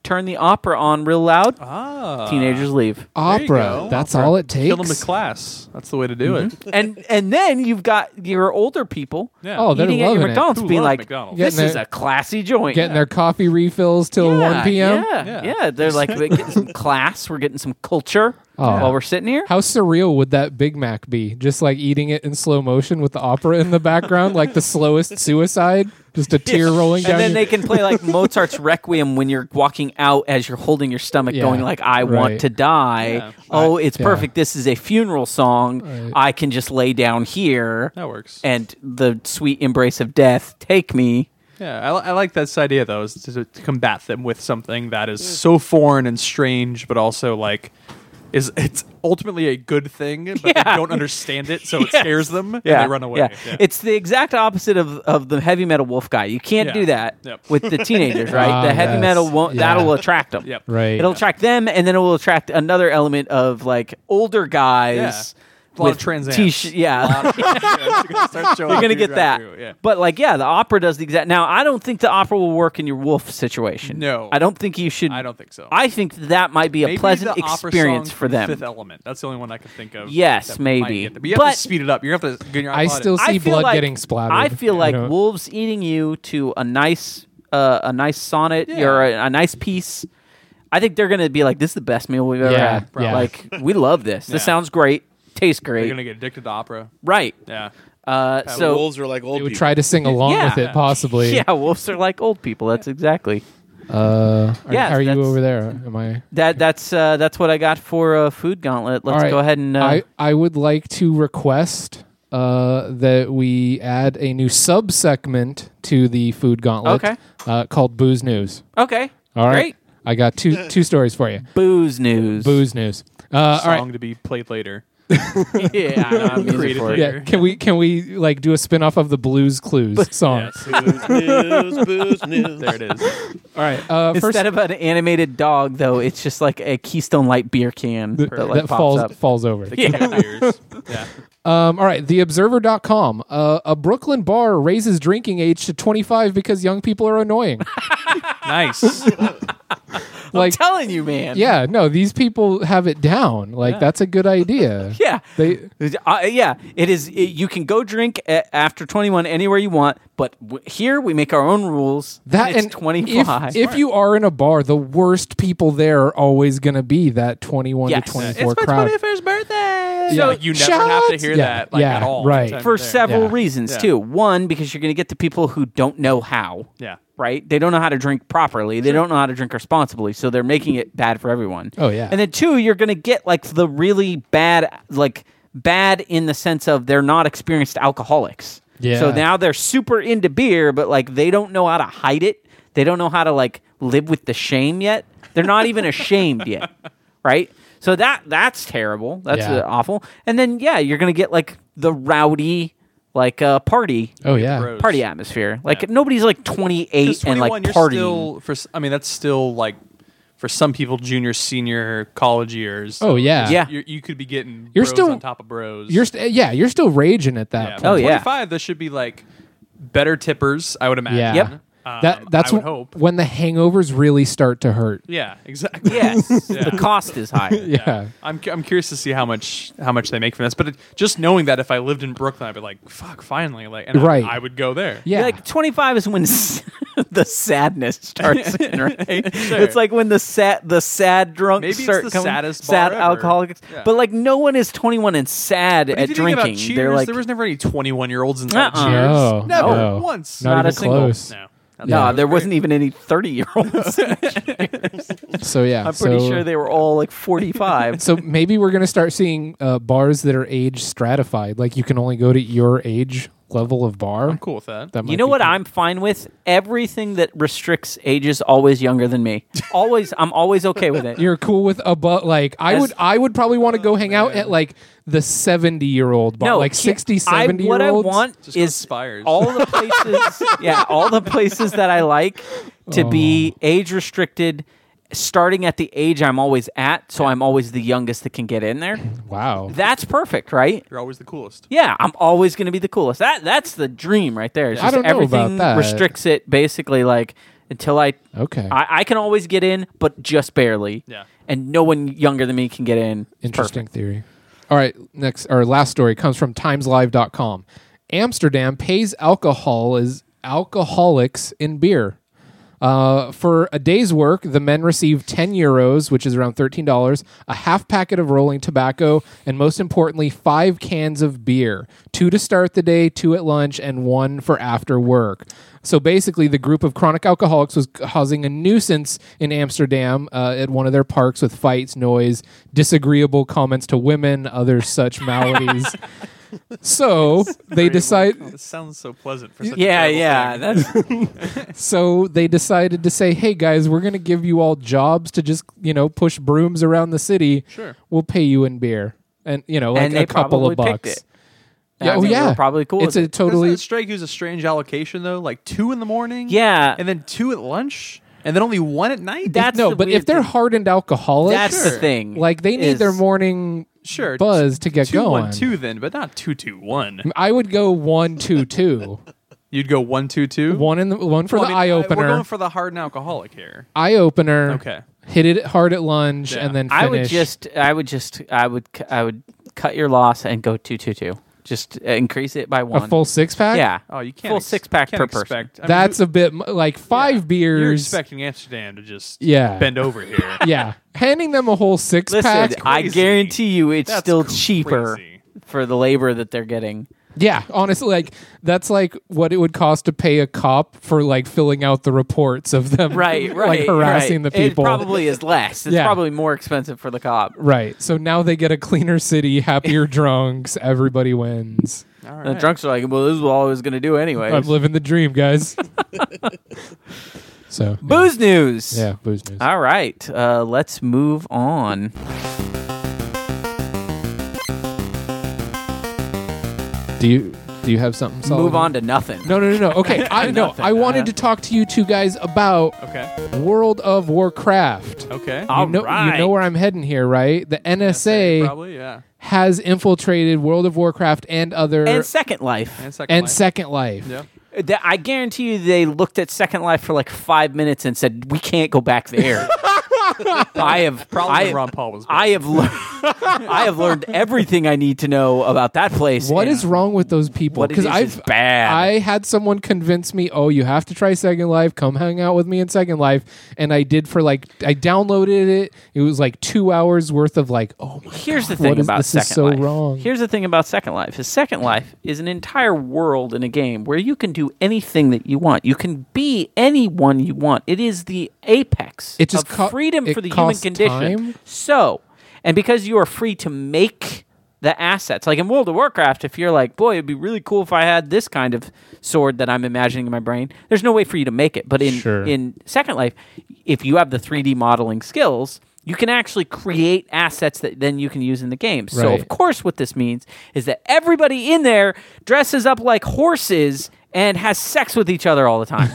[SPEAKER 1] Turn the opera on real loud.
[SPEAKER 4] Ah,
[SPEAKER 1] Teenagers leave,
[SPEAKER 4] There you
[SPEAKER 2] Opera.
[SPEAKER 4] go.
[SPEAKER 2] That's all it takes.
[SPEAKER 4] kill them with class. That's the way to do it.
[SPEAKER 1] and and then you've got your older people
[SPEAKER 4] Yeah.
[SPEAKER 2] Oh, they're
[SPEAKER 1] eating at
[SPEAKER 2] loving
[SPEAKER 1] your
[SPEAKER 2] it.
[SPEAKER 1] McDonald's,
[SPEAKER 4] Who
[SPEAKER 1] being
[SPEAKER 4] love
[SPEAKER 1] like,
[SPEAKER 4] McDonald's?
[SPEAKER 1] "This
[SPEAKER 2] Getting
[SPEAKER 1] is
[SPEAKER 2] their-
[SPEAKER 1] a classy joint."
[SPEAKER 2] Getting their coffee refills till one p.m.
[SPEAKER 1] Yeah, yeah.
[SPEAKER 4] Yeah.
[SPEAKER 1] They're like, we're getting some class. We're getting some culture
[SPEAKER 2] Oh.
[SPEAKER 1] while we're sitting here.
[SPEAKER 2] How surreal would that Big Mac be? Just like eating it in slow motion with the opera in the background, like the slowest suicide, just a tear rolling
[SPEAKER 1] and
[SPEAKER 2] down.
[SPEAKER 1] then
[SPEAKER 2] your-
[SPEAKER 1] they can play like Mozart's Requiem when you're walking out as you're holding your stomach,
[SPEAKER 2] Yeah,
[SPEAKER 1] going like, "I
[SPEAKER 2] right.
[SPEAKER 1] want to die."
[SPEAKER 4] Yeah.
[SPEAKER 1] Oh, it's
[SPEAKER 2] Yeah.
[SPEAKER 1] perfect. This is a funeral song. I can just lay down here,
[SPEAKER 4] That works.
[SPEAKER 1] and the sweet embrace of death take me.
[SPEAKER 4] Yeah, I, I like this idea though, is to, to combat them with something that
[SPEAKER 1] Mm.
[SPEAKER 4] is so foreign and strange, but also like is it's ultimately a good thing, but they
[SPEAKER 1] Yeah.
[SPEAKER 4] don't understand it, so it scares them and they run away.
[SPEAKER 1] Yeah. It's the exact opposite of, of the heavy metal wolf guy. You can't
[SPEAKER 4] Yeah.
[SPEAKER 1] do that
[SPEAKER 4] Yep.
[SPEAKER 1] with the teenagers, right?
[SPEAKER 2] Ah,
[SPEAKER 1] the heavy
[SPEAKER 2] yes.
[SPEAKER 1] metal won't,
[SPEAKER 2] Yeah.
[SPEAKER 1] that'll attract them.
[SPEAKER 4] Yep.
[SPEAKER 2] Right.
[SPEAKER 1] It'll attract them, and then it will attract another element of like older guys
[SPEAKER 4] A lot
[SPEAKER 1] with
[SPEAKER 4] of Trans Ams.
[SPEAKER 1] t-shirt- yeah.
[SPEAKER 4] You're
[SPEAKER 1] You're gonna get that. But like, yeah, the opera does the exact. Now, I don't think the opera will work in your wolf situation.
[SPEAKER 4] No.
[SPEAKER 1] I don't think you should.
[SPEAKER 4] I don't think so.
[SPEAKER 1] I think that might be a
[SPEAKER 4] Maybe
[SPEAKER 1] pleasant
[SPEAKER 4] the opera
[SPEAKER 1] experience
[SPEAKER 4] song
[SPEAKER 1] for
[SPEAKER 4] from
[SPEAKER 1] them.
[SPEAKER 4] Fifth Element. That's the only one I can think of.
[SPEAKER 1] Yes,
[SPEAKER 4] that might
[SPEAKER 1] maybe.
[SPEAKER 4] get them. But you have
[SPEAKER 1] But-
[SPEAKER 4] to speed it up. You have to. Get your
[SPEAKER 2] I
[SPEAKER 4] iPod
[SPEAKER 2] still
[SPEAKER 4] in.
[SPEAKER 2] see
[SPEAKER 1] I feel
[SPEAKER 2] blood
[SPEAKER 1] like-
[SPEAKER 2] getting splattered.
[SPEAKER 1] I feel
[SPEAKER 2] you
[SPEAKER 1] like
[SPEAKER 2] know?
[SPEAKER 1] wolves eating you to a nice, uh, a nice sonnet
[SPEAKER 4] Yeah.
[SPEAKER 1] or a, a nice piece. I think they're gonna be like, "This is the best meal we've ever
[SPEAKER 2] Yeah,
[SPEAKER 1] had."
[SPEAKER 2] probably.
[SPEAKER 1] Like, we love this. This
[SPEAKER 4] Yeah.
[SPEAKER 1] sounds great. Tastes great.
[SPEAKER 4] You're gonna get addicted to opera.
[SPEAKER 1] right.
[SPEAKER 4] Yeah.
[SPEAKER 1] Uh,
[SPEAKER 3] So
[SPEAKER 1] so
[SPEAKER 3] wolves are like old
[SPEAKER 2] they would
[SPEAKER 3] people.
[SPEAKER 2] try to sing along
[SPEAKER 1] Yeah.
[SPEAKER 2] with it, possibly.
[SPEAKER 1] yeah, wolves are like old people. That's exactly.
[SPEAKER 2] Uh, are,
[SPEAKER 1] Yes,
[SPEAKER 2] are you
[SPEAKER 1] that's-
[SPEAKER 2] over there? Am I?
[SPEAKER 1] That that's uh, that's what I got for uh, food gauntlet. Let's
[SPEAKER 2] All right.
[SPEAKER 1] go ahead and uh,
[SPEAKER 2] I, I would like to request uh, that we add a new sub segment to the food gauntlet
[SPEAKER 1] Okay.
[SPEAKER 2] uh, called Booze News.
[SPEAKER 1] okay.
[SPEAKER 2] All right.
[SPEAKER 1] Great.
[SPEAKER 2] I got two two stories for you.
[SPEAKER 1] Booze news.
[SPEAKER 2] Booze News. Uh, all
[SPEAKER 4] Song
[SPEAKER 2] right.
[SPEAKER 4] to be played later.
[SPEAKER 1] yeah, I know, I'm using
[SPEAKER 4] Creative
[SPEAKER 1] for it.
[SPEAKER 2] Yeah, can we can we like do a spin off of the Blues Clues song?
[SPEAKER 4] Yes.
[SPEAKER 3] Booze news, booze news.
[SPEAKER 4] there it is.
[SPEAKER 2] All right, uh, first
[SPEAKER 1] Instead of an animated dog, though, it's just like a Keystone Light beer can that, like
[SPEAKER 2] that
[SPEAKER 1] pops
[SPEAKER 2] falls
[SPEAKER 1] up.
[SPEAKER 2] falls over.
[SPEAKER 4] Yeah. Beers. yeah.
[SPEAKER 2] Um, all right, theobserver.com. Uh, a Brooklyn bar raises drinking age to 25 because young people are annoying.
[SPEAKER 4] Nice.
[SPEAKER 2] like,
[SPEAKER 1] Telling you, man.
[SPEAKER 2] yeah, no, these people have it down. Like, that's a good idea.
[SPEAKER 1] yeah,
[SPEAKER 2] They,
[SPEAKER 1] Uh, yeah. It is. It, you can go drink a- after 21 anywhere you want, but w- here we make our own rules.
[SPEAKER 2] that
[SPEAKER 1] and it's
[SPEAKER 2] and
[SPEAKER 1] 25.
[SPEAKER 2] If, if you are in a bar, the worst people there are always going to be that 21
[SPEAKER 1] Yes.
[SPEAKER 2] to
[SPEAKER 1] It's
[SPEAKER 2] 24 crowd.
[SPEAKER 1] birthday.
[SPEAKER 4] So
[SPEAKER 2] Yeah.
[SPEAKER 4] you never have to
[SPEAKER 2] Shots!
[SPEAKER 4] hear
[SPEAKER 2] Yeah,
[SPEAKER 4] that like
[SPEAKER 2] yeah,
[SPEAKER 4] at all.
[SPEAKER 2] right.
[SPEAKER 4] anytime
[SPEAKER 1] for
[SPEAKER 4] you're there.
[SPEAKER 1] several
[SPEAKER 2] Yeah.
[SPEAKER 1] reasons
[SPEAKER 4] Yeah.
[SPEAKER 1] too. One, because you're going to get the people who don't know how.
[SPEAKER 4] Yeah.
[SPEAKER 1] Right? They don't know how to drink properly. They don't know how to drink responsibly, so they're making it bad for everyone.
[SPEAKER 2] Oh, yeah.
[SPEAKER 1] And then two, you're going to get like the really bad like bad in the sense of they're not experienced alcoholics.
[SPEAKER 2] Yeah.
[SPEAKER 1] So now they're super into beer, but like they don't know how to hide it. They don't know how to like live with the shame yet. They're not even ashamed yet. Right? So that that's terrible. That's
[SPEAKER 2] Yeah.
[SPEAKER 1] uh, awful. And then yeah, you're gonna get like the rowdy like uh, party
[SPEAKER 2] oh, yeah.
[SPEAKER 4] Bros.
[SPEAKER 1] party atmosphere. Like nobody's like 28
[SPEAKER 4] 'Cause
[SPEAKER 1] and
[SPEAKER 4] 21,
[SPEAKER 1] like
[SPEAKER 4] you're
[SPEAKER 1] partying.
[SPEAKER 4] still for s- I mean that's still like for some people junior senior college years.
[SPEAKER 2] Oh, yeah.
[SPEAKER 1] Yeah.
[SPEAKER 4] you you could be getting
[SPEAKER 2] You're
[SPEAKER 4] bros
[SPEAKER 2] still-
[SPEAKER 4] on top of bros.
[SPEAKER 2] You're st- yeah, you're still raging at that
[SPEAKER 4] yeah.
[SPEAKER 2] point.
[SPEAKER 1] Oh, yeah.
[SPEAKER 4] 25 there should be like better tippers, I would imagine.
[SPEAKER 2] Yeah.
[SPEAKER 1] Oh, Yep.
[SPEAKER 4] Um,
[SPEAKER 2] That, that's
[SPEAKER 4] I would
[SPEAKER 2] when-
[SPEAKER 4] hope.
[SPEAKER 2] when the hangovers really start to hurt.
[SPEAKER 4] Yeah, exactly.
[SPEAKER 1] yes,
[SPEAKER 4] Yeah.
[SPEAKER 1] the cost is higher.
[SPEAKER 2] Yeah.
[SPEAKER 4] I'm, cu- I'm curious to see how much how much they make from this, but it, just knowing that if I lived in Brooklyn, I'd be like, "Fuck, finally!" Like, and I-
[SPEAKER 2] Right.
[SPEAKER 4] I, would go there.
[SPEAKER 2] Yeah.
[SPEAKER 1] Like 25 is when s- the sadness starts in, right?
[SPEAKER 4] Sure.
[SPEAKER 1] It's like when the sad the sad drunk
[SPEAKER 4] Maybe it's
[SPEAKER 1] start
[SPEAKER 4] the
[SPEAKER 1] coming,
[SPEAKER 4] saddest bar
[SPEAKER 1] sad
[SPEAKER 4] ever.
[SPEAKER 1] alcoholics.
[SPEAKER 4] Yeah.
[SPEAKER 1] But like no one is 21 and sad
[SPEAKER 4] If
[SPEAKER 1] at
[SPEAKER 4] you think
[SPEAKER 1] drinking.
[SPEAKER 4] about Cheers,
[SPEAKER 1] They're like
[SPEAKER 4] there was never any 21 year olds inside
[SPEAKER 1] Uh-uh.
[SPEAKER 2] No,
[SPEAKER 4] Cheers. never
[SPEAKER 2] Oh, no.
[SPEAKER 4] once.
[SPEAKER 2] Not,
[SPEAKER 1] Not
[SPEAKER 2] even
[SPEAKER 1] a single-
[SPEAKER 2] close.
[SPEAKER 4] No,
[SPEAKER 1] no, there wasn't even any 30 year olds. I'm
[SPEAKER 2] So yeah, I'm
[SPEAKER 1] pretty sure they were all like 45.
[SPEAKER 2] So maybe we're gonna start seeing uh, bars that are age stratified. Like you can only go to your age level of bar.
[SPEAKER 4] I'm cool with that.
[SPEAKER 2] That
[SPEAKER 1] You know what I'm fine with? Everything that restricts ages always younger than me. Always, I'm always okay with it.
[SPEAKER 2] You're cool with above. Like I
[SPEAKER 1] As-
[SPEAKER 2] would, I would probably want to go hang out at like the 70 year old bar,
[SPEAKER 1] no,
[SPEAKER 2] like
[SPEAKER 1] ki-
[SPEAKER 2] 60,
[SPEAKER 1] I-
[SPEAKER 2] 70 year
[SPEAKER 1] What I
[SPEAKER 2] olds.
[SPEAKER 1] want
[SPEAKER 4] Just go
[SPEAKER 1] is
[SPEAKER 4] spires.
[SPEAKER 1] all the places, yeah, all the places that I like to be
[SPEAKER 2] Oh.
[SPEAKER 1] age restricted, starting at the age I'm always at, so I'm always the youngest that can get in there.
[SPEAKER 2] wow.
[SPEAKER 1] That's perfect, right?
[SPEAKER 4] You're always the coolest.
[SPEAKER 1] Yeah, I'm always going to be the coolest. That that's the dream right there. It's
[SPEAKER 2] I
[SPEAKER 1] just
[SPEAKER 2] don't know about
[SPEAKER 1] everything
[SPEAKER 2] that.
[SPEAKER 1] restricts it basically like until I
[SPEAKER 2] Okay.
[SPEAKER 1] I, I can always get in, but just barely.
[SPEAKER 4] Yeah.
[SPEAKER 1] And no one younger than me can get in.
[SPEAKER 2] Interesting theory. All right, next our last story comes from timeslive.com. Amsterdam pays alcohol as alcoholics in beer. Uh, for a day's work, the men receive 10 euros, which is around $13, a half packet of rolling tobacco, and most importantly, five cans of beer two to start the day, two at lunch, and one for after work. So basically, the group of chronic alcoholics was causing a nuisance in Amsterdam uh, at one of their parks with fights, noise, disagreeable comments to women, other such maladies. so they decide
[SPEAKER 4] This sounds so pleasant for such
[SPEAKER 1] Yeah,
[SPEAKER 4] a terrible
[SPEAKER 1] yeah.
[SPEAKER 4] thing.
[SPEAKER 1] That's
[SPEAKER 2] So they decided to say, "Hey guys, we're going to give you all jobs to just, you know, push brooms around the city.
[SPEAKER 4] Sure.
[SPEAKER 2] We'll pay you in beer and, you know, like
[SPEAKER 1] And
[SPEAKER 2] a
[SPEAKER 1] they
[SPEAKER 2] couple of
[SPEAKER 1] probably picked
[SPEAKER 2] bucks." oh,
[SPEAKER 1] it. I think they were probably cool
[SPEAKER 2] It's
[SPEAKER 1] with
[SPEAKER 2] a
[SPEAKER 1] it.
[SPEAKER 2] totally
[SPEAKER 4] Doesn't it strike you as a strange allocation though? Like two in the morning,
[SPEAKER 1] Yeah.
[SPEAKER 4] and then two at lunch, and then only one at night.
[SPEAKER 1] That's
[SPEAKER 2] no,
[SPEAKER 1] the
[SPEAKER 2] but
[SPEAKER 1] weird
[SPEAKER 2] if they're
[SPEAKER 1] thing.
[SPEAKER 2] hardened alcoholics,
[SPEAKER 1] that's the thing.
[SPEAKER 2] like they need their
[SPEAKER 1] is-
[SPEAKER 2] morning
[SPEAKER 4] Sure.
[SPEAKER 2] buzz to get
[SPEAKER 4] two
[SPEAKER 2] going.
[SPEAKER 4] one two then, but not two two one.
[SPEAKER 2] I would go one two two.
[SPEAKER 4] You'd go one two two.
[SPEAKER 2] one in the one for
[SPEAKER 4] Well,
[SPEAKER 2] the
[SPEAKER 4] I mean,
[SPEAKER 2] eye
[SPEAKER 4] I- We're
[SPEAKER 2] opener.
[SPEAKER 4] going for the hard and alcoholic here.
[SPEAKER 2] Eye opener.
[SPEAKER 4] Okay.
[SPEAKER 2] Hit it hard at lunge
[SPEAKER 4] Yeah.
[SPEAKER 2] and then finish.
[SPEAKER 1] I would just, I would just, I would, cu- I would cut your loss and go two, two, two. Just increase it by one.
[SPEAKER 2] a full six pack.
[SPEAKER 1] yeah.
[SPEAKER 4] Oh, you can't
[SPEAKER 1] full
[SPEAKER 4] ex-
[SPEAKER 1] six pack
[SPEAKER 4] can't
[SPEAKER 1] per person.
[SPEAKER 4] expect, I mean,
[SPEAKER 2] that's
[SPEAKER 4] who-
[SPEAKER 2] a bit m- like five
[SPEAKER 4] You're
[SPEAKER 2] beers.
[SPEAKER 4] expecting Amsterdam to just
[SPEAKER 2] Yeah.
[SPEAKER 4] bend over here.
[SPEAKER 2] yeah, handing them a whole six
[SPEAKER 1] Listen,
[SPEAKER 2] pack.
[SPEAKER 1] I
[SPEAKER 4] crazy.
[SPEAKER 1] guarantee you, it's
[SPEAKER 4] That's
[SPEAKER 1] still
[SPEAKER 4] crazy.
[SPEAKER 1] cheaper for the labor that they're getting.
[SPEAKER 2] yeah, honestly, like that's like what it would cost to pay a cop for like filling out the reports of them,
[SPEAKER 1] Right, right.
[SPEAKER 2] like
[SPEAKER 1] right.
[SPEAKER 2] harassing the people.
[SPEAKER 1] It probably is less. It's
[SPEAKER 2] Yeah.
[SPEAKER 1] probably more expensive for the cop.
[SPEAKER 2] right. So now they get a cleaner city, happier drunks. Everybody wins.
[SPEAKER 4] All
[SPEAKER 1] And
[SPEAKER 4] right.
[SPEAKER 1] the drunks are like, well, this is what I was going to do anyway.
[SPEAKER 2] I'm living the dream, guys. so yeah.
[SPEAKER 1] Booze news.
[SPEAKER 2] yeah, booze news.
[SPEAKER 1] All right. Uh, let's move on.
[SPEAKER 2] Do you do you have something? Solid?
[SPEAKER 1] Move on to nothing.
[SPEAKER 2] No, no, no, no. Okay, I know. I wanted to talk to you two guys about
[SPEAKER 4] Okay.
[SPEAKER 2] World of Warcraft.
[SPEAKER 4] Okay.
[SPEAKER 1] All
[SPEAKER 2] you know, you
[SPEAKER 1] right.
[SPEAKER 2] know where I'm heading here, right? The NSA
[SPEAKER 4] Probably yeah.
[SPEAKER 2] has infiltrated World of Warcraft and other
[SPEAKER 1] And Second Life. Uh,
[SPEAKER 4] And second.
[SPEAKER 2] and
[SPEAKER 4] line.
[SPEAKER 2] Second Life.
[SPEAKER 4] Yeah.
[SPEAKER 1] Th- I guarantee you they looked at Second Life for like five minutes and said, "We can't go back there." I have
[SPEAKER 4] Probably
[SPEAKER 1] I,
[SPEAKER 4] when Ron Paul was.
[SPEAKER 1] I
[SPEAKER 4] born.
[SPEAKER 1] have learned I have learned everything I need to know about that place.
[SPEAKER 2] What
[SPEAKER 1] and
[SPEAKER 2] is wrong with those people?
[SPEAKER 1] what it is is
[SPEAKER 2] I've
[SPEAKER 1] bad.
[SPEAKER 2] I had someone convince me, oh, you have to try Second Life. Come hang out with me in Second Life. And I did for like, I downloaded it. It was like two hours worth of like, oh my
[SPEAKER 1] Here's the
[SPEAKER 2] what
[SPEAKER 1] thing
[SPEAKER 2] is-
[SPEAKER 1] about
[SPEAKER 2] this is
[SPEAKER 1] Second
[SPEAKER 2] so
[SPEAKER 1] Life.
[SPEAKER 2] wrong.
[SPEAKER 1] Here's the thing about Second Life. Is Second Life is an entire world in a game where you can do anything that you want. You can be anyone you want. It is the apex
[SPEAKER 2] It just
[SPEAKER 1] of
[SPEAKER 2] co-
[SPEAKER 1] freedom
[SPEAKER 2] it
[SPEAKER 1] for the human
[SPEAKER 2] costs
[SPEAKER 1] condition.
[SPEAKER 2] time?
[SPEAKER 1] So, and because you are free to make the assets, like in World of Warcraft, if you're like, boy, it'd be really cool if I had this kind of sword that I'm imagining in my brain. There's no way for you to make it, but in
[SPEAKER 2] Sure.
[SPEAKER 1] in Second Life, if you have the 3D modeling skills, you can actually create assets that then you can use in the game. So
[SPEAKER 2] Right.
[SPEAKER 1] of course, what this means is that everybody in there dresses up like horses and has sex with each other all the time.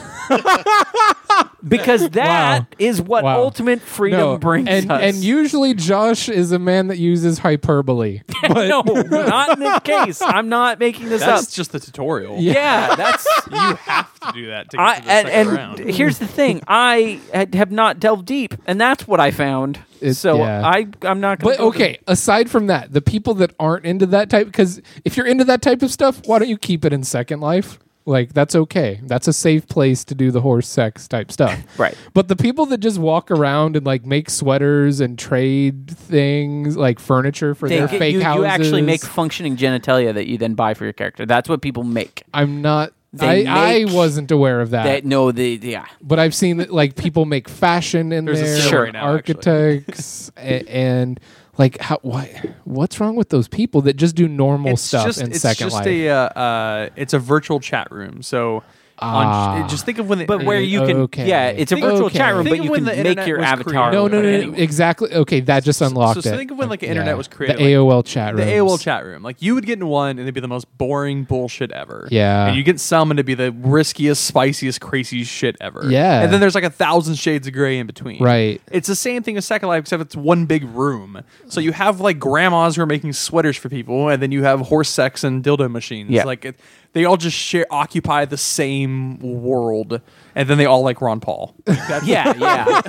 [SPEAKER 1] because that
[SPEAKER 2] Wow.
[SPEAKER 1] is what
[SPEAKER 2] Wow.
[SPEAKER 1] ultimate freedom
[SPEAKER 2] No,
[SPEAKER 1] brings
[SPEAKER 2] and,
[SPEAKER 1] us.
[SPEAKER 2] And usually Josh is a man that uses hyperbole. But
[SPEAKER 1] no, not in this case. I'm not making this
[SPEAKER 4] That's
[SPEAKER 1] up.
[SPEAKER 4] just the tutorial.
[SPEAKER 1] yeah. that's
[SPEAKER 4] You have to do that to get
[SPEAKER 1] I,
[SPEAKER 4] to the
[SPEAKER 1] and,
[SPEAKER 4] second
[SPEAKER 1] and
[SPEAKER 4] round.
[SPEAKER 1] here's the thing: I had, have not delved deep, and that's what I found.
[SPEAKER 2] It-
[SPEAKER 1] so
[SPEAKER 2] yeah.
[SPEAKER 1] I, I'm not. Gonna
[SPEAKER 2] But
[SPEAKER 1] go there.
[SPEAKER 2] okay, aside from that, the people that aren't into that type, because if you're into that type of stuff, why don't you keep it in Second Life? Like that's okay. That's a safe place to do the horse sex type stuff.
[SPEAKER 1] Right.
[SPEAKER 2] But the people that just walk around and like make sweaters and trade things like furniture for
[SPEAKER 1] They
[SPEAKER 2] their
[SPEAKER 1] get-
[SPEAKER 2] fake
[SPEAKER 1] you,
[SPEAKER 2] houses.
[SPEAKER 1] you actually make functioning genitalia that you then buy for your character. That's what people make.
[SPEAKER 2] I'm not.
[SPEAKER 1] They
[SPEAKER 2] I, I
[SPEAKER 1] make
[SPEAKER 2] wasn't aware of that.
[SPEAKER 1] That no, the yeah,
[SPEAKER 2] but I've seen that like people make fashion in
[SPEAKER 4] There's a
[SPEAKER 2] there,
[SPEAKER 4] sale
[SPEAKER 1] right
[SPEAKER 2] and
[SPEAKER 4] now, actually.
[SPEAKER 2] architects, a- and like how why what's wrong with those people that just do normal stuff in
[SPEAKER 4] it's
[SPEAKER 2] Second
[SPEAKER 4] just
[SPEAKER 2] Life?
[SPEAKER 4] A, uh, uh, it's a virtual chat room. So on,
[SPEAKER 2] Ah.
[SPEAKER 4] just think of when. The,
[SPEAKER 1] but where you can
[SPEAKER 2] Okay.
[SPEAKER 1] yeah, it's a
[SPEAKER 4] Think-
[SPEAKER 1] virtual
[SPEAKER 2] okay.
[SPEAKER 1] chat room, but
[SPEAKER 4] Think of
[SPEAKER 1] you
[SPEAKER 4] when
[SPEAKER 1] can
[SPEAKER 4] the
[SPEAKER 1] make
[SPEAKER 4] internet
[SPEAKER 1] your
[SPEAKER 4] was
[SPEAKER 1] avatar.
[SPEAKER 4] created.
[SPEAKER 1] or
[SPEAKER 2] no, no, no,
[SPEAKER 1] whatever.
[SPEAKER 2] no, exactly. Okay, that just unlocked
[SPEAKER 4] uh, so
[SPEAKER 2] it.
[SPEAKER 4] think of when, like, the
[SPEAKER 2] Yeah.
[SPEAKER 4] internet was created,
[SPEAKER 2] The
[SPEAKER 4] like,
[SPEAKER 2] AOL chat
[SPEAKER 4] the
[SPEAKER 2] rooms.
[SPEAKER 4] AOL chat room, like you would get in one, and it'd be the most boring bullshit ever.
[SPEAKER 2] Yeah.
[SPEAKER 4] and you get some, and it'd be the riskiest, spiciest, craziest shit ever.
[SPEAKER 2] Yeah.
[SPEAKER 4] and then there's like a thousand shades of gray in between.
[SPEAKER 2] Right.
[SPEAKER 4] It's the same thing as Second Life, except it's one big room. So you have like grandmas who are making sweaters for people, and then you have horse sex and dildo machines.
[SPEAKER 1] Yeah.
[SPEAKER 4] like it, they all just share occupy the same world, and then they all like Ron Paul. That's
[SPEAKER 1] Yeah, yeah.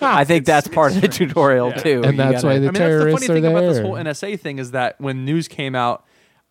[SPEAKER 1] I think that's part of the tutorial
[SPEAKER 4] Yeah.
[SPEAKER 1] too.
[SPEAKER 2] And
[SPEAKER 1] You gotta-
[SPEAKER 2] that's why the
[SPEAKER 4] I mean, that's the funny
[SPEAKER 2] terrorists
[SPEAKER 4] thing
[SPEAKER 2] are
[SPEAKER 4] about
[SPEAKER 2] there.
[SPEAKER 4] this whole NSA thing is that when news came out,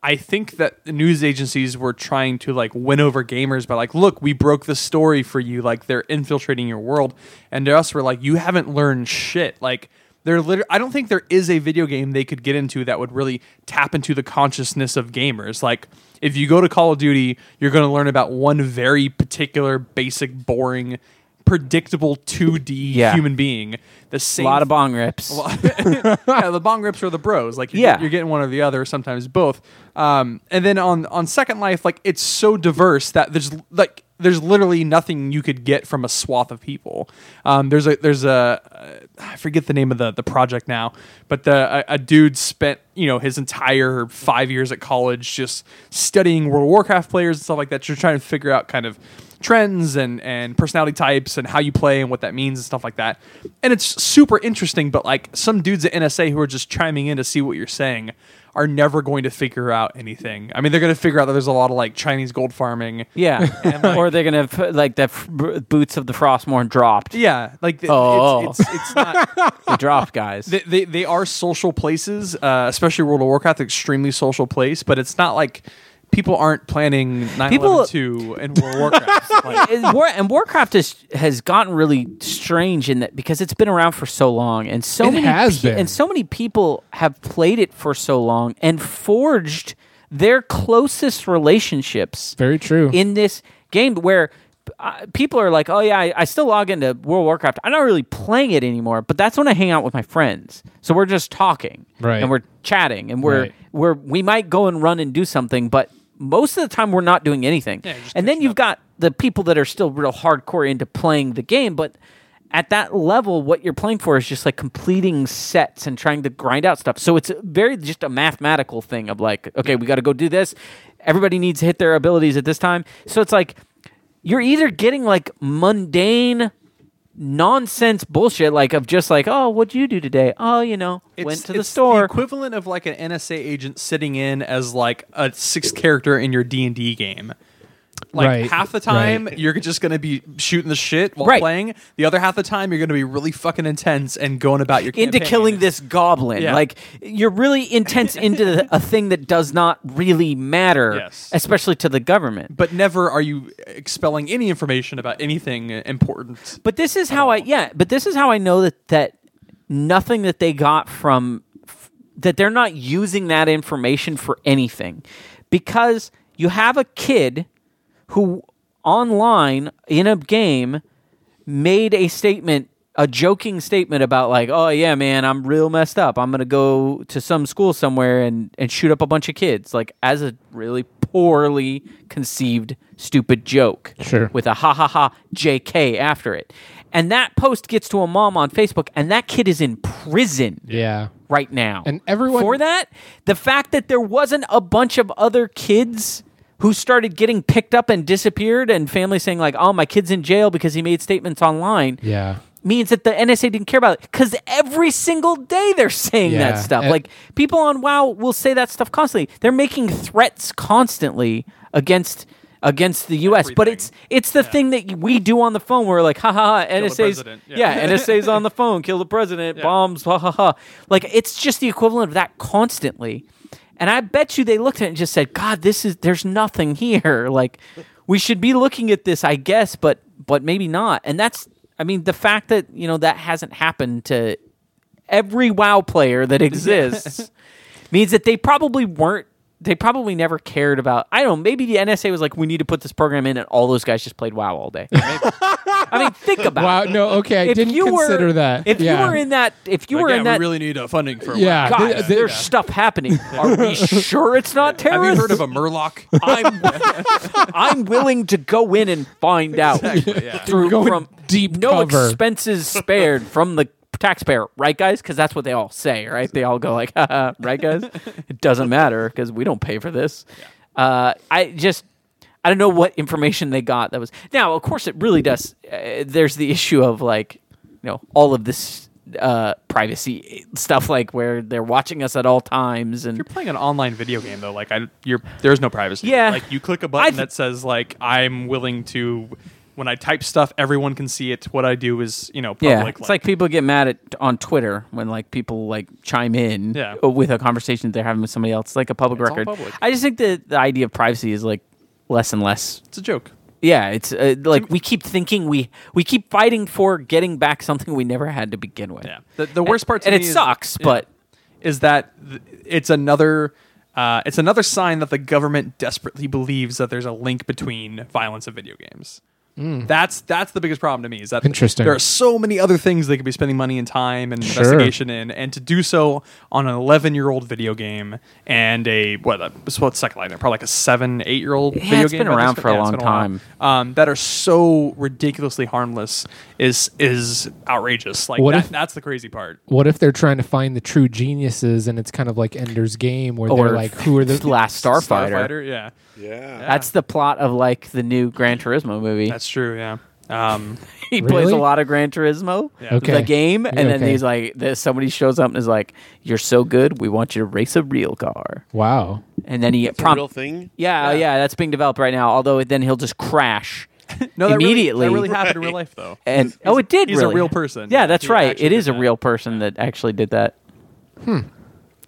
[SPEAKER 4] I think that the news agencies were trying to like win over gamers by like, look, we broke the story for you. Like they're infiltrating your world, and to us, we're like, you haven't learned shit. Like they're literally, I don't think there is a video game they could get into that would really tap into the consciousness of gamers. Like if you go to Call of Duty, you're going to learn about one very particular, basic, boring. Predictable 2D
[SPEAKER 1] Yeah.
[SPEAKER 4] human being. The
[SPEAKER 1] a
[SPEAKER 4] same
[SPEAKER 1] lot of bong rips.
[SPEAKER 4] yeah, the bong rips or the bros. Like you're,
[SPEAKER 1] Yeah.
[SPEAKER 4] you're getting one or the other, sometimes both. Um, and then on on Second Life, like it's so diverse that there's like there's literally nothing you could get from a swath of people. Um, there's a there's a uh, I forget the name of the the project now, but the a, a dude spent you know his entire five years at college just studying World of Warcraft players and stuff like that. You're trying to figure out kind of trends and and personality types and how you play and what that means and stuff like that. And it's super interesting, but like some dudes at NSA who are just chiming in to see what you're saying are never going to figure out anything. I mean, they're going to figure out that there's a lot of like Chinese gold farming.
[SPEAKER 1] Yeah, or they're gonna put like the f- b- boots of the Frostmourne dropped.
[SPEAKER 4] Yeah, like th-
[SPEAKER 1] Oh.
[SPEAKER 4] it's, it's, it's not
[SPEAKER 1] They dropped guys.
[SPEAKER 4] they, they they are social places, uh, especially World of Warcraft, extremely social place. But it's not like people aren't planning nine
[SPEAKER 1] People-
[SPEAKER 4] eleven two and World of Warcraft. Like,
[SPEAKER 1] and, War, and Warcraft is, has gotten really strange in that because it's been around for so long, and so
[SPEAKER 2] It
[SPEAKER 1] many
[SPEAKER 2] has
[SPEAKER 1] pe-
[SPEAKER 2] been.
[SPEAKER 1] and so many people have played it for so long and forged their closest relationships
[SPEAKER 2] Very true.
[SPEAKER 1] in this game where uh, people are like, oh yeah, I, I still log into World of Warcraft. I'm not really playing it anymore, but that's when I hang out with my friends. So we're just talking,
[SPEAKER 2] Right.
[SPEAKER 1] And we're chatting, and we're
[SPEAKER 2] Right.
[SPEAKER 1] we're we might go and run and do something, but most of the time we're not doing anything. and then you've got the people that are still real hardcore into playing the game, but. At that level, what you're playing for is just like completing sets and trying to grind out stuff. So it's very just a mathematical thing of like, okay, we got to go do this. Everybody needs to hit their abilities at this time. So it's like you're either getting like mundane nonsense bullshit like of just like oh what'd you do today oh you know went to the
[SPEAKER 4] it's
[SPEAKER 1] store
[SPEAKER 4] equivalent of like an NSA agent sitting in as like a sixth character in your D and D game. Like
[SPEAKER 2] Right,
[SPEAKER 4] half the time you're just gonna be shooting the shit while
[SPEAKER 1] Right.
[SPEAKER 4] playing. The other half the time you're gonna be really fucking intense and going about your
[SPEAKER 1] into
[SPEAKER 4] campaign.
[SPEAKER 1] killing this goblin
[SPEAKER 4] Yeah.
[SPEAKER 1] like you're really intense into a thing that does not really matter
[SPEAKER 4] Yes.
[SPEAKER 1] especially to the government
[SPEAKER 4] But never are you expelling any information about anything important.
[SPEAKER 1] But this is how I yeah. But this is how I know that that nothing that they got from f- that they're not using that information for anything because you have a kid who online in a game made a statement a joking statement about like oh yeah man i'm real messed up i'm gonna go to some school somewhere and and shoot up a bunch of kids like as a really poorly conceived stupid joke
[SPEAKER 2] Sure.
[SPEAKER 1] with a ha ha ha JK after it. And that post gets to a mom on Facebook, and that kid is in prison
[SPEAKER 2] yeah.
[SPEAKER 1] right now.
[SPEAKER 2] And everyone-
[SPEAKER 1] for that, the fact that there wasn't a bunch of other kids who started getting picked up and disappeared, and families saying like, "Oh, my kid's in jail because he made statements online."
[SPEAKER 2] Yeah.
[SPEAKER 1] Means that the NSA didn't care about it because every single day they're saying
[SPEAKER 2] Yeah.
[SPEAKER 1] that stuff.
[SPEAKER 2] And-
[SPEAKER 1] like people on WoW will say that stuff constantly. They're making threats constantly against against the U.S. But
[SPEAKER 4] Everything.
[SPEAKER 1] it's it's the thing that we do on the phone. We're like, ha ha ha, NSA's
[SPEAKER 4] president.
[SPEAKER 1] yeah.
[SPEAKER 4] Yeah.
[SPEAKER 1] NSA's on the phone, kill the president, bombs, ha ha ha. Like it's just the equivalent of that constantly. And I bet you they looked at it and just said, God, this is there's nothing here. Like we should be looking at this, I guess, but but maybe not. And that's I mean, the fact that, you know, that hasn't happened to every WoW player that exists means that they probably weren't they probably never cared about I don't know, maybe the NSA was like, We need to put this program in and all those guys just played WoW all day. Maybe. I mean, think about
[SPEAKER 2] Wow.
[SPEAKER 1] it.
[SPEAKER 2] No. Okay. I
[SPEAKER 1] If
[SPEAKER 2] didn't
[SPEAKER 1] you were-
[SPEAKER 2] consider that.
[SPEAKER 1] If
[SPEAKER 2] yeah.
[SPEAKER 1] you were in that if you were in that
[SPEAKER 4] really need uh, funding for
[SPEAKER 2] Yeah.
[SPEAKER 1] God,
[SPEAKER 2] Th-
[SPEAKER 1] there's stuff happening. Are we sure it's not
[SPEAKER 4] Have you
[SPEAKER 1] terrorists?
[SPEAKER 4] heard of a Murloc?
[SPEAKER 1] I'm, I'm willing to go in and find out through
[SPEAKER 2] Go in
[SPEAKER 1] from
[SPEAKER 2] deep
[SPEAKER 1] no
[SPEAKER 2] cover.
[SPEAKER 1] expenses spared from the taxpayer, right, guys? Because that's what they all say, right? They all go like, Haha, right, guys? It doesn't matter because we don't pay for this. Uh, I just. I don't know what information they got that was. Now, of course, it really does. Uh, there's the issue of like, you know, all of this uh, privacy stuff, like where they're watching us at all times, and
[SPEAKER 4] You're playing an online video game though. Like I, you're there's no privacy.
[SPEAKER 1] Yeah.
[SPEAKER 4] Like you click a button
[SPEAKER 1] I've-
[SPEAKER 4] that says like I'm willing to. When I type stuff, everyone can see it. What I do is you know public.
[SPEAKER 1] Yeah, it's like people get mad at on Twitter when like people like chime in
[SPEAKER 4] Yeah.
[SPEAKER 1] with a conversation they're having with somebody else, like a public
[SPEAKER 4] It's all
[SPEAKER 1] record.
[SPEAKER 4] public.
[SPEAKER 1] I just think that the idea of privacy is like less and less.
[SPEAKER 4] it's a joke.
[SPEAKER 1] Yeah, it's uh, like we keep thinking we we keep fighting for getting back something we never had to begin with.
[SPEAKER 4] Yeah. The, the worst part to
[SPEAKER 1] and it
[SPEAKER 4] me is-
[SPEAKER 1] sucks,
[SPEAKER 4] yeah,
[SPEAKER 1] but
[SPEAKER 4] is that th- it's another. Uh, it's another sign that the government desperately believes that there's a link between violence and video games. That's that's the biggest problem to me. Is that
[SPEAKER 2] Hmm. Interesting.
[SPEAKER 4] There are so many other things they could be spending money and time and
[SPEAKER 2] Sure.
[SPEAKER 4] investigation in, and to do so on an 11 year old video game and a what a- what's what second line there probably like a seven eight year old video
[SPEAKER 1] it's
[SPEAKER 4] game
[SPEAKER 1] been
[SPEAKER 4] by this
[SPEAKER 1] around
[SPEAKER 4] point?
[SPEAKER 1] for a
[SPEAKER 4] Yeah, it's
[SPEAKER 1] long
[SPEAKER 4] been while.
[SPEAKER 1] time.
[SPEAKER 4] um, that are so ridiculously harmless is is outrageous. Like
[SPEAKER 2] What
[SPEAKER 4] that,
[SPEAKER 2] if-
[SPEAKER 4] that's the crazy part.
[SPEAKER 2] What if they're trying to find the true geniuses and it's kind of like Ender's Game where
[SPEAKER 1] Or
[SPEAKER 2] they're like, who are the
[SPEAKER 1] last Starfighter.
[SPEAKER 4] yeah,
[SPEAKER 3] Yeah.
[SPEAKER 1] That's the plot of like the new Gran Turismo movie.
[SPEAKER 4] that's true. Yeah, um,
[SPEAKER 1] he plays
[SPEAKER 2] Really?
[SPEAKER 1] a lot of Gran Turismo,
[SPEAKER 2] Okay.
[SPEAKER 1] the game, and then
[SPEAKER 2] Okay.
[SPEAKER 1] he's like, there's somebody shows up and is like, "You're so good, we want you to race a real car."
[SPEAKER 2] Wow.
[SPEAKER 1] And then he
[SPEAKER 3] It's a
[SPEAKER 1] prompt,
[SPEAKER 3] real thing.
[SPEAKER 1] yeah, yeah, that's being developed right now. Although then he'll just crash
[SPEAKER 4] no, that really-
[SPEAKER 1] immediately.
[SPEAKER 4] that really, happened in real life though.
[SPEAKER 1] and oh, it did.
[SPEAKER 4] he's a
[SPEAKER 1] really.
[SPEAKER 4] real person.
[SPEAKER 1] Yeah,
[SPEAKER 4] Yeah,
[SPEAKER 1] that's
[SPEAKER 4] he
[SPEAKER 1] right.
[SPEAKER 4] actually
[SPEAKER 1] It is a
[SPEAKER 4] did that.
[SPEAKER 1] real person that actually did that. Hmm.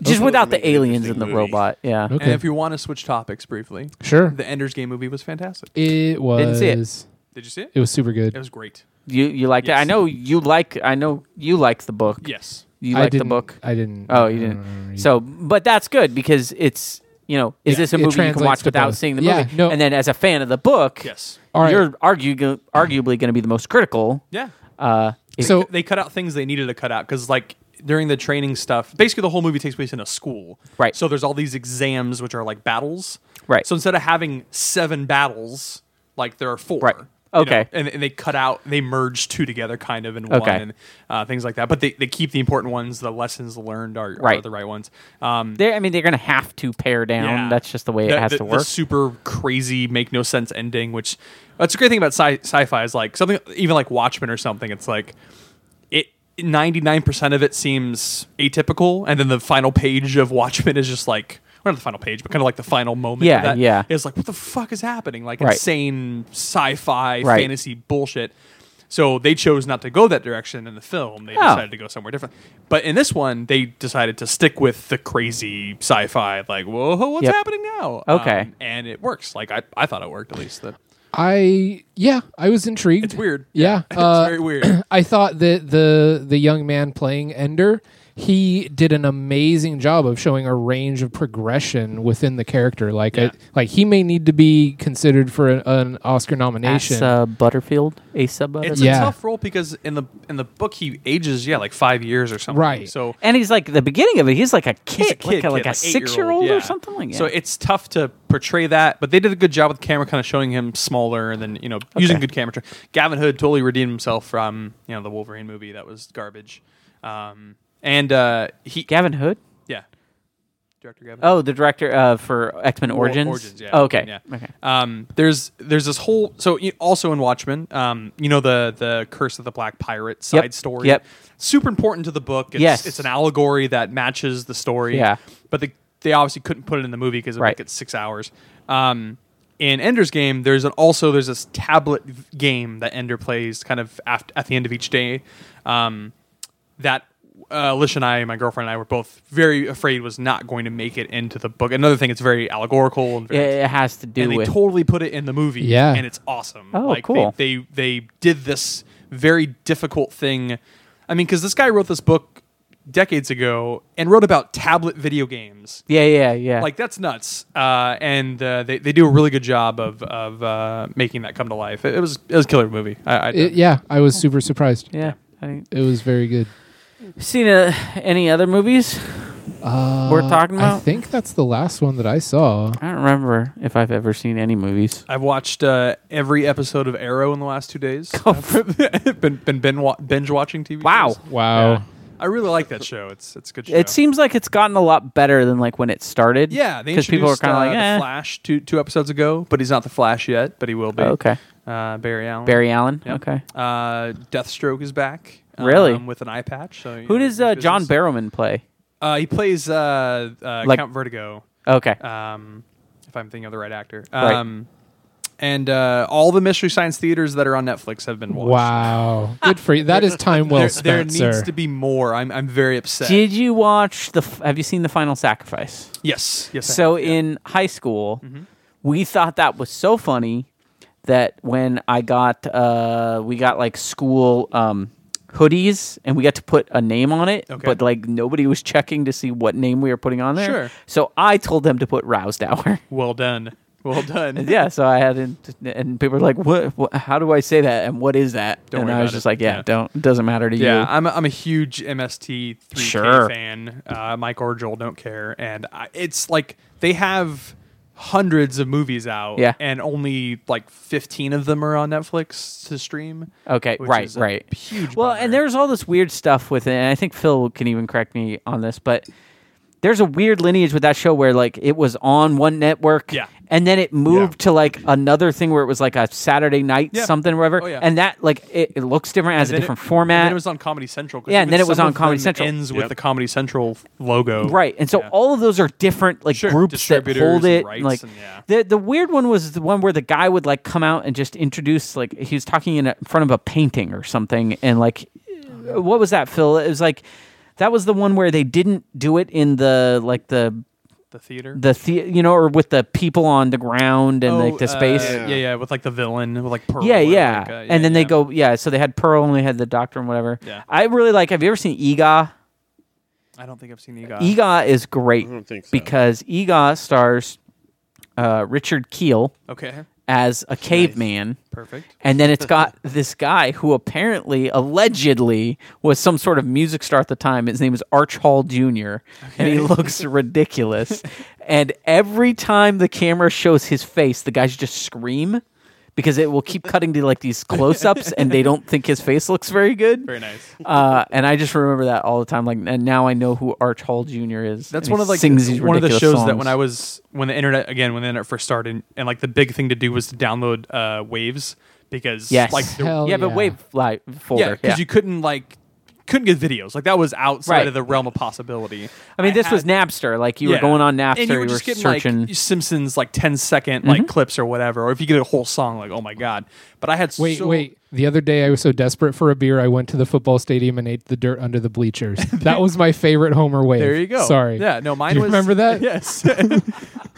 [SPEAKER 1] Just
[SPEAKER 3] would
[SPEAKER 1] without
[SPEAKER 3] make
[SPEAKER 1] the
[SPEAKER 3] an
[SPEAKER 1] aliens and the
[SPEAKER 3] interesting movie.
[SPEAKER 1] robot. Yeah.
[SPEAKER 2] Okay.
[SPEAKER 4] And if you want to switch topics briefly,
[SPEAKER 2] Sure.
[SPEAKER 4] the Ender's Game movie was fantastic.
[SPEAKER 2] It was.
[SPEAKER 1] Didn't see it.
[SPEAKER 4] Did you see it?
[SPEAKER 2] It was super good.
[SPEAKER 4] It was great.
[SPEAKER 1] You you liked it. I
[SPEAKER 4] Yes.
[SPEAKER 1] know you like. I know you like the book.
[SPEAKER 4] Yes.
[SPEAKER 1] You
[SPEAKER 2] I
[SPEAKER 1] like the
[SPEAKER 2] didn't-
[SPEAKER 1] book.
[SPEAKER 2] I didn't.
[SPEAKER 1] Oh, you
[SPEAKER 2] I don't
[SPEAKER 1] didn't.
[SPEAKER 2] remember.
[SPEAKER 1] So, but that's good because it's you know, is
[SPEAKER 2] Mm, Yeah,
[SPEAKER 1] this a
[SPEAKER 2] it
[SPEAKER 1] movie you can
[SPEAKER 2] translates
[SPEAKER 1] watch
[SPEAKER 2] to
[SPEAKER 1] without
[SPEAKER 2] both.
[SPEAKER 1] seeing the
[SPEAKER 2] Yeah,
[SPEAKER 1] movie?
[SPEAKER 2] no.
[SPEAKER 1] And then, as a fan of the book,
[SPEAKER 4] Yes.
[SPEAKER 2] All right.
[SPEAKER 1] you're argu- arguably going to be the most critical.
[SPEAKER 4] Yeah.
[SPEAKER 1] Uh, if-
[SPEAKER 2] So-
[SPEAKER 4] they cut out things they needed to cut out because like during the training stuff basically the whole movie takes place in a school
[SPEAKER 1] Right.
[SPEAKER 4] so there's all these exams which are like battles
[SPEAKER 1] Right.
[SPEAKER 4] so instead of having seven battles like there are four
[SPEAKER 1] Right.
[SPEAKER 4] you
[SPEAKER 1] Okay.
[SPEAKER 4] know, and, and they cut out they merge two together kind of in one
[SPEAKER 1] Okay.
[SPEAKER 4] and uh, things like that but they, they keep the important ones the lessons learned are, are
[SPEAKER 1] Right.
[SPEAKER 4] the right ones um,
[SPEAKER 1] they're, I mean, they're going to have to pare down.
[SPEAKER 4] yeah.
[SPEAKER 1] That's just the way it has
[SPEAKER 4] the,
[SPEAKER 1] to
[SPEAKER 4] the
[SPEAKER 1] work.
[SPEAKER 4] super crazy, make no sense ending. Which that's a great thing about sci- sci-fi is like something even like Watchmen or something. It's like it. 99% of it seems atypical and then the final page of Watchmen is just like well, not the final page but kind of like the final moment
[SPEAKER 1] Yeah,
[SPEAKER 4] of that
[SPEAKER 1] yeah.
[SPEAKER 4] is like what the fuck is happening like
[SPEAKER 1] Right.
[SPEAKER 4] insane sci-fi
[SPEAKER 1] Right.
[SPEAKER 4] fantasy bullshit so they chose not to go that direction in the film they
[SPEAKER 1] Oh.
[SPEAKER 4] decided to go somewhere different but in this one they decided to stick with the crazy sci-fi like whoa what's
[SPEAKER 1] Yep.
[SPEAKER 4] happening now
[SPEAKER 1] Okay.
[SPEAKER 4] um, and it works. Like I, I thought it worked at least. That
[SPEAKER 2] I yeah, I was intrigued.
[SPEAKER 4] it's weird.
[SPEAKER 2] Yeah,
[SPEAKER 4] it's
[SPEAKER 2] uh,
[SPEAKER 4] very weird.
[SPEAKER 2] I thought that the the young man playing Ender, he did an amazing job of showing a range of progression within the character. Like,
[SPEAKER 4] Yeah.
[SPEAKER 2] I, like he may need to be considered for an, an Oscar nomination.
[SPEAKER 1] Asa Butterfield, Asa Butterfield.
[SPEAKER 4] It's
[SPEAKER 2] Yeah.
[SPEAKER 4] a tough role because in the in the book he ages yeah like five years or something.
[SPEAKER 2] Right.
[SPEAKER 4] So
[SPEAKER 1] And he's like the beginning of it. He's like a kid,
[SPEAKER 4] he's a kid,
[SPEAKER 1] like a,
[SPEAKER 4] kid,
[SPEAKER 1] like a
[SPEAKER 4] eight-year-old,
[SPEAKER 1] six-year-old
[SPEAKER 4] yeah.
[SPEAKER 1] or something like that.
[SPEAKER 4] So it's tough to portray that, but they did a good job with camera, kind of showing him smaller and then you know using good camera. Tra- Gavin Hood totally redeemed himself from you know the Wolverine movie that was garbage, um, and uh, he
[SPEAKER 1] Gavin Hood.
[SPEAKER 4] yeah. Director Gavin.
[SPEAKER 1] Oh, the director uh, for X Men
[SPEAKER 4] Or-
[SPEAKER 1] Origins.
[SPEAKER 4] yeah.
[SPEAKER 1] Oh, okay.
[SPEAKER 4] Yeah.
[SPEAKER 1] Okay.
[SPEAKER 4] Um, there's there's this whole so you- also in Watchmen, um, you know the the Curse of the Black Pirate side
[SPEAKER 1] Yep.
[SPEAKER 4] story.
[SPEAKER 1] Yep.
[SPEAKER 4] Super important to the book. It's,
[SPEAKER 1] Yes.
[SPEAKER 4] It's an allegory that matches the story.
[SPEAKER 1] Yeah.
[SPEAKER 4] But the, they obviously couldn't put it in the movie because it
[SPEAKER 1] Right.
[SPEAKER 4] like it's six hours. Um, in Ender's game, there's an, also there's this tablet v- game that Ender plays kind of aft- at the end of each day. Um, that uh, Alicia and I, my girlfriend and I, were both very afraid was not going to make it into the book. Another thing, it's very allegorical and very
[SPEAKER 1] It, it has to do
[SPEAKER 4] and
[SPEAKER 1] with
[SPEAKER 4] they totally put it in the movie.
[SPEAKER 2] Yeah.
[SPEAKER 4] and it's awesome.
[SPEAKER 1] Oh,
[SPEAKER 4] like,
[SPEAKER 1] cool.
[SPEAKER 4] They, they they did this very difficult thing. I mean, because this guy wrote this book decades ago and wrote about tablet video games.
[SPEAKER 1] yeah, yeah, yeah.
[SPEAKER 4] Like that's nuts, uh, and uh, they, they do a really good job of of uh, making that come to life. It, it was it was a killer movie. I, I
[SPEAKER 2] It- yeah, I was super surprised.
[SPEAKER 1] yeah. I think
[SPEAKER 2] It was very good.
[SPEAKER 1] Seen uh, any other movies?
[SPEAKER 2] Uh,
[SPEAKER 1] We're talking
[SPEAKER 2] I
[SPEAKER 1] about-
[SPEAKER 2] think that's the last one that I saw.
[SPEAKER 1] I don't remember if I've ever seen any movies.
[SPEAKER 4] I've watched uh, every episode of Arrow in the last two days. been been bin wa- binge watching TV.
[SPEAKER 1] Wow.
[SPEAKER 4] shows.
[SPEAKER 2] Wow.
[SPEAKER 4] Yeah. I really like that show. It's it's a good. Show.
[SPEAKER 1] It seems like it's gotten a lot better than like when it started.
[SPEAKER 4] Yeah, they
[SPEAKER 1] because people were
[SPEAKER 4] introduced,
[SPEAKER 1] kind of
[SPEAKER 4] uh,
[SPEAKER 1] like, eh.
[SPEAKER 4] the Flash two two episodes ago, but he's not the Flash yet, but he will be.
[SPEAKER 1] Oh, okay,
[SPEAKER 4] uh, Barry Allen.
[SPEAKER 1] Barry Allen.
[SPEAKER 4] Yep.
[SPEAKER 1] Okay,
[SPEAKER 4] Uh, Deathstroke is back. um,
[SPEAKER 1] Really?
[SPEAKER 4] with an eye patch. So you
[SPEAKER 1] who
[SPEAKER 4] know,
[SPEAKER 1] does
[SPEAKER 4] good
[SPEAKER 1] uh, John
[SPEAKER 4] business.
[SPEAKER 1] Barrowman play?
[SPEAKER 4] Uh, he plays uh, uh,
[SPEAKER 1] Like-
[SPEAKER 4] Count Vertigo.
[SPEAKER 1] Okay,
[SPEAKER 4] Um, if I'm thinking of the right actor.
[SPEAKER 1] Right.
[SPEAKER 4] Um, and uh, all the Mystery Science theaters that are on Netflix have been watched.
[SPEAKER 2] Wow. Good for you. That is time well
[SPEAKER 4] There,
[SPEAKER 2] spent,
[SPEAKER 4] there needs
[SPEAKER 2] sir.
[SPEAKER 4] to be more. I'm I'm very upset.
[SPEAKER 1] did you watch the? F- have you seen the Final Sacrifice?
[SPEAKER 4] yes. Yes. I
[SPEAKER 1] So
[SPEAKER 4] have, yeah. Mm-hmm.
[SPEAKER 1] in high school, we thought that was so funny that when I got uh, we got like school um, hoodies and we got to put a name on it,
[SPEAKER 4] Okay.
[SPEAKER 1] but like nobody was checking to see what name we were putting on there.
[SPEAKER 4] Sure.
[SPEAKER 1] So I told them to put Roused Hour.
[SPEAKER 4] well done. Well done.
[SPEAKER 1] And yeah, so I had and, and people were like, "What? what how do I say that? And what is that?"
[SPEAKER 4] Don't
[SPEAKER 1] and
[SPEAKER 4] worry
[SPEAKER 1] I was
[SPEAKER 4] about
[SPEAKER 1] just
[SPEAKER 4] it.
[SPEAKER 1] like, "Yeah,
[SPEAKER 4] Yeah.
[SPEAKER 1] don't. It doesn't matter to
[SPEAKER 4] Yeah,
[SPEAKER 1] you."
[SPEAKER 4] I'm a, I'm a huge MST3K
[SPEAKER 1] Sure.
[SPEAKER 4] fan. Uh, Mike or Joel don't care, and I, it's like they have hundreds of movies out,
[SPEAKER 1] Yeah.
[SPEAKER 4] and only like 15 of them are on Netflix to stream.
[SPEAKER 1] Okay,
[SPEAKER 4] which
[SPEAKER 1] right,
[SPEAKER 4] is a
[SPEAKER 1] right.
[SPEAKER 4] Huge.
[SPEAKER 1] Well,
[SPEAKER 4] bummer.
[SPEAKER 1] and there's all this weird stuff with it. And I think Phil can even correct me on this, but there's a weird lineage with that show where like it was on one network,
[SPEAKER 4] Yeah.
[SPEAKER 1] and then it moved to like another thing where it was like a Saturday night
[SPEAKER 4] Yeah.
[SPEAKER 1] something or whatever,
[SPEAKER 4] Oh, yeah.
[SPEAKER 1] and that like it, it looks different as a
[SPEAKER 4] Then it-
[SPEAKER 1] different
[SPEAKER 4] and
[SPEAKER 1] format.
[SPEAKER 4] then it was on Comedy Central. 'cause
[SPEAKER 1] Yeah, and
[SPEAKER 4] even
[SPEAKER 1] then it was
[SPEAKER 4] some
[SPEAKER 1] on
[SPEAKER 4] of
[SPEAKER 1] Comedy
[SPEAKER 4] them
[SPEAKER 1] Central.
[SPEAKER 4] Ends
[SPEAKER 3] Yep.
[SPEAKER 4] with the Comedy Central logo,
[SPEAKER 1] Right, and so
[SPEAKER 4] Yeah.
[SPEAKER 1] all of those are different, like
[SPEAKER 4] Sure,
[SPEAKER 1] groups that
[SPEAKER 4] distributors
[SPEAKER 1] hold
[SPEAKER 4] and
[SPEAKER 1] it.
[SPEAKER 4] rights
[SPEAKER 1] like
[SPEAKER 4] and- yeah.
[SPEAKER 1] the the weird one was the one where the guy would like come out and just introduce, like he was talking in, a, in front of a painting or something, and like, what was that, Phil? It was like that was the one where they didn't do it in the like the
[SPEAKER 4] the theater.
[SPEAKER 1] the, the you know, or with the people on the ground and
[SPEAKER 4] Oh,
[SPEAKER 1] like the space.
[SPEAKER 4] uh, yeah, yeah, with like the villain, with like Pearl.
[SPEAKER 1] Yeah,
[SPEAKER 4] and,
[SPEAKER 1] yeah.
[SPEAKER 4] like, uh,
[SPEAKER 1] and then
[SPEAKER 4] yeah.
[SPEAKER 1] they go, yeah. So they had Pearl and they had the Doctor and whatever.
[SPEAKER 4] Yeah.
[SPEAKER 1] I really like. Have you ever seen EGA?
[SPEAKER 4] I don't think I've seen Ega.
[SPEAKER 1] EGA is great
[SPEAKER 3] Uh, don't think so.
[SPEAKER 1] because EGA stars uh, Richard Keel
[SPEAKER 4] Okay,
[SPEAKER 1] as a caveman.
[SPEAKER 4] perfect.
[SPEAKER 1] And then it's got this guy who apparently, allegedly, was some sort of music star at the time. His name is Arch Hall Jr. And he looks ridiculous. and every time the camera shows his face, the guys just scream because it will keep cutting to like these close-ups, and they don't think his face looks very good.
[SPEAKER 4] Very nice.
[SPEAKER 1] Uh, and I just remember that all the time. Like, and now I know who Arch Hall Jr. is.
[SPEAKER 4] That's
[SPEAKER 1] and
[SPEAKER 4] one
[SPEAKER 1] he
[SPEAKER 4] of like
[SPEAKER 1] sings these
[SPEAKER 4] one of the
[SPEAKER 1] ridiculous
[SPEAKER 4] shows that
[SPEAKER 1] songs.
[SPEAKER 4] when I was when the internet again when the internet first started and like the big thing to do was to download uh, waves because
[SPEAKER 1] yes,
[SPEAKER 4] like there-
[SPEAKER 2] Hell
[SPEAKER 1] yeah, but
[SPEAKER 2] yeah.
[SPEAKER 1] wave live
[SPEAKER 4] yeah
[SPEAKER 1] folder.
[SPEAKER 4] because you couldn't like couldn't get videos like that was outside
[SPEAKER 1] Right.
[SPEAKER 4] of the realm of possibility.
[SPEAKER 1] I mean, this was
[SPEAKER 4] now
[SPEAKER 1] Napster. Like you were going on Napster,
[SPEAKER 4] and you were, Mm-hmm. just getting
[SPEAKER 1] searching.
[SPEAKER 4] like Simpsons like 10 second like clips or whatever, or if you get a whole song like oh my god. But I had
[SPEAKER 2] Wait,
[SPEAKER 4] so,
[SPEAKER 2] wait. The other day, I was so desperate for a beer, I went to the football stadium and ate the dirt under the bleachers. that was my favorite Homer wave.
[SPEAKER 4] There you go.
[SPEAKER 2] Sorry.
[SPEAKER 4] Yeah, no, mine
[SPEAKER 2] Do you
[SPEAKER 4] was.
[SPEAKER 2] remember that?
[SPEAKER 4] Yes.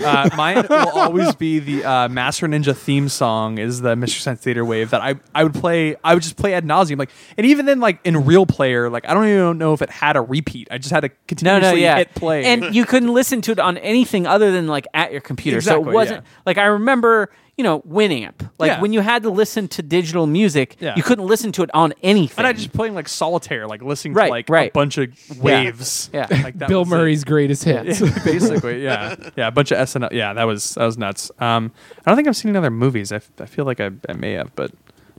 [SPEAKER 4] uh, mine will always be the uh, Master Ninja theme song is the Mr. Science Theater wave that I, I would play. I would just play ad nauseum. Like, and even then, like in real player, like I don't even know if it had a repeat. I just had to
[SPEAKER 1] no,
[SPEAKER 4] continuously
[SPEAKER 1] no, yeah,
[SPEAKER 4] hit play.
[SPEAKER 1] and you couldn't listen to it on anything other than like at your computer. so
[SPEAKER 4] Exactly,
[SPEAKER 1] it wasn't
[SPEAKER 4] yeah.
[SPEAKER 1] like I remember, you know, Winamp. Like
[SPEAKER 4] Yeah.
[SPEAKER 1] when you had to listen to digital music,
[SPEAKER 4] Yeah.
[SPEAKER 1] you couldn't listen to it on anything.
[SPEAKER 4] and I just playing like solitaire, like listening
[SPEAKER 1] Right,
[SPEAKER 4] to like
[SPEAKER 1] right.
[SPEAKER 4] a bunch of waves.
[SPEAKER 1] Yeah.
[SPEAKER 4] Like that
[SPEAKER 2] Bill
[SPEAKER 4] was it.
[SPEAKER 2] Murray's greatest hits.
[SPEAKER 4] basically yeah yeah a bunch of SNL yeah that was that was nuts um I don't think I've seen any other movies I, f- I feel like I, I may have but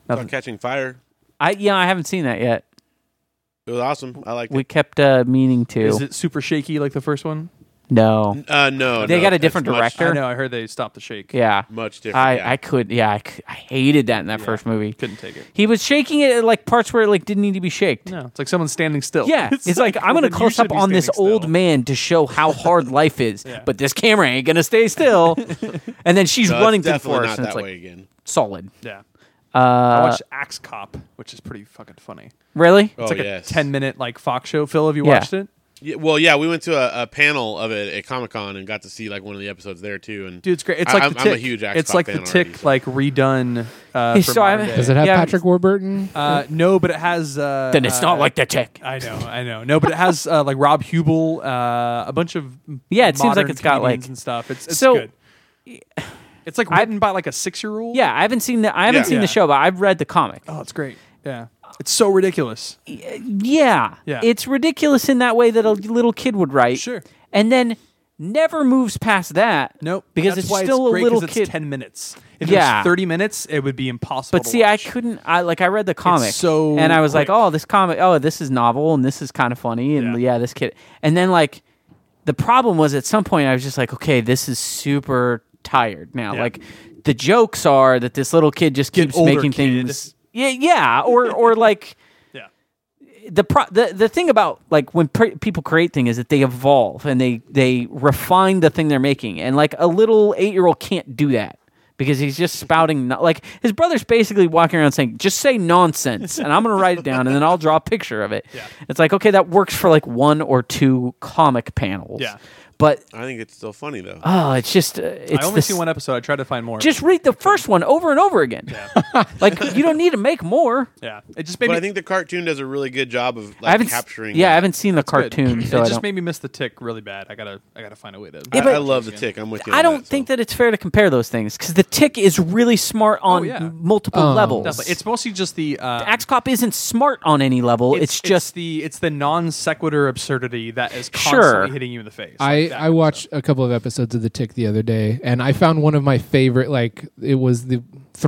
[SPEAKER 3] Oh, catching fire.
[SPEAKER 1] I yeah, I haven't seen that yet.
[SPEAKER 3] It was awesome. I like
[SPEAKER 1] We kept uh, meaning to.
[SPEAKER 4] is it super shaky like the first one
[SPEAKER 1] no,
[SPEAKER 3] Uh, no,
[SPEAKER 1] They
[SPEAKER 3] no,
[SPEAKER 1] got a
[SPEAKER 3] it's
[SPEAKER 1] different
[SPEAKER 3] much-
[SPEAKER 1] director.
[SPEAKER 4] I know I heard they stopped the shake
[SPEAKER 1] yeah,
[SPEAKER 3] Much different.
[SPEAKER 1] I
[SPEAKER 3] yeah.
[SPEAKER 1] I could yeah, I, c- I hated that in that first movie.
[SPEAKER 4] couldn't take it
[SPEAKER 1] He was shaking it at like parts where it like didn't need to be shaked.
[SPEAKER 4] no it's like someone standing still
[SPEAKER 1] Yeah, it's, like, I'm going
[SPEAKER 4] well,
[SPEAKER 1] to
[SPEAKER 4] then you
[SPEAKER 1] close
[SPEAKER 4] should
[SPEAKER 1] up
[SPEAKER 4] be
[SPEAKER 1] on this
[SPEAKER 4] standing
[SPEAKER 1] old
[SPEAKER 4] still.
[SPEAKER 1] man to show how hard life is, but this camera ain't going to stay still. and then she's
[SPEAKER 3] No, it's
[SPEAKER 1] running through the
[SPEAKER 3] definitely
[SPEAKER 1] forest,
[SPEAKER 3] not
[SPEAKER 1] and
[SPEAKER 3] that
[SPEAKER 1] it's
[SPEAKER 3] way
[SPEAKER 1] like
[SPEAKER 3] again.
[SPEAKER 1] solid.
[SPEAKER 4] yeah I
[SPEAKER 1] Uh,
[SPEAKER 4] watched Axe Cop which is pretty fucking funny
[SPEAKER 1] really?
[SPEAKER 3] Oh
[SPEAKER 4] it's like
[SPEAKER 3] yes.
[SPEAKER 4] a 10 minute like Fox show Phil have you
[SPEAKER 1] Yeah.
[SPEAKER 4] watched it
[SPEAKER 3] Yeah, well, yeah, we went to a, a panel of it at Comic Con and got to see like one of the episodes there too. And
[SPEAKER 4] dude it's great it's
[SPEAKER 3] I-
[SPEAKER 4] like
[SPEAKER 3] I'm,
[SPEAKER 4] the
[SPEAKER 3] I'm
[SPEAKER 4] tick.
[SPEAKER 3] a huge Axe
[SPEAKER 4] it's
[SPEAKER 3] Cop
[SPEAKER 4] like
[SPEAKER 3] fan
[SPEAKER 4] the
[SPEAKER 3] already,
[SPEAKER 4] tick
[SPEAKER 3] so-
[SPEAKER 4] like redone uh,
[SPEAKER 1] Hey,
[SPEAKER 4] for
[SPEAKER 1] so I
[SPEAKER 4] modern
[SPEAKER 1] haven't-
[SPEAKER 4] day.
[SPEAKER 2] Does it have
[SPEAKER 1] Yeah.
[SPEAKER 2] Patrick Warburton?
[SPEAKER 4] uh, no but it has uh,
[SPEAKER 1] Then it's not
[SPEAKER 4] uh,
[SPEAKER 1] like the tech.
[SPEAKER 4] I know, I know. No, but it has uh, like Rob Hubel, uh, a bunch of
[SPEAKER 1] Yeah, it seems like
[SPEAKER 4] modern
[SPEAKER 1] it's got,
[SPEAKER 4] comedians
[SPEAKER 1] like-
[SPEAKER 4] and stuff. It's, it's
[SPEAKER 1] So-
[SPEAKER 4] good. It's like written by like a six year old.
[SPEAKER 1] Yeah, I haven't seen the I haven't
[SPEAKER 3] Yeah.
[SPEAKER 1] seen
[SPEAKER 4] Yeah.
[SPEAKER 1] the show, but I've read the comic.
[SPEAKER 4] Oh, it's great. Yeah, it's so ridiculous.
[SPEAKER 1] Yeah,
[SPEAKER 4] Yeah.
[SPEAKER 1] it's ridiculous in that way that a little kid would write.
[SPEAKER 4] Sure.
[SPEAKER 1] and then never moves past that.
[SPEAKER 4] Nope.
[SPEAKER 1] because
[SPEAKER 4] That's
[SPEAKER 1] it's
[SPEAKER 4] why
[SPEAKER 1] still
[SPEAKER 4] great
[SPEAKER 1] a
[SPEAKER 4] 'cause
[SPEAKER 1] little
[SPEAKER 4] it's
[SPEAKER 1] kid.
[SPEAKER 4] Ten minutes. If it
[SPEAKER 1] Yeah.
[SPEAKER 4] was thirty minutes, it would be impossible.
[SPEAKER 1] But
[SPEAKER 4] to
[SPEAKER 1] see, I
[SPEAKER 4] watch.
[SPEAKER 1] couldn't. I like I read the comic,
[SPEAKER 4] so
[SPEAKER 1] and I was like,
[SPEAKER 4] quick.
[SPEAKER 1] "Oh, this comic. Oh, this is novel, and this is kind of funny, and yeah.
[SPEAKER 4] Yeah.
[SPEAKER 1] this kid." And then like, the problem was at some point I was just like, "Okay, this is super tired now."
[SPEAKER 4] Yeah.
[SPEAKER 1] Like, the jokes are that this little kid just
[SPEAKER 4] Get
[SPEAKER 1] keeps
[SPEAKER 4] older,
[SPEAKER 1] making
[SPEAKER 4] kid.
[SPEAKER 1] things. Yeah, yeah, or or like
[SPEAKER 4] Yeah.
[SPEAKER 1] the pro- the the thing about like when pre- people create things is that they evolve and they they refine the thing they're making and like a little eight year old can't do that because he's just spouting no- like his brother's basically walking around saying just say nonsense and I'm gonna write it down and then I'll draw a picture of it.
[SPEAKER 4] Yeah.
[SPEAKER 1] It's like okay that works for like one or two comic panels.
[SPEAKER 4] Yeah.
[SPEAKER 1] But
[SPEAKER 3] I think it's still funny though.
[SPEAKER 1] oh, it's just uh, it's
[SPEAKER 4] I only
[SPEAKER 1] this-
[SPEAKER 4] see one episode. I tried to find more.
[SPEAKER 1] Just read the first one over and over again. like you don't need to make more.
[SPEAKER 4] yeah, it just made
[SPEAKER 3] but
[SPEAKER 4] me.
[SPEAKER 3] I think the cartoon does a really good job of
[SPEAKER 1] I
[SPEAKER 3] like
[SPEAKER 1] haven't s-
[SPEAKER 3] capturing.
[SPEAKER 1] Yeah, I
[SPEAKER 3] that.
[SPEAKER 1] haven't seen the cartoon, so
[SPEAKER 4] it
[SPEAKER 1] I
[SPEAKER 4] just
[SPEAKER 1] don't.
[SPEAKER 4] made me miss the tick really bad. I gotta, I gotta find a way to.
[SPEAKER 1] Yeah,
[SPEAKER 3] I-
[SPEAKER 1] but-
[SPEAKER 3] I love the tick. I'm with you.
[SPEAKER 1] I
[SPEAKER 3] on
[SPEAKER 1] don't
[SPEAKER 3] that,
[SPEAKER 1] think that it's fair to compare those things because the tick is really smart on
[SPEAKER 4] yeah.
[SPEAKER 1] multiple
[SPEAKER 2] Oh.
[SPEAKER 1] levels.
[SPEAKER 2] Definitely.
[SPEAKER 4] It's mostly just the. Uh,
[SPEAKER 1] Axe Cop isn't smart on any level. It's, just
[SPEAKER 4] the it's the non sequitur absurdity that is constantly
[SPEAKER 1] Sure.
[SPEAKER 4] hitting you in the face.
[SPEAKER 2] I,
[SPEAKER 4] Like that
[SPEAKER 2] I
[SPEAKER 4] kind of
[SPEAKER 2] watched a couple of episodes of The Tick the other day, and I found one of my favorite. Like it was the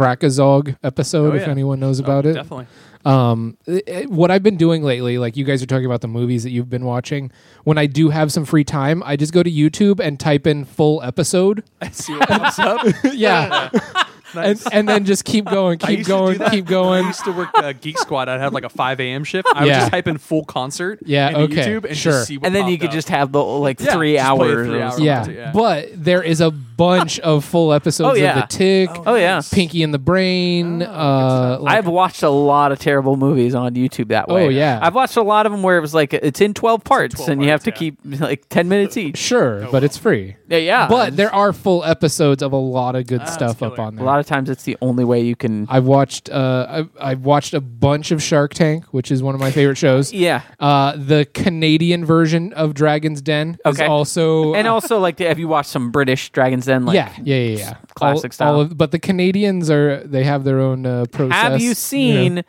[SPEAKER 2] Thrakazog episode.
[SPEAKER 4] Oh,
[SPEAKER 2] If
[SPEAKER 4] yeah.
[SPEAKER 2] anyone knows
[SPEAKER 4] stuff.
[SPEAKER 2] about it,
[SPEAKER 4] Definitely.
[SPEAKER 2] um it- it- what i've been doing lately like you guys are talking about the movies that you've been watching when i do have some free time i just go to youtube and type in full episode
[SPEAKER 4] I see what pops up.
[SPEAKER 2] yeah and, and then just keep going
[SPEAKER 4] I
[SPEAKER 2] keep
[SPEAKER 4] used to do
[SPEAKER 2] going
[SPEAKER 4] that.
[SPEAKER 2] keep
[SPEAKER 4] I
[SPEAKER 2] going
[SPEAKER 4] used to work uh, Geek Squad. I'd have like a 5 a.m. shift.
[SPEAKER 2] Yeah.
[SPEAKER 4] I would just type in full concert
[SPEAKER 2] Yeah,
[SPEAKER 4] into
[SPEAKER 2] okay,
[SPEAKER 4] YouTube and
[SPEAKER 2] sure.
[SPEAKER 4] just see what
[SPEAKER 1] and then you
[SPEAKER 4] popped
[SPEAKER 1] could
[SPEAKER 4] up.
[SPEAKER 1] just have the like
[SPEAKER 4] Yeah,
[SPEAKER 1] three
[SPEAKER 4] just play a
[SPEAKER 1] hours. or
[SPEAKER 4] three-hour
[SPEAKER 1] something.
[SPEAKER 2] yeah.
[SPEAKER 4] Yeah.
[SPEAKER 2] but there is a bunch of full episodes
[SPEAKER 1] Oh, yeah.
[SPEAKER 2] of the tick
[SPEAKER 1] Oh yeah, Oh,
[SPEAKER 2] pinky and the brain uh like,
[SPEAKER 1] I've watched a lot of terrible movies on YouTube that way.
[SPEAKER 2] Oh, yeah.
[SPEAKER 1] I've watched a lot of them where it was like it's in twelve parts,
[SPEAKER 4] 12
[SPEAKER 1] and you have to
[SPEAKER 4] parts,
[SPEAKER 1] keep like ten minutes each.
[SPEAKER 2] sure but it's free
[SPEAKER 1] Yeah, yeah.
[SPEAKER 2] but there are full episodes of a lot of good stuff up
[SPEAKER 4] killer.
[SPEAKER 2] on
[SPEAKER 1] a
[SPEAKER 2] there
[SPEAKER 1] lot of times it's the only way you can.
[SPEAKER 2] I've watched uh, I've, I've watched a bunch of Shark Tank, which is one of my favorite shows.
[SPEAKER 1] Yeah.
[SPEAKER 2] Uh, the Canadian version of Dragon's Den is
[SPEAKER 1] Okay.
[SPEAKER 2] also
[SPEAKER 1] And also, like, have you watched some British Dragons Den? Like,
[SPEAKER 2] yeah, yeah, yeah, yeah.
[SPEAKER 1] classic
[SPEAKER 2] all,
[SPEAKER 1] style.
[SPEAKER 2] All of, but the Canadians are they have their own uh, process.
[SPEAKER 1] Have you seen
[SPEAKER 2] know.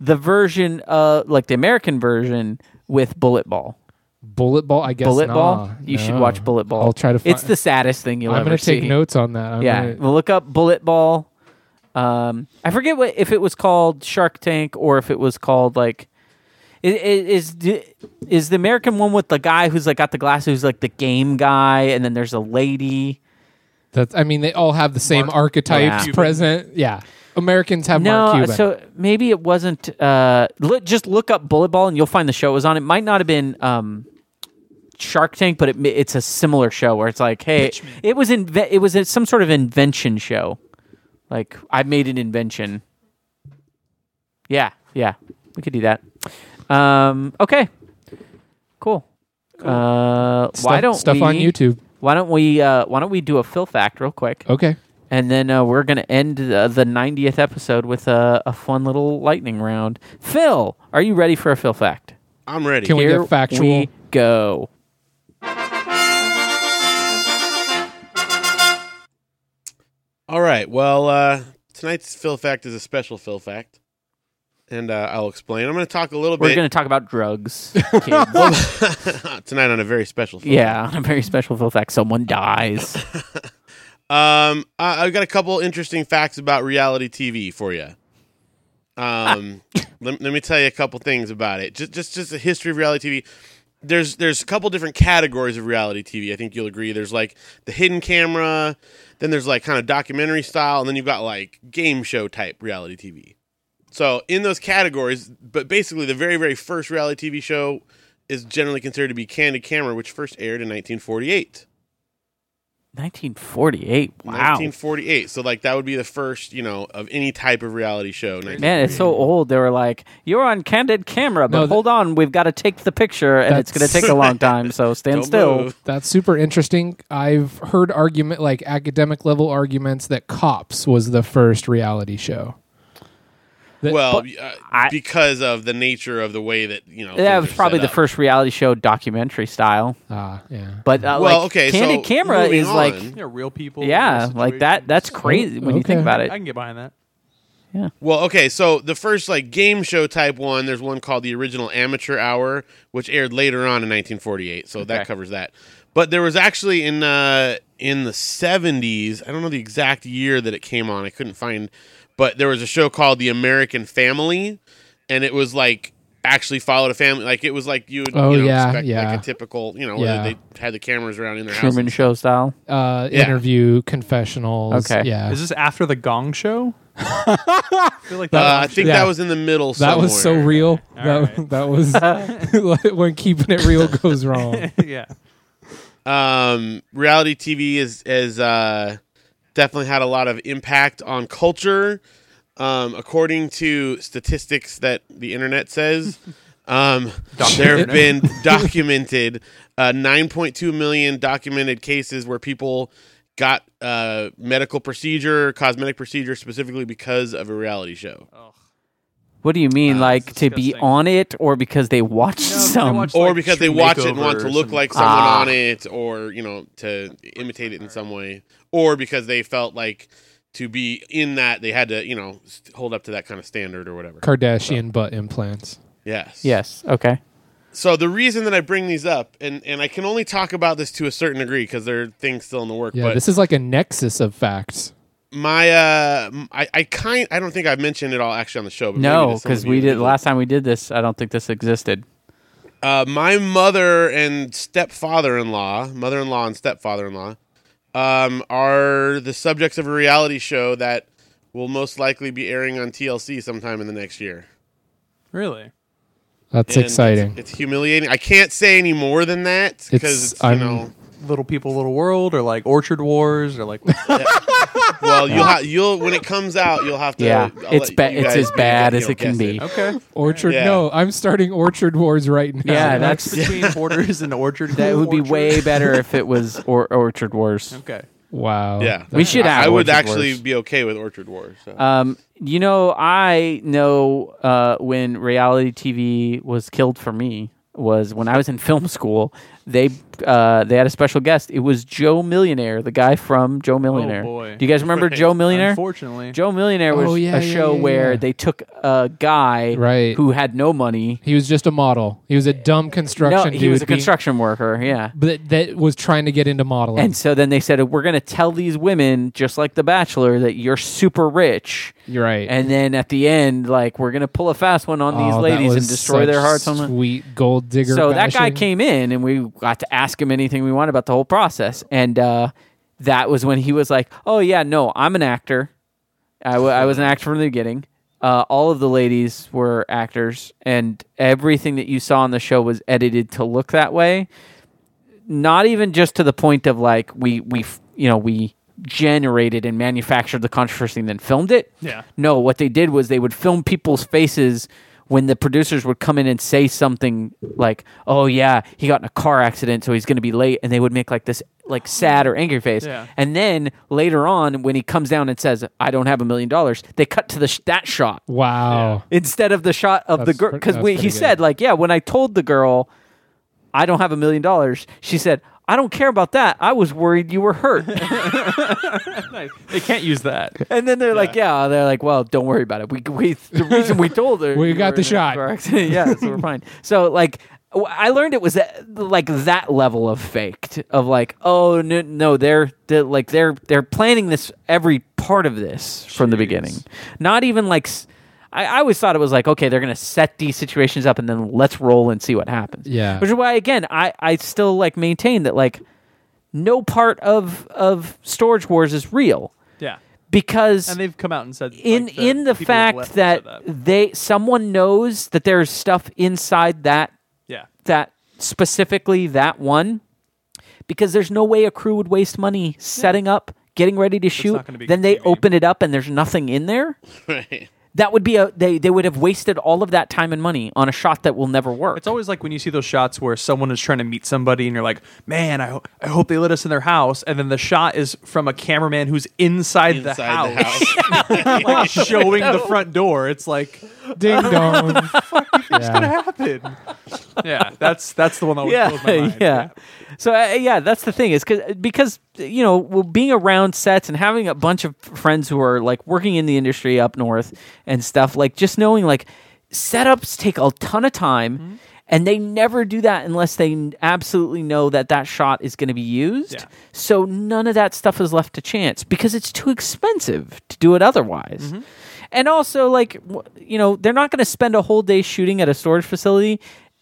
[SPEAKER 1] the version, uh, like the American version with Bullet Ball?
[SPEAKER 2] Bullet Ball? I guess
[SPEAKER 1] Bullet
[SPEAKER 2] not.
[SPEAKER 1] Ball. You should
[SPEAKER 2] No.
[SPEAKER 1] watch Bullet Ball.
[SPEAKER 2] I'll try to. Find,
[SPEAKER 1] It's the saddest thing you'll
[SPEAKER 2] I'm
[SPEAKER 1] ever
[SPEAKER 2] gonna take
[SPEAKER 1] see.
[SPEAKER 2] notes on that. I'm
[SPEAKER 1] yeah,
[SPEAKER 2] gonna-
[SPEAKER 1] well, look up Bullet Ball. Um, I forget what if it was called Shark Tank or if it was called like i- i- is d- is the American one with the guy who's like got the glasses, who's like the game guy, and then there's a lady.
[SPEAKER 2] that's. I mean, they all have the same
[SPEAKER 4] Mark-
[SPEAKER 2] archetypes
[SPEAKER 1] Yeah.
[SPEAKER 2] present. Yeah. Americans have Mark
[SPEAKER 1] No,
[SPEAKER 2] Cuban.
[SPEAKER 1] so maybe it wasn't. Uh, li- just look up Bullet Ball and you'll find the show it was on. It might not have been um, Shark Tank, but it, ma- it's a similar show where it's like, hey, it was inve- it was a- some sort of invention show. Like I made an invention. Yeah, yeah, we could do that. Um, okay, cool. Uh, why
[SPEAKER 2] Stuff-
[SPEAKER 1] don't
[SPEAKER 2] stuff
[SPEAKER 1] we,
[SPEAKER 2] on YouTube?
[SPEAKER 1] Why don't we? Uh, why don't we do a fill fact real quick?
[SPEAKER 2] Okay.
[SPEAKER 1] And then uh, we're going to end the, the 90th episode with a, a fun little lightning round. Phil, are you ready for a Phil fact?
[SPEAKER 3] I'm ready.
[SPEAKER 2] Can we
[SPEAKER 1] Here
[SPEAKER 2] get factual?
[SPEAKER 1] we go.
[SPEAKER 3] All right. Well, uh, tonight's Phil fact is a special Phil fact, and uh, I'll explain. I'm going to talk a little
[SPEAKER 1] We're
[SPEAKER 3] bit
[SPEAKER 1] going to talk about drugs. kids.
[SPEAKER 3] tonight on a very special. Phil
[SPEAKER 1] yeah, on a very special Phil fact. Someone dies.
[SPEAKER 3] Um, I, I've got a couple interesting facts about reality TV for you. Um, let, let me tell you a couple things about it. Just, just, just the history of reality TV. There's, there's a couple different categories of reality TV. I think you'll agree. There's like the hidden camera, then there's like kind of documentary style, and then you've got like game show type reality TV. So in those categories, but basically the very, very first reality TV show is generally considered to be Candid Camera, which first aired in 1948.
[SPEAKER 1] 1948. Wow.
[SPEAKER 3] 1948. So like that would be the first, you know, of any type of reality show.
[SPEAKER 1] Man, it's so old. They were like, "You're on candid camera, but
[SPEAKER 2] No, th-
[SPEAKER 1] hold on, we've got to take the picture, and it's going to
[SPEAKER 2] That's-
[SPEAKER 1] take a long time. So stand
[SPEAKER 3] Don't
[SPEAKER 1] still."
[SPEAKER 3] move.
[SPEAKER 2] That's super interesting. I've heard argument like academic level arguments that Cops was the first reality show. That-
[SPEAKER 3] Well, uh,
[SPEAKER 1] I-
[SPEAKER 3] because of the nature of the way that you know.
[SPEAKER 1] That
[SPEAKER 3] things
[SPEAKER 1] was
[SPEAKER 3] are
[SPEAKER 1] probably
[SPEAKER 3] set
[SPEAKER 1] the
[SPEAKER 3] up.
[SPEAKER 1] first reality show, documentary style.
[SPEAKER 2] Ah, yeah.
[SPEAKER 1] But uh,
[SPEAKER 3] Well,
[SPEAKER 1] like,
[SPEAKER 3] okay,
[SPEAKER 1] candid
[SPEAKER 3] so
[SPEAKER 1] camera
[SPEAKER 3] moving
[SPEAKER 1] is like
[SPEAKER 3] on.
[SPEAKER 4] yeah, real people.
[SPEAKER 1] Yeah,
[SPEAKER 4] real
[SPEAKER 1] like that.
[SPEAKER 4] situations.
[SPEAKER 1] That's crazy when you think
[SPEAKER 2] okay.
[SPEAKER 1] about
[SPEAKER 4] I
[SPEAKER 1] it.
[SPEAKER 4] can get behind that.
[SPEAKER 3] Well, okay, so the first like game show type one, there's one called the original Amateur Hour, which aired later on in 1948. So
[SPEAKER 1] Okay.
[SPEAKER 3] that covers that. But there was actually in uh, in the 70s, I don't know the exact year that it came on. I couldn't find, but there was a show called The American Family, and it was like actually followed a family. Like it was like you would
[SPEAKER 2] Oh,
[SPEAKER 3] you know,
[SPEAKER 2] yeah,
[SPEAKER 3] expect
[SPEAKER 2] yeah.
[SPEAKER 3] like a typical, you know, where
[SPEAKER 2] Yeah.
[SPEAKER 3] they had the cameras around in their house.
[SPEAKER 1] Truman Show style.
[SPEAKER 2] Uh,
[SPEAKER 3] Yeah.
[SPEAKER 2] Interview confessionals.
[SPEAKER 1] Okay.
[SPEAKER 2] Yeah.
[SPEAKER 4] Is this after the Gong Show? I feel like
[SPEAKER 3] Uh,
[SPEAKER 4] that.
[SPEAKER 3] I think
[SPEAKER 2] Yeah.
[SPEAKER 3] that was in the middle.
[SPEAKER 2] that was so
[SPEAKER 3] somewhere.
[SPEAKER 2] real.
[SPEAKER 4] All
[SPEAKER 2] that
[SPEAKER 4] right.
[SPEAKER 2] that was like when keeping it real goes wrong.
[SPEAKER 4] yeah.
[SPEAKER 3] um, reality TV is is uh, definitely had a lot of impact on culture. Um, according to statistics that the internet says, Um, there have been documented uh, 9.2 million documented cases where people got uh, medical procedure, cosmetic procedure, specifically because of a reality show.
[SPEAKER 1] What do you mean, like
[SPEAKER 4] that's
[SPEAKER 1] to be
[SPEAKER 4] disgusting.
[SPEAKER 1] on it or because they watched
[SPEAKER 4] No, they
[SPEAKER 1] some?
[SPEAKER 4] watched-
[SPEAKER 3] or
[SPEAKER 4] like
[SPEAKER 3] because
[SPEAKER 4] true
[SPEAKER 3] they watch it and
[SPEAKER 4] makeover
[SPEAKER 3] want to
[SPEAKER 4] or
[SPEAKER 3] look
[SPEAKER 4] something.
[SPEAKER 3] like someone
[SPEAKER 1] Ah.
[SPEAKER 3] on it or you know to imitate it in some way or because they felt like to be in that they had to you know st- hold up to that kind of standard or whatever
[SPEAKER 2] Kardashian butt implants.
[SPEAKER 3] yes
[SPEAKER 1] yes. Okay.
[SPEAKER 3] so the reason that i bring these up and and i can only talk about this to a certain degree because there are things still in the work
[SPEAKER 2] Yeah,
[SPEAKER 3] but
[SPEAKER 2] this is like a nexus of facts.
[SPEAKER 3] my uh m- i i kind i don't think i've mentioned it all actually on the show but
[SPEAKER 1] No,
[SPEAKER 3] maybe to some
[SPEAKER 1] because
[SPEAKER 3] of
[SPEAKER 1] we
[SPEAKER 3] you.
[SPEAKER 1] did last time we did this. I don't think this existed.
[SPEAKER 3] Uh, my mother and stepfather-in-law, mother-in-law and stepfather-in-law, um, are the subjects of a reality show that will most likely be airing on TLC sometime in the next year.
[SPEAKER 4] Really?
[SPEAKER 2] That's
[SPEAKER 3] And
[SPEAKER 2] exciting.
[SPEAKER 3] It's, it's humiliating. I can't say any more than that
[SPEAKER 2] It's-
[SPEAKER 3] because it's, you
[SPEAKER 2] I'm-
[SPEAKER 3] know.
[SPEAKER 4] Little People, Little World, or like Orchard Wars, or like
[SPEAKER 3] Well, you'll ha- you'll when it comes out, you'll have to.
[SPEAKER 1] yeah,
[SPEAKER 3] I'll
[SPEAKER 1] it's
[SPEAKER 3] let
[SPEAKER 1] ba-
[SPEAKER 3] you
[SPEAKER 1] It's
[SPEAKER 3] guys
[SPEAKER 1] as
[SPEAKER 3] be
[SPEAKER 1] bad
[SPEAKER 3] the-
[SPEAKER 1] as
[SPEAKER 3] you know,
[SPEAKER 1] it can
[SPEAKER 3] guess
[SPEAKER 1] be.
[SPEAKER 4] okay,
[SPEAKER 2] Orchard?
[SPEAKER 3] Yeah.
[SPEAKER 2] No, I'm starting Orchard Wars right now.
[SPEAKER 1] Yeah, that's-
[SPEAKER 4] between borders and Orchard.
[SPEAKER 1] That
[SPEAKER 4] Pool,
[SPEAKER 1] would be
[SPEAKER 4] Orchard-
[SPEAKER 1] way better if it was or- Orchard Wars.
[SPEAKER 4] Okay.
[SPEAKER 2] wow.
[SPEAKER 3] Yeah,
[SPEAKER 1] We should
[SPEAKER 3] I,
[SPEAKER 1] have
[SPEAKER 3] I would
[SPEAKER 1] Orchard
[SPEAKER 3] actually
[SPEAKER 1] Wars.
[SPEAKER 3] be okay with Orchard Wars. so.
[SPEAKER 1] Um, you know, I know uh, when reality TV was killed for me was when I was in film school. They uh, they had a special guest. It was Joe Millionaire, the guy from Joe Millionaire.
[SPEAKER 4] Oh, boy.
[SPEAKER 1] Do you guys remember Joe Millionaire?
[SPEAKER 4] Unfortunately,
[SPEAKER 1] Joe Millionaire was
[SPEAKER 2] Oh, yeah,
[SPEAKER 1] a
[SPEAKER 2] yeah,
[SPEAKER 1] show
[SPEAKER 2] yeah,
[SPEAKER 1] where
[SPEAKER 2] yeah.
[SPEAKER 1] they took a guy
[SPEAKER 2] Right.
[SPEAKER 1] who had no money.
[SPEAKER 2] He was just a model. He was a dumb construction
[SPEAKER 1] No,
[SPEAKER 2] dude.
[SPEAKER 1] he was a
[SPEAKER 2] being-
[SPEAKER 1] construction worker. Yeah.
[SPEAKER 2] that, that was trying to get into modeling.
[SPEAKER 1] And so then they said, "We're going to tell these women, just like The Bachelor, that you're super rich."
[SPEAKER 2] You're right.
[SPEAKER 1] And then at the end, like we're gonna pull a fast one on
[SPEAKER 2] Oh,
[SPEAKER 1] these
[SPEAKER 2] that
[SPEAKER 1] ladies and
[SPEAKER 2] was
[SPEAKER 1] destroy
[SPEAKER 2] such
[SPEAKER 1] their hearts. on them.
[SPEAKER 2] Sweet gold digger.
[SPEAKER 1] So that guy
[SPEAKER 2] fashion.
[SPEAKER 1] came in, and we got to ask him anything we wanted about the whole process. And uh, that was when he was like, "Oh yeah, no, I'm an actor. I, w- I was an actor from the beginning. Uh, all of the ladies were actors, and everything that you saw on the show was edited to look that way. Not even just to the point of like we we f- you know we." generated and manufactured the controversy and then filmed it
[SPEAKER 4] Yeah.
[SPEAKER 1] no, what they did was they would film people's faces when the producers would come in and say something like, "Oh yeah, he got in a car accident, so he's going to be late," and they would make like this like sad or angry face.
[SPEAKER 4] Yeah.
[SPEAKER 1] And then later on, when he comes down and says, "I don't have a million dollars," they cut to the sh- that shot
[SPEAKER 2] Wow.
[SPEAKER 1] instead of the shot of
[SPEAKER 2] That's
[SPEAKER 1] the girl
[SPEAKER 2] pre-
[SPEAKER 1] because
[SPEAKER 2] that's
[SPEAKER 1] he
[SPEAKER 2] pretty good.
[SPEAKER 1] said like yeah when i told the girl i don't have a million dollars she said i don't care about that i was worried you were hurt
[SPEAKER 4] Nice. they can't use that.
[SPEAKER 1] And then they're like, yeah, they're like, well, don't worry about it. We, we the reason we told her
[SPEAKER 2] We
[SPEAKER 1] you
[SPEAKER 2] got
[SPEAKER 1] were
[SPEAKER 2] the
[SPEAKER 1] in a
[SPEAKER 2] shot.
[SPEAKER 1] car accident. yeah, so we're fine. So like, w- I learned it was that, like that level of faked of like, oh no, no, they're, they're like they're they're planning this every part of this from the beginning. Not even like. s- I, I always thought it was like, okay, they're gonna set these situations up and then let's roll and see what happens.
[SPEAKER 2] Yeah.
[SPEAKER 1] Which is why again, I, I still like maintain that like no part of of Storage Wars is real
[SPEAKER 4] Yeah.
[SPEAKER 1] because
[SPEAKER 4] And they've come out and said like,
[SPEAKER 1] in
[SPEAKER 4] the
[SPEAKER 1] in the
[SPEAKER 4] people who've
[SPEAKER 1] fact
[SPEAKER 4] left
[SPEAKER 1] that,
[SPEAKER 4] said
[SPEAKER 1] they someone knows that there's stuff inside that
[SPEAKER 4] yeah.
[SPEAKER 1] that specifically that one because there's no way a crew would waste money setting up getting ready to shoot
[SPEAKER 4] not gonna be
[SPEAKER 1] then
[SPEAKER 4] good
[SPEAKER 1] they
[SPEAKER 4] TV.
[SPEAKER 1] open it up and there's nothing in there
[SPEAKER 3] right.
[SPEAKER 1] that would be a they they would have wasted all of that time and money on a shot that will never work
[SPEAKER 4] It's always like when you see those shots where someone is trying to meet somebody and you're like, man, I, ho- I hope they let us in their house. And then the shot is from a cameraman who's inside,
[SPEAKER 3] Inside
[SPEAKER 4] the house,
[SPEAKER 3] the house.
[SPEAKER 4] like showing the front door. It's like,
[SPEAKER 2] Ding dong. yeah.
[SPEAKER 4] what happened? yeah, that's that's the one that always
[SPEAKER 1] yeah,
[SPEAKER 4] blows my mind.
[SPEAKER 1] yeah. So uh, yeah, that's the thing is cause, uh, because you know well, being around sets and having a bunch of friends who are like working in the industry up north and stuff like just knowing like setups take a ton of time
[SPEAKER 4] Mm-hmm.
[SPEAKER 1] and they never do that unless they n- absolutely know that that shot is going to be used.
[SPEAKER 4] Yeah.
[SPEAKER 1] So none of that stuff is left to chance because it's too expensive to do it otherwise.
[SPEAKER 2] Mm-hmm.
[SPEAKER 1] And also, like, w- you know, they're not going to spend a whole day shooting at a storage facility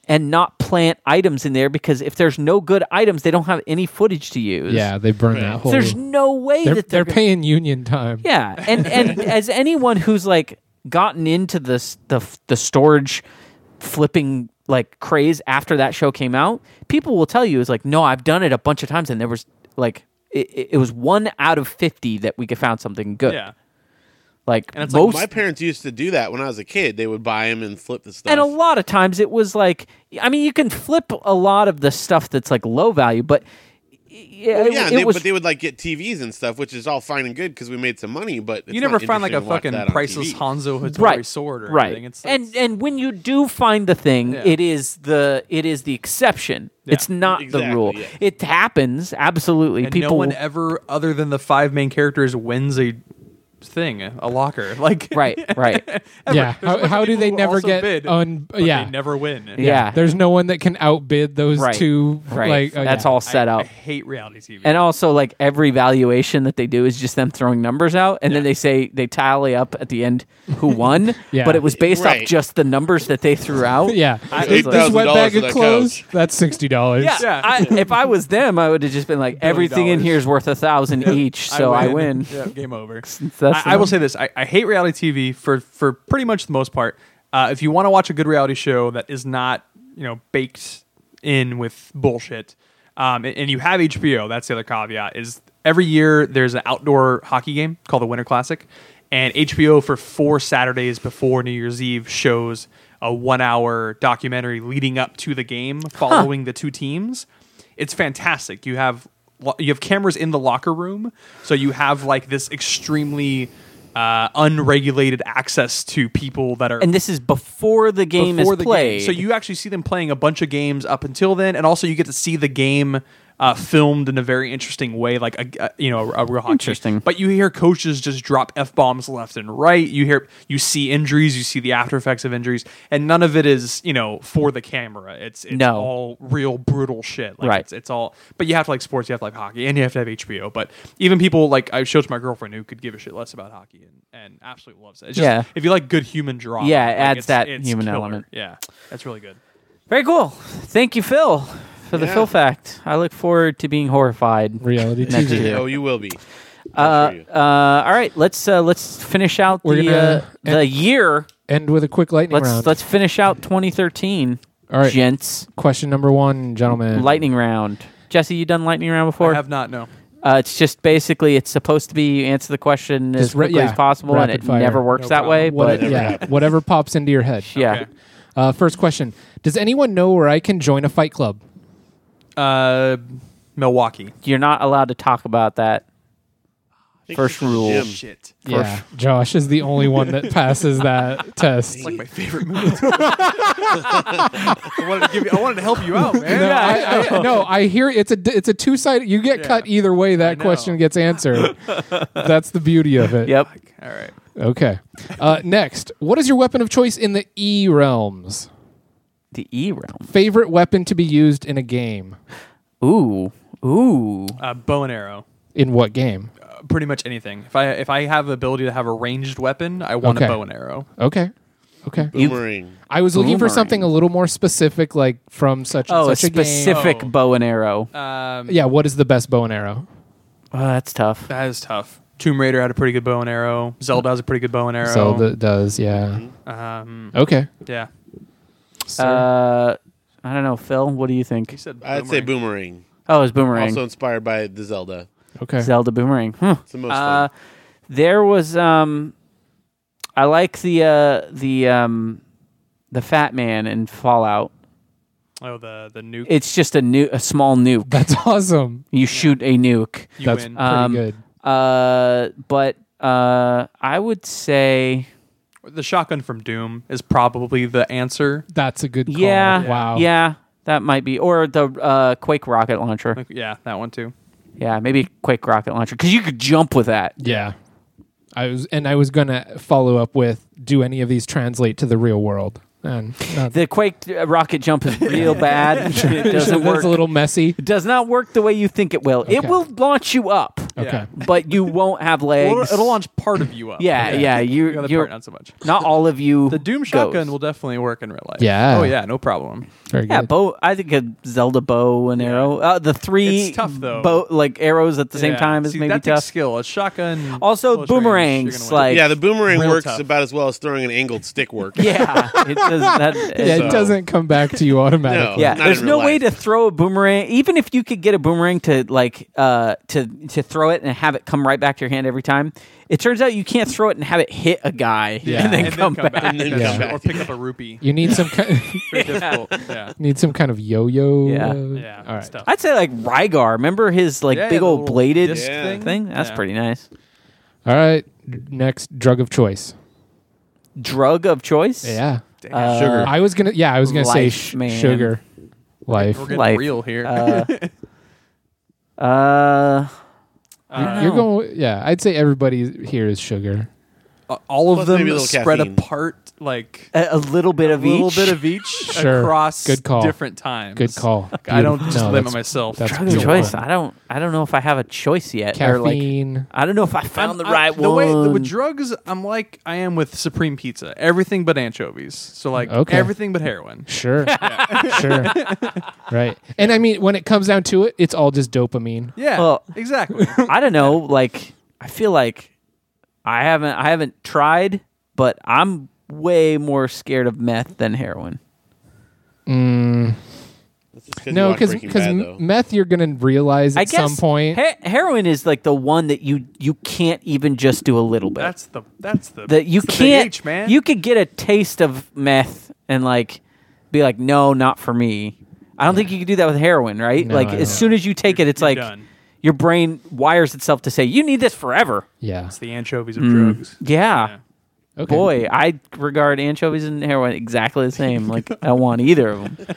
[SPEAKER 1] and not plant items in there because if there's no good items, they don't have any footage to use.
[SPEAKER 2] Yeah, they burned that whole.
[SPEAKER 1] There's no way
[SPEAKER 2] they're,
[SPEAKER 1] that
[SPEAKER 2] they're
[SPEAKER 1] they're, gonna-
[SPEAKER 2] paying union time.
[SPEAKER 1] yeah, and and as anyone who's like gotten into this the the storage flipping like craze after that show came out, people will tell you is like, no, I've done it a bunch of times, and there was like it, it- it was one out of fifty that we could found something good.
[SPEAKER 4] Yeah.
[SPEAKER 1] Like
[SPEAKER 4] And it's like
[SPEAKER 1] most
[SPEAKER 3] My parents used to do that when I was a kid. They would buy them and flip the stuff.
[SPEAKER 1] and a lot of times it was like I mean you can flip a lot of the stuff that's like low value, but yeah, it,
[SPEAKER 3] yeah,
[SPEAKER 1] it
[SPEAKER 3] and they,
[SPEAKER 1] was
[SPEAKER 3] but they would like get TVs and stuff, which is all fine and good because we made some money. But it's
[SPEAKER 4] you never
[SPEAKER 3] not
[SPEAKER 4] find like a
[SPEAKER 3] interesting to watch
[SPEAKER 4] fucking
[SPEAKER 3] that on
[SPEAKER 4] priceless
[SPEAKER 3] TV.
[SPEAKER 4] Hanzo Hattori
[SPEAKER 1] right
[SPEAKER 4] sword or
[SPEAKER 1] right.
[SPEAKER 4] anything. It's,
[SPEAKER 1] and and when you do find the thing,
[SPEAKER 4] Yeah.
[SPEAKER 1] it is the it is the exception. It's not the
[SPEAKER 3] Exactly,
[SPEAKER 1] rule.
[SPEAKER 3] yeah.
[SPEAKER 1] It happens absolutely.
[SPEAKER 4] and
[SPEAKER 1] People
[SPEAKER 4] no one ever, other than the five main characters, wins a thing, a locker. Like
[SPEAKER 1] right right
[SPEAKER 4] ever.
[SPEAKER 2] Yeah.
[SPEAKER 4] There's a bunch
[SPEAKER 2] How,
[SPEAKER 4] of
[SPEAKER 2] how do
[SPEAKER 4] people
[SPEAKER 2] they
[SPEAKER 4] who
[SPEAKER 2] never
[SPEAKER 4] also
[SPEAKER 2] get
[SPEAKER 4] bid,
[SPEAKER 2] un?
[SPEAKER 4] but
[SPEAKER 2] Yeah.
[SPEAKER 4] they never win.
[SPEAKER 1] yeah.
[SPEAKER 2] There's no one that can outbid those
[SPEAKER 1] right
[SPEAKER 2] two.
[SPEAKER 1] right.
[SPEAKER 2] Like oh,
[SPEAKER 1] that's
[SPEAKER 2] yeah.
[SPEAKER 1] all set
[SPEAKER 4] I,
[SPEAKER 1] up.
[SPEAKER 4] I hate reality TV.
[SPEAKER 1] and also like every valuation that they do is just them throwing numbers out and then they say they tally up at the end who won
[SPEAKER 2] Yeah.
[SPEAKER 1] but it was based
[SPEAKER 3] Right.
[SPEAKER 1] off just the numbers that they threw out
[SPEAKER 2] Yeah.
[SPEAKER 1] I-
[SPEAKER 2] This- this
[SPEAKER 3] $8,000
[SPEAKER 2] wet bag
[SPEAKER 3] for
[SPEAKER 2] of
[SPEAKER 3] that
[SPEAKER 2] clothes.
[SPEAKER 3] couch.
[SPEAKER 2] That's sixty dollars.
[SPEAKER 1] yeah,
[SPEAKER 4] Yeah.
[SPEAKER 1] I, if i was them i would have just been like everything in
[SPEAKER 4] dollars.
[SPEAKER 1] here is worth a thousand each so i win,
[SPEAKER 4] Yeah, game over.
[SPEAKER 1] that's
[SPEAKER 4] I, I
[SPEAKER 1] the-
[SPEAKER 4] will say this: I, I hate reality TV for for pretty much the most part. Uh, if you want to watch a good reality show that is not you know baked in with bullshit, um, and, and you have HBO, that's the other caveat. Is every year there's an outdoor hockey game called the Winter Classic, and HBO for four Saturdays before New Year's Eve shows a one-hour documentary leading up to the game, following the two teams it's fantastic. You have lo- you have cameras in the locker room, so you have like this extremely uh, unregulated access to people that are
[SPEAKER 1] and this is before the game
[SPEAKER 4] before
[SPEAKER 1] is
[SPEAKER 4] the
[SPEAKER 1] played
[SPEAKER 4] Game. So you actually see them playing a bunch of games up until then, and also you get to see the game uh, filmed in a very interesting way, like a, a- you know a, real hockey.
[SPEAKER 1] Interesting.
[SPEAKER 4] But you hear coaches just drop f bombs left and right. You hear you see injuries, you see the after effects of injuries, and none of it is you know for the camera. It's, it's
[SPEAKER 1] No.
[SPEAKER 4] all real brutal shit. Like,
[SPEAKER 1] Right.
[SPEAKER 4] It's, it's all. But you have to like sports. You have to like hockey, and you have to have HBO. But even people like I showed it to my girlfriend who could give a shit less about hockey and, and absolutely loves it. It's just,
[SPEAKER 1] Yeah.
[SPEAKER 4] If you like good human drama,
[SPEAKER 1] Yeah, it
[SPEAKER 4] like,
[SPEAKER 1] adds
[SPEAKER 4] it's-
[SPEAKER 1] that
[SPEAKER 4] it's
[SPEAKER 1] human
[SPEAKER 4] killer.
[SPEAKER 1] element.
[SPEAKER 4] Yeah, that's really good.
[SPEAKER 1] very cool thank you phil for the
[SPEAKER 3] Yeah.
[SPEAKER 1] phil fact i look forward to being horrified
[SPEAKER 2] Reality
[SPEAKER 1] Next
[SPEAKER 2] TV.
[SPEAKER 1] year.
[SPEAKER 3] Oh, you will be.
[SPEAKER 1] uh,
[SPEAKER 3] I'll show you.
[SPEAKER 1] uh, all right let's uh, let's finish out
[SPEAKER 2] We're
[SPEAKER 1] the
[SPEAKER 2] gonna
[SPEAKER 1] uh, the year
[SPEAKER 2] End with a quick lightning
[SPEAKER 1] let's
[SPEAKER 2] round.
[SPEAKER 1] let's finish out 2013
[SPEAKER 2] All right.
[SPEAKER 1] gents
[SPEAKER 2] Question number one, gentlemen.
[SPEAKER 1] lightning round jesse you done lightning round
[SPEAKER 4] I
[SPEAKER 1] before
[SPEAKER 4] have not no.
[SPEAKER 1] uh, it's just basically it's supposed to be you answer the question as
[SPEAKER 2] Just ra-
[SPEAKER 1] quickly as
[SPEAKER 2] yeah,
[SPEAKER 1] possible and
[SPEAKER 2] rapid
[SPEAKER 1] it
[SPEAKER 2] fire.
[SPEAKER 1] never works
[SPEAKER 4] No
[SPEAKER 1] that way
[SPEAKER 2] What-
[SPEAKER 1] but
[SPEAKER 3] Never
[SPEAKER 2] yeah,
[SPEAKER 3] happens.
[SPEAKER 2] whatever pops into your head.
[SPEAKER 1] yeah
[SPEAKER 4] Okay.
[SPEAKER 2] Uh, first question: Does anyone know where I can join a fight club?
[SPEAKER 4] Uh, Milwaukee.
[SPEAKER 1] you're not allowed to talk about that
[SPEAKER 3] I think
[SPEAKER 1] First
[SPEAKER 3] it's just
[SPEAKER 1] rule.
[SPEAKER 3] Jim.
[SPEAKER 4] Shit,
[SPEAKER 2] Yeah, Josh is the only one that passes that test.
[SPEAKER 4] it's like my favorite movie. I wanted to give you. I wanted to help you out, man.
[SPEAKER 2] no, I, I, no, I hear it's a d- it's a two sided. You get cut either way. That
[SPEAKER 4] know.
[SPEAKER 2] question gets answered. That's the beauty of it.
[SPEAKER 1] yep
[SPEAKER 4] All right.
[SPEAKER 2] Okay. Uh, next, what is your weapon of choice in the E realms?
[SPEAKER 1] the e realm
[SPEAKER 2] Favorite weapon to be used in a game?
[SPEAKER 1] ooh ooh
[SPEAKER 4] Uh, bow and arrow.
[SPEAKER 2] In what game?
[SPEAKER 4] Uh, Pretty much anything. If I if I have the ability to have a ranged weapon, I want
[SPEAKER 2] Okay.
[SPEAKER 4] a bow and arrow.
[SPEAKER 2] Okay. Okay.
[SPEAKER 1] You-
[SPEAKER 3] Boomerang.
[SPEAKER 2] I was looking for
[SPEAKER 1] Boomerang.
[SPEAKER 2] something a little more specific, like from such and
[SPEAKER 1] oh a
[SPEAKER 2] such a, game.
[SPEAKER 1] specific
[SPEAKER 4] Oh.
[SPEAKER 1] bow and arrow
[SPEAKER 4] Um,
[SPEAKER 2] Yeah. What is the best bow and arrow?
[SPEAKER 1] oh, that's tough
[SPEAKER 4] that is tough. Tomb Raider had a pretty good bow and arrow. Zelda has a pretty good bow and arrow.
[SPEAKER 2] So that does. Yeah.
[SPEAKER 4] Um,
[SPEAKER 2] Okay.
[SPEAKER 4] yeah.
[SPEAKER 2] Sir.
[SPEAKER 1] uh i don't know phil what do you think
[SPEAKER 4] He said.
[SPEAKER 3] I'd say boomerang.
[SPEAKER 1] oh it's boomerang
[SPEAKER 3] Also inspired by the Zelda.
[SPEAKER 2] okay.
[SPEAKER 1] zelda boomerang huh.
[SPEAKER 3] It's the most
[SPEAKER 1] Uh,
[SPEAKER 3] fun.
[SPEAKER 1] there was um I like the uh the um the fat man in Fallout.
[SPEAKER 4] Oh, the the nuke.
[SPEAKER 1] It's just a new a small nuke.
[SPEAKER 2] That's awesome.
[SPEAKER 1] You shoot a nuke.
[SPEAKER 4] you
[SPEAKER 2] That's
[SPEAKER 4] win.
[SPEAKER 2] pretty
[SPEAKER 1] Um,
[SPEAKER 2] good.
[SPEAKER 1] Uh but uh I would say
[SPEAKER 4] the shotgun from Doom is probably the answer.
[SPEAKER 2] That's a good call.
[SPEAKER 1] yeah.
[SPEAKER 2] Wow.
[SPEAKER 1] Yeah. That might be or the uh Quake rocket launcher.
[SPEAKER 4] Like, yeah, that one too.
[SPEAKER 1] Yeah, maybe Quake rocket launcher cuz you could jump with that.
[SPEAKER 2] Yeah. I was and I was gonna follow up with do any of these translate to the real world? And not,
[SPEAKER 1] The Quake uh, rocket jump is real bad. It doesn't work.
[SPEAKER 2] That's a little messy.
[SPEAKER 1] It does not work the way you think it will. It
[SPEAKER 2] Okay.
[SPEAKER 1] will launch you up.
[SPEAKER 2] Okay.
[SPEAKER 1] but you won't have legs.
[SPEAKER 4] It'll, it'll launch part of you up.
[SPEAKER 1] Yeah, yeah.
[SPEAKER 4] The
[SPEAKER 1] You,
[SPEAKER 4] other
[SPEAKER 1] you're
[SPEAKER 4] part not so much.
[SPEAKER 1] not all of you.
[SPEAKER 4] The Doom
[SPEAKER 1] goes.
[SPEAKER 4] shotgun will definitely work in real life.
[SPEAKER 2] Yeah.
[SPEAKER 4] Oh yeah, no problem.
[SPEAKER 2] Very
[SPEAKER 1] Yeah,
[SPEAKER 2] good.
[SPEAKER 1] bow. I think a Zelda bow and arrow. Uh, the three
[SPEAKER 4] It's tough, though.
[SPEAKER 1] bow like arrows at the same
[SPEAKER 4] Yeah.
[SPEAKER 1] time is
[SPEAKER 4] See,
[SPEAKER 1] maybe
[SPEAKER 4] that takes
[SPEAKER 1] tough.
[SPEAKER 4] skill. A shotgun.
[SPEAKER 1] Also,
[SPEAKER 4] close range, you're
[SPEAKER 1] boomerangs,
[SPEAKER 4] gonna win.
[SPEAKER 1] like-
[SPEAKER 3] yeah, the boomerang
[SPEAKER 4] real
[SPEAKER 3] works
[SPEAKER 4] tough.
[SPEAKER 3] about as well as throwing an angled stick work.
[SPEAKER 1] yeah, it does that.
[SPEAKER 2] yeah,
[SPEAKER 1] so-
[SPEAKER 2] it doesn't come back to you automatically.
[SPEAKER 1] Yeah,
[SPEAKER 3] Not
[SPEAKER 1] there's
[SPEAKER 3] in
[SPEAKER 1] no
[SPEAKER 3] real
[SPEAKER 1] way
[SPEAKER 3] life.
[SPEAKER 1] to throw a boomerang. Even if you could get a boomerang to like uh to to throw throw it and have it come right back to your hand every time. It turns out you can't throw it and have it hit a guy
[SPEAKER 2] Yeah.
[SPEAKER 1] and then come, back.
[SPEAKER 4] And then
[SPEAKER 2] Yeah.
[SPEAKER 4] come back. Or pick up a rupee.
[SPEAKER 2] You need some kind,
[SPEAKER 4] Very difficult. Yeah.
[SPEAKER 2] need some kind of yo-yo.
[SPEAKER 1] Yeah.
[SPEAKER 2] uh,
[SPEAKER 4] Yeah.
[SPEAKER 2] All right.
[SPEAKER 4] Stuff.
[SPEAKER 1] I'd say like Rygar. Remember his like
[SPEAKER 4] Yeah,
[SPEAKER 1] big
[SPEAKER 4] the
[SPEAKER 1] old
[SPEAKER 4] little
[SPEAKER 1] bladed
[SPEAKER 4] disc
[SPEAKER 3] Yeah.
[SPEAKER 1] thing?
[SPEAKER 4] thing?
[SPEAKER 1] That's
[SPEAKER 4] Yeah.
[SPEAKER 1] pretty nice.
[SPEAKER 2] All right. Next drug of choice.
[SPEAKER 1] Drug of choice.
[SPEAKER 2] Yeah.
[SPEAKER 1] Uh,
[SPEAKER 3] Sugar.
[SPEAKER 2] I was gonna. Yeah, I was gonna say
[SPEAKER 1] Life,
[SPEAKER 2] sh-
[SPEAKER 1] man.
[SPEAKER 2] sugar. Life.
[SPEAKER 4] We're getting
[SPEAKER 1] Life.
[SPEAKER 4] real here.
[SPEAKER 1] Uh, uh,
[SPEAKER 4] Uh,
[SPEAKER 2] You're going. Yeah, I'd say everybody here is sugar.
[SPEAKER 4] all of
[SPEAKER 3] Plus
[SPEAKER 4] them
[SPEAKER 3] maybe a little
[SPEAKER 4] spread
[SPEAKER 3] caffeine.
[SPEAKER 4] apart like
[SPEAKER 1] a, a little bit of
[SPEAKER 4] a little
[SPEAKER 1] each.
[SPEAKER 4] bit of each
[SPEAKER 2] Sure.
[SPEAKER 4] across
[SPEAKER 2] Good call.
[SPEAKER 4] different times.
[SPEAKER 2] Good call.
[SPEAKER 4] I don't
[SPEAKER 2] Beautiful.
[SPEAKER 4] just
[SPEAKER 2] No,
[SPEAKER 4] limit
[SPEAKER 2] that's-
[SPEAKER 4] myself.
[SPEAKER 2] that's
[SPEAKER 1] Drug of
[SPEAKER 2] Beautiful.
[SPEAKER 1] choice. I don't. I don't know if I have a choice yet. or, like,
[SPEAKER 2] Caffeine.
[SPEAKER 1] I don't know if I found the
[SPEAKER 4] I'm-
[SPEAKER 1] right
[SPEAKER 4] The way
[SPEAKER 1] one.
[SPEAKER 4] with drugs, I'm like I am with supreme pizza. Everything but anchovies. So like
[SPEAKER 2] Okay.
[SPEAKER 4] everything but heroin.
[SPEAKER 2] Sure. sure. Right. And I mean, when it comes down to it, it's all just dopamine.
[SPEAKER 4] Yeah,
[SPEAKER 1] Well-
[SPEAKER 4] exactly.
[SPEAKER 1] I don't know. Like I feel like I haven't I haven't tried, but I'm way more scared of meth than heroin.
[SPEAKER 3] That's just 'cause you
[SPEAKER 2] No,
[SPEAKER 3] watch
[SPEAKER 2] because
[SPEAKER 3] Breaking
[SPEAKER 2] because
[SPEAKER 3] Bad, though.
[SPEAKER 2] meth, you're gonna realize at
[SPEAKER 1] I guess
[SPEAKER 2] some point.
[SPEAKER 1] he- heroin is like the one that you you can't even just do a little bit.
[SPEAKER 4] that's the that's the
[SPEAKER 1] that you
[SPEAKER 4] it's the big
[SPEAKER 1] can't
[SPEAKER 4] H, man.
[SPEAKER 1] you could get a taste of meth and like be like no, not for me. I don't think you could do that with heroin, right?
[SPEAKER 2] No,
[SPEAKER 1] like
[SPEAKER 2] I
[SPEAKER 1] as
[SPEAKER 2] don't.
[SPEAKER 1] soon as you take it it's
[SPEAKER 4] you're
[SPEAKER 1] like
[SPEAKER 4] done.
[SPEAKER 1] your brain wires itself to say you need this forever.
[SPEAKER 2] yeah.
[SPEAKER 4] it's the anchovies
[SPEAKER 1] Mm.
[SPEAKER 4] of drugs.
[SPEAKER 1] Yeah.
[SPEAKER 2] Okay.
[SPEAKER 1] Boy, I regard anchovies and heroin exactly the same. Like I don't want either of them.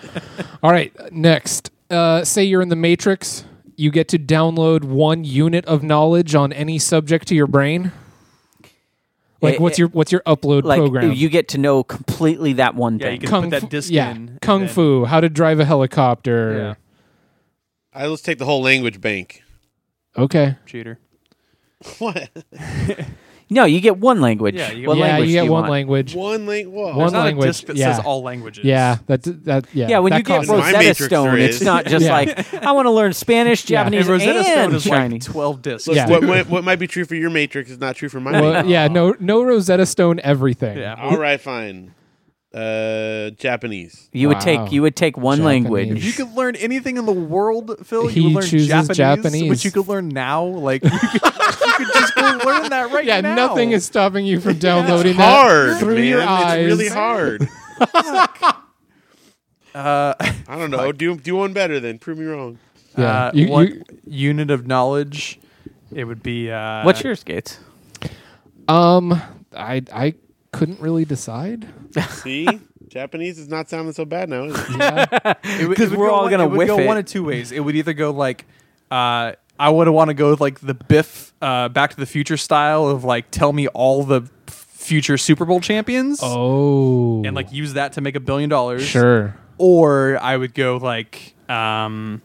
[SPEAKER 2] All right. Next, uh, say you're in the Matrix. You get to download one unit of knowledge on any subject to your brain. Like,
[SPEAKER 1] Eh,
[SPEAKER 2] what's
[SPEAKER 1] eh,
[SPEAKER 2] your what's your upload
[SPEAKER 1] Like
[SPEAKER 2] program?
[SPEAKER 1] you get to know completely that one
[SPEAKER 4] Yeah,
[SPEAKER 1] thing.
[SPEAKER 4] you can put
[SPEAKER 2] fu-
[SPEAKER 4] that disc
[SPEAKER 2] yeah,
[SPEAKER 4] in. and
[SPEAKER 2] kung
[SPEAKER 4] then-
[SPEAKER 2] fu, how to drive a helicopter.
[SPEAKER 4] Yeah.
[SPEAKER 3] I let's take the whole language bank.
[SPEAKER 2] Okay.
[SPEAKER 4] Cheater.
[SPEAKER 3] What?
[SPEAKER 1] no, you get one language.
[SPEAKER 4] Yeah, you get
[SPEAKER 1] What
[SPEAKER 4] one.
[SPEAKER 2] yeah,
[SPEAKER 1] language
[SPEAKER 2] you
[SPEAKER 1] do
[SPEAKER 2] get one
[SPEAKER 1] want?
[SPEAKER 2] language.
[SPEAKER 3] One link. Whoa.
[SPEAKER 2] One
[SPEAKER 4] There's not
[SPEAKER 2] language,
[SPEAKER 4] a disc that
[SPEAKER 2] yeah.
[SPEAKER 4] says all languages.
[SPEAKER 2] Yeah, that that yeah.
[SPEAKER 1] Yeah, when
[SPEAKER 2] that
[SPEAKER 1] you get
[SPEAKER 2] costs money.
[SPEAKER 3] My
[SPEAKER 1] Rosetta
[SPEAKER 3] Matrix there
[SPEAKER 1] Stone, it's
[SPEAKER 3] is.
[SPEAKER 1] not just
[SPEAKER 2] Yeah.
[SPEAKER 1] like I want to learn Spanish,
[SPEAKER 2] Yeah.
[SPEAKER 1] Japanese,
[SPEAKER 4] And Rosetta Stone
[SPEAKER 1] and
[SPEAKER 4] is
[SPEAKER 1] Chinese.
[SPEAKER 4] like 12 discs.
[SPEAKER 3] Look,
[SPEAKER 2] Yeah.
[SPEAKER 3] what, might, what might be true for your Matrix is not true for my
[SPEAKER 2] Well,
[SPEAKER 3] Matrix.
[SPEAKER 2] yeah, no, no Rosetta Stone. Everything.
[SPEAKER 4] Yeah.
[SPEAKER 3] All right, fine. Uh, Japanese.
[SPEAKER 1] you would
[SPEAKER 2] Wow.
[SPEAKER 1] take you would take one
[SPEAKER 2] Japanese.
[SPEAKER 4] If you
[SPEAKER 1] language.
[SPEAKER 4] could learn anything in the world, Phil,
[SPEAKER 2] He
[SPEAKER 4] you would learn
[SPEAKER 2] chooses
[SPEAKER 4] Japanese,
[SPEAKER 2] Japanese.
[SPEAKER 4] which you could learn now. Like you could, you could just go learn that right
[SPEAKER 2] Yeah,
[SPEAKER 4] now.
[SPEAKER 2] nothing is stopping you from downloading that
[SPEAKER 3] Hard,
[SPEAKER 2] through
[SPEAKER 3] man.
[SPEAKER 2] your eyes.
[SPEAKER 3] It's really hard.
[SPEAKER 4] Uh,
[SPEAKER 3] I don't know. Do do one better then. Prove me wrong.
[SPEAKER 2] Yeah,
[SPEAKER 4] uh,
[SPEAKER 2] you-
[SPEAKER 4] what
[SPEAKER 2] you-
[SPEAKER 4] unit of knowledge? It would be. Uh,
[SPEAKER 1] What's yours, Gates?
[SPEAKER 2] um, I I couldn't really decide.
[SPEAKER 3] See, Japanese is not sounding so bad now. Is it?
[SPEAKER 4] It would-
[SPEAKER 1] 'Cause
[SPEAKER 4] it would
[SPEAKER 1] we're
[SPEAKER 4] go
[SPEAKER 1] all
[SPEAKER 4] one-
[SPEAKER 1] gonna
[SPEAKER 4] it would
[SPEAKER 1] whiff
[SPEAKER 4] go
[SPEAKER 1] it.
[SPEAKER 4] one of two ways. It would either go like, uh, I would want to go with like the Biff uh, Back to the Future style of like, tell me all the future Super Bowl champions.
[SPEAKER 2] Oh,
[SPEAKER 4] And like use that to make a billion dollars.
[SPEAKER 2] sure.
[SPEAKER 4] or I would go like um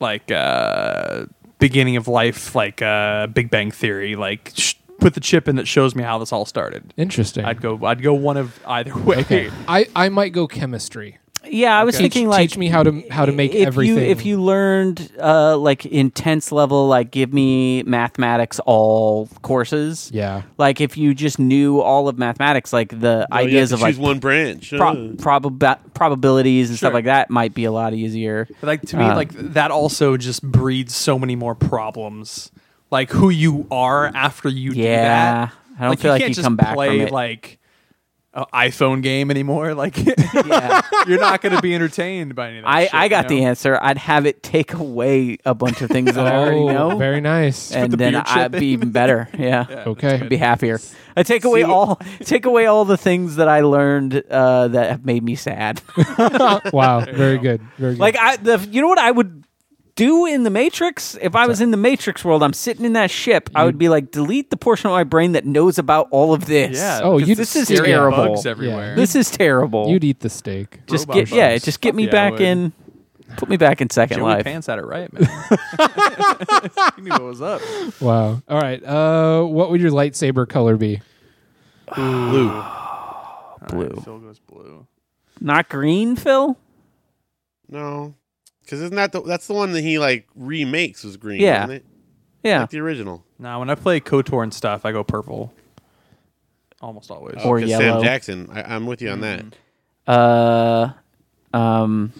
[SPEAKER 4] like uh beginning of life like uh Big Bang Theory like sh- put the chip in that shows me how this all started.
[SPEAKER 2] Interesting.
[SPEAKER 4] I'd go I'd go one of either way.
[SPEAKER 2] okay. I I might go chemistry.
[SPEAKER 1] Yeah, I was
[SPEAKER 2] Teach,
[SPEAKER 1] thinking like
[SPEAKER 2] teach me how to how to make
[SPEAKER 1] if you-
[SPEAKER 2] everything.
[SPEAKER 1] if you learned uh, like intense level, like give me mathematics all courses.
[SPEAKER 2] Yeah.
[SPEAKER 1] Like if you just knew all of mathematics, like the
[SPEAKER 3] Oh, you
[SPEAKER 1] ideas
[SPEAKER 3] have
[SPEAKER 1] of
[SPEAKER 3] to
[SPEAKER 1] like
[SPEAKER 3] choose one branch.
[SPEAKER 1] pro-
[SPEAKER 3] Uh,
[SPEAKER 1] probab- probabilities and stuff
[SPEAKER 4] Sure.
[SPEAKER 1] like that might be a lot easier.
[SPEAKER 4] But like to me
[SPEAKER 1] Uh,
[SPEAKER 4] like that also just breeds so many more problems. Like who you are after you do
[SPEAKER 1] Yeah.
[SPEAKER 4] that.
[SPEAKER 1] I don't feel like
[SPEAKER 4] can't
[SPEAKER 1] you
[SPEAKER 4] just
[SPEAKER 1] come back
[SPEAKER 4] play
[SPEAKER 1] from it.
[SPEAKER 4] like an iPhone game anymore. Like you're not going to be entertained by any of that
[SPEAKER 1] I,
[SPEAKER 4] shit,
[SPEAKER 1] I
[SPEAKER 4] you
[SPEAKER 1] got the
[SPEAKER 4] know?
[SPEAKER 1] answer. I'd have it take away a bunch of things that I already
[SPEAKER 2] oh,
[SPEAKER 1] know,
[SPEAKER 2] very nice.
[SPEAKER 1] and
[SPEAKER 4] the
[SPEAKER 1] then
[SPEAKER 4] beer chip
[SPEAKER 1] I'd be even better. Yeah,
[SPEAKER 2] okay.
[SPEAKER 1] I'd be happier. I take away all take away all the things that I learned uh, that have made me sad.
[SPEAKER 2] Wow. Very good. Very good.
[SPEAKER 1] like I, the you know what I would do in the Matrix if I was in the Matrix world. I'm sitting in that ship. I would be like, delete the portion of my brain that knows about all of this.
[SPEAKER 4] Yeah.
[SPEAKER 2] oh,
[SPEAKER 1] because
[SPEAKER 2] you
[SPEAKER 1] this is
[SPEAKER 4] Scary
[SPEAKER 1] terrible.
[SPEAKER 4] Bugs everywhere.
[SPEAKER 1] This is terrible.
[SPEAKER 2] You'd eat the steak.
[SPEAKER 1] just
[SPEAKER 4] robot
[SPEAKER 1] get yeah,
[SPEAKER 4] bugs.
[SPEAKER 1] just get me
[SPEAKER 4] Yeah, I
[SPEAKER 1] back
[SPEAKER 4] would.
[SPEAKER 1] in. Put me back in Second
[SPEAKER 4] Joey
[SPEAKER 1] Life.
[SPEAKER 4] Pants had it right, man. he knew what was up.
[SPEAKER 2] Wow. All right. Uh, what would your lightsaber color be?
[SPEAKER 3] blue.
[SPEAKER 1] Blue,
[SPEAKER 4] Phil goes blue.
[SPEAKER 1] not green, Phil.
[SPEAKER 3] No, because isn't that the, that's the one that he like remakes was green?
[SPEAKER 1] Yeah.
[SPEAKER 3] isn't it?
[SPEAKER 1] Yeah,
[SPEAKER 3] Like the original.
[SPEAKER 4] Nah, when I play KOTOR and stuff, I go purple. Almost always.
[SPEAKER 1] Or
[SPEAKER 3] Oh, 'Cause
[SPEAKER 1] yellow.
[SPEAKER 3] Sam Jackson. I, I'm with you on
[SPEAKER 2] Mm.
[SPEAKER 3] that.
[SPEAKER 1] Uh, um,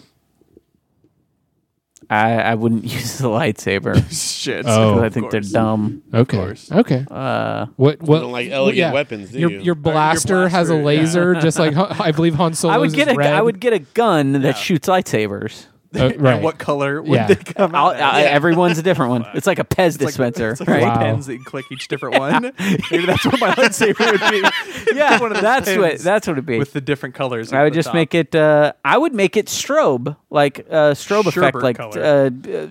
[SPEAKER 1] I, I wouldn't use the lightsaber. 'cause
[SPEAKER 4] Shit.
[SPEAKER 2] Oh.
[SPEAKER 1] I think they're dumb.
[SPEAKER 2] Okay.
[SPEAKER 4] course.
[SPEAKER 2] Okay.
[SPEAKER 1] Uh,
[SPEAKER 2] What? What?
[SPEAKER 3] don't like elegant weapons, do
[SPEAKER 2] your,
[SPEAKER 3] you?
[SPEAKER 2] Your blaster, has a
[SPEAKER 4] blaster,
[SPEAKER 2] laser, just like Han- I believe Han Solo.
[SPEAKER 1] I would get a I would get a gun that shoots lightsabers.
[SPEAKER 2] Uh, right.
[SPEAKER 4] What color would
[SPEAKER 2] Yeah.
[SPEAKER 4] they come
[SPEAKER 1] I'll,
[SPEAKER 4] out? as?
[SPEAKER 1] I, Everyone's a different one. It's like a Pez
[SPEAKER 4] It's like-
[SPEAKER 1] dispenser,
[SPEAKER 4] it's like
[SPEAKER 1] right?
[SPEAKER 2] Wow.
[SPEAKER 4] pens that you click each different one. Maybe that's what my lightsaber would be.
[SPEAKER 1] Yeah,
[SPEAKER 4] One of those
[SPEAKER 1] that's what
[SPEAKER 4] pins
[SPEAKER 1] that's what it'd be.
[SPEAKER 4] with the different colors.
[SPEAKER 1] I would just make it. Uh, I would make it strobe, like uh, strobe effect,
[SPEAKER 4] Sherbert
[SPEAKER 1] like
[SPEAKER 4] color.
[SPEAKER 1] uh,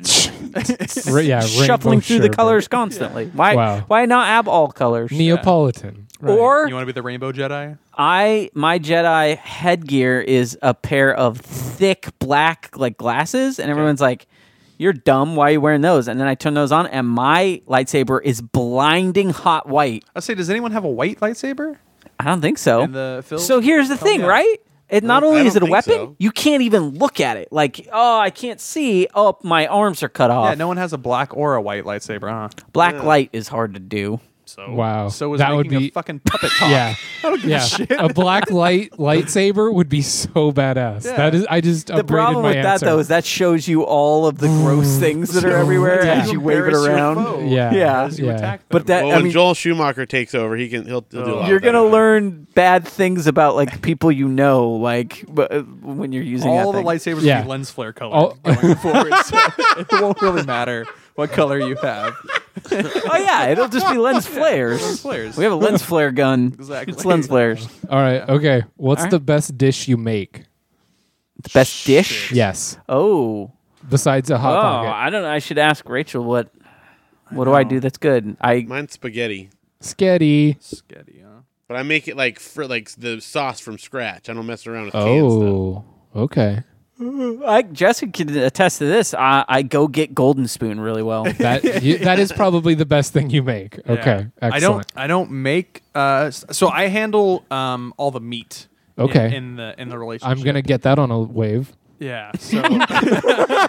[SPEAKER 2] Ra- yeah,
[SPEAKER 1] uh,
[SPEAKER 2] rainbow
[SPEAKER 1] shuffling through the
[SPEAKER 2] sherbet.
[SPEAKER 1] colors constantly. Why?
[SPEAKER 2] Wow.
[SPEAKER 1] Why not have all colors?
[SPEAKER 2] Neapolitan. Right.
[SPEAKER 1] Or
[SPEAKER 4] You want to be the rainbow Jedi?
[SPEAKER 1] I my Jedi headgear is a pair of thick black like glasses, and everyone's like, "You're dumb. Why are you wearing those?" And then I turn those on, and my lightsaber is blinding hot white.
[SPEAKER 4] I say, does anyone have a white lightsaber?
[SPEAKER 1] I don't think so.
[SPEAKER 4] In the film?
[SPEAKER 1] So here's the
[SPEAKER 4] Hell
[SPEAKER 1] thing,
[SPEAKER 4] yeah.
[SPEAKER 1] right? It not
[SPEAKER 3] I
[SPEAKER 1] only
[SPEAKER 3] don't
[SPEAKER 1] is it a
[SPEAKER 3] think
[SPEAKER 1] weapon,
[SPEAKER 3] so.
[SPEAKER 1] you can't even look at it. Like, oh, I can't see. Oh, my arms are cut off.
[SPEAKER 4] Yeah, no one has a black or a white lightsaber, huh?
[SPEAKER 1] Black light is hard to do.
[SPEAKER 4] So
[SPEAKER 2] Wow.
[SPEAKER 4] So is
[SPEAKER 2] That
[SPEAKER 4] that
[SPEAKER 2] would
[SPEAKER 4] making
[SPEAKER 2] be-
[SPEAKER 4] a fucking puppet talk.
[SPEAKER 2] Yeah. yeah. A black light lightsaber would be so badass.
[SPEAKER 4] Yeah.
[SPEAKER 2] That is I just
[SPEAKER 1] The
[SPEAKER 2] upgraded
[SPEAKER 1] problem
[SPEAKER 2] my
[SPEAKER 1] with that
[SPEAKER 2] answer.
[SPEAKER 1] though is that shows you all of the gross things that are everywhere
[SPEAKER 2] yeah.
[SPEAKER 1] as you
[SPEAKER 2] You
[SPEAKER 1] wave it
[SPEAKER 4] embarrass your
[SPEAKER 1] around.
[SPEAKER 4] foe
[SPEAKER 2] Yeah.
[SPEAKER 1] Yeah.
[SPEAKER 4] As you
[SPEAKER 2] Yeah.
[SPEAKER 4] attack them.
[SPEAKER 1] But that
[SPEAKER 3] well,
[SPEAKER 1] I
[SPEAKER 3] when
[SPEAKER 1] mean,
[SPEAKER 3] Joel Schumacher takes over, he can he'll,
[SPEAKER 2] Oh.
[SPEAKER 3] he'll do a lot.
[SPEAKER 1] you're
[SPEAKER 3] going
[SPEAKER 1] gonna
[SPEAKER 3] to
[SPEAKER 1] learn bad things about like people you know, like b- uh, when you're using
[SPEAKER 4] all
[SPEAKER 1] that
[SPEAKER 4] the
[SPEAKER 1] thing.
[SPEAKER 4] lightsabers
[SPEAKER 2] Yeah.
[SPEAKER 4] will be lens flare color
[SPEAKER 2] All-
[SPEAKER 4] going forward, so it won't really matter what color you have.
[SPEAKER 1] Oh yeah, it'll just be lens flares.
[SPEAKER 4] Lens flares.
[SPEAKER 1] We have a lens flare gun.
[SPEAKER 4] Exactly.
[SPEAKER 1] It's lens flares.
[SPEAKER 2] All right. Okay. What's
[SPEAKER 1] All right.
[SPEAKER 2] the best dish you make?
[SPEAKER 1] The best dish.
[SPEAKER 2] Yes.
[SPEAKER 1] Oh.
[SPEAKER 2] Besides a hot
[SPEAKER 1] oh,
[SPEAKER 2] pocket.
[SPEAKER 1] I don't know. I should ask Rachel what what do I do that's good. I
[SPEAKER 3] Mine's spaghetti,
[SPEAKER 2] Sketty.
[SPEAKER 4] Sketty, huh?
[SPEAKER 3] but I make it like for like the sauce from scratch. I don't mess around with canned stuff.
[SPEAKER 2] Oh. Okay.
[SPEAKER 1] I Jessica can attest to this. I, I go get golden spoon really well.
[SPEAKER 2] That you, that is probably the best thing you make. Okay.
[SPEAKER 4] Yeah.
[SPEAKER 2] Excellent.
[SPEAKER 4] I don't. I don't make. Uh, s- so I handle um, all the meat. in-
[SPEAKER 2] Okay.
[SPEAKER 4] In, the in the relationship.
[SPEAKER 2] I'm gonna get that on a wave.
[SPEAKER 4] Yeah. So.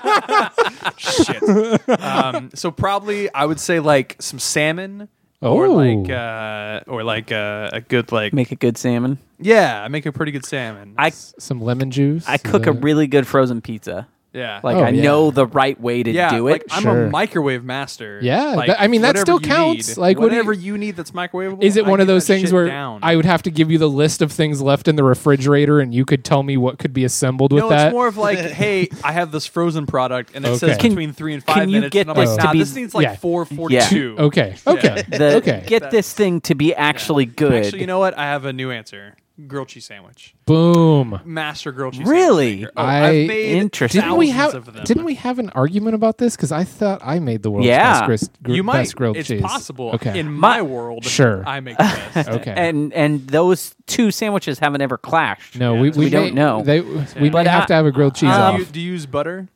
[SPEAKER 4] Shit. Um, so probably I would say like some salmon. Or
[SPEAKER 2] Oh.
[SPEAKER 4] like, uh, or like uh, a good like,
[SPEAKER 1] Make a good salmon.
[SPEAKER 4] yeah, I make a pretty good salmon.
[SPEAKER 1] I
[SPEAKER 2] Some lemon juice.
[SPEAKER 1] I
[SPEAKER 2] Is
[SPEAKER 1] cook a
[SPEAKER 2] that-
[SPEAKER 1] really good frozen pizza.
[SPEAKER 4] yeah,
[SPEAKER 1] Like
[SPEAKER 2] Oh,
[SPEAKER 1] I
[SPEAKER 2] yeah.
[SPEAKER 1] know the right way to
[SPEAKER 4] yeah,
[SPEAKER 1] do
[SPEAKER 4] like,
[SPEAKER 1] it.
[SPEAKER 4] I'm
[SPEAKER 2] Sure.
[SPEAKER 4] a microwave master.
[SPEAKER 2] Yeah,
[SPEAKER 4] Like,
[SPEAKER 2] that- I mean, that
[SPEAKER 4] whatever
[SPEAKER 2] still
[SPEAKER 4] you
[SPEAKER 2] counts.
[SPEAKER 4] need-
[SPEAKER 2] Like, what do you-
[SPEAKER 4] whatever you, need that's microwavable.
[SPEAKER 2] Is it
[SPEAKER 4] I
[SPEAKER 2] one of
[SPEAKER 4] get
[SPEAKER 2] those
[SPEAKER 4] that
[SPEAKER 2] things
[SPEAKER 4] shit
[SPEAKER 2] where
[SPEAKER 4] down.
[SPEAKER 2] I would have to give you the list of things left in the refrigerator and you could tell me what could be assembled with
[SPEAKER 4] No,
[SPEAKER 2] that?
[SPEAKER 4] it's more of like, hey, I have this frozen product, and it says
[SPEAKER 2] Okay. Can-
[SPEAKER 4] between three and five
[SPEAKER 1] can you
[SPEAKER 4] minutes.
[SPEAKER 1] get
[SPEAKER 4] and I'm like,
[SPEAKER 1] this to
[SPEAKER 4] nah,
[SPEAKER 1] be-
[SPEAKER 4] this needs like
[SPEAKER 2] Yeah.
[SPEAKER 4] four forty-two.
[SPEAKER 1] Yeah.
[SPEAKER 2] okay. Okay.
[SPEAKER 1] the,
[SPEAKER 2] okay.
[SPEAKER 1] Get this thing to be actually good.
[SPEAKER 4] Actually, you know what? I have a new answer: grilled cheese sandwich,
[SPEAKER 2] Boom.
[SPEAKER 4] master grilled cheese.
[SPEAKER 1] Really?
[SPEAKER 4] sandwich maker. Oh, I've
[SPEAKER 2] I-
[SPEAKER 4] made
[SPEAKER 1] Interesting.
[SPEAKER 2] Didn't we
[SPEAKER 4] thousands
[SPEAKER 2] have
[SPEAKER 4] of them.
[SPEAKER 2] Didn't we have an argument about this? Because I thought I made the world's
[SPEAKER 1] Yeah.
[SPEAKER 2] best, gris- gr-
[SPEAKER 4] You might.
[SPEAKER 2] best grilled
[SPEAKER 4] it's
[SPEAKER 2] cheese.
[SPEAKER 4] possible.
[SPEAKER 2] Okay.
[SPEAKER 4] In my,
[SPEAKER 1] My- Um,
[SPEAKER 4] world,
[SPEAKER 2] Sure.
[SPEAKER 4] I make the best.
[SPEAKER 2] okay.
[SPEAKER 1] and and those two sandwiches haven't ever clashed.
[SPEAKER 2] no, we, we,
[SPEAKER 1] we don't
[SPEAKER 2] may-
[SPEAKER 1] know.
[SPEAKER 2] They, we
[SPEAKER 1] But
[SPEAKER 2] may have
[SPEAKER 1] I-
[SPEAKER 2] to have a grilled cheese
[SPEAKER 4] Do
[SPEAKER 1] um,
[SPEAKER 4] you,
[SPEAKER 2] off.
[SPEAKER 4] do you use butter?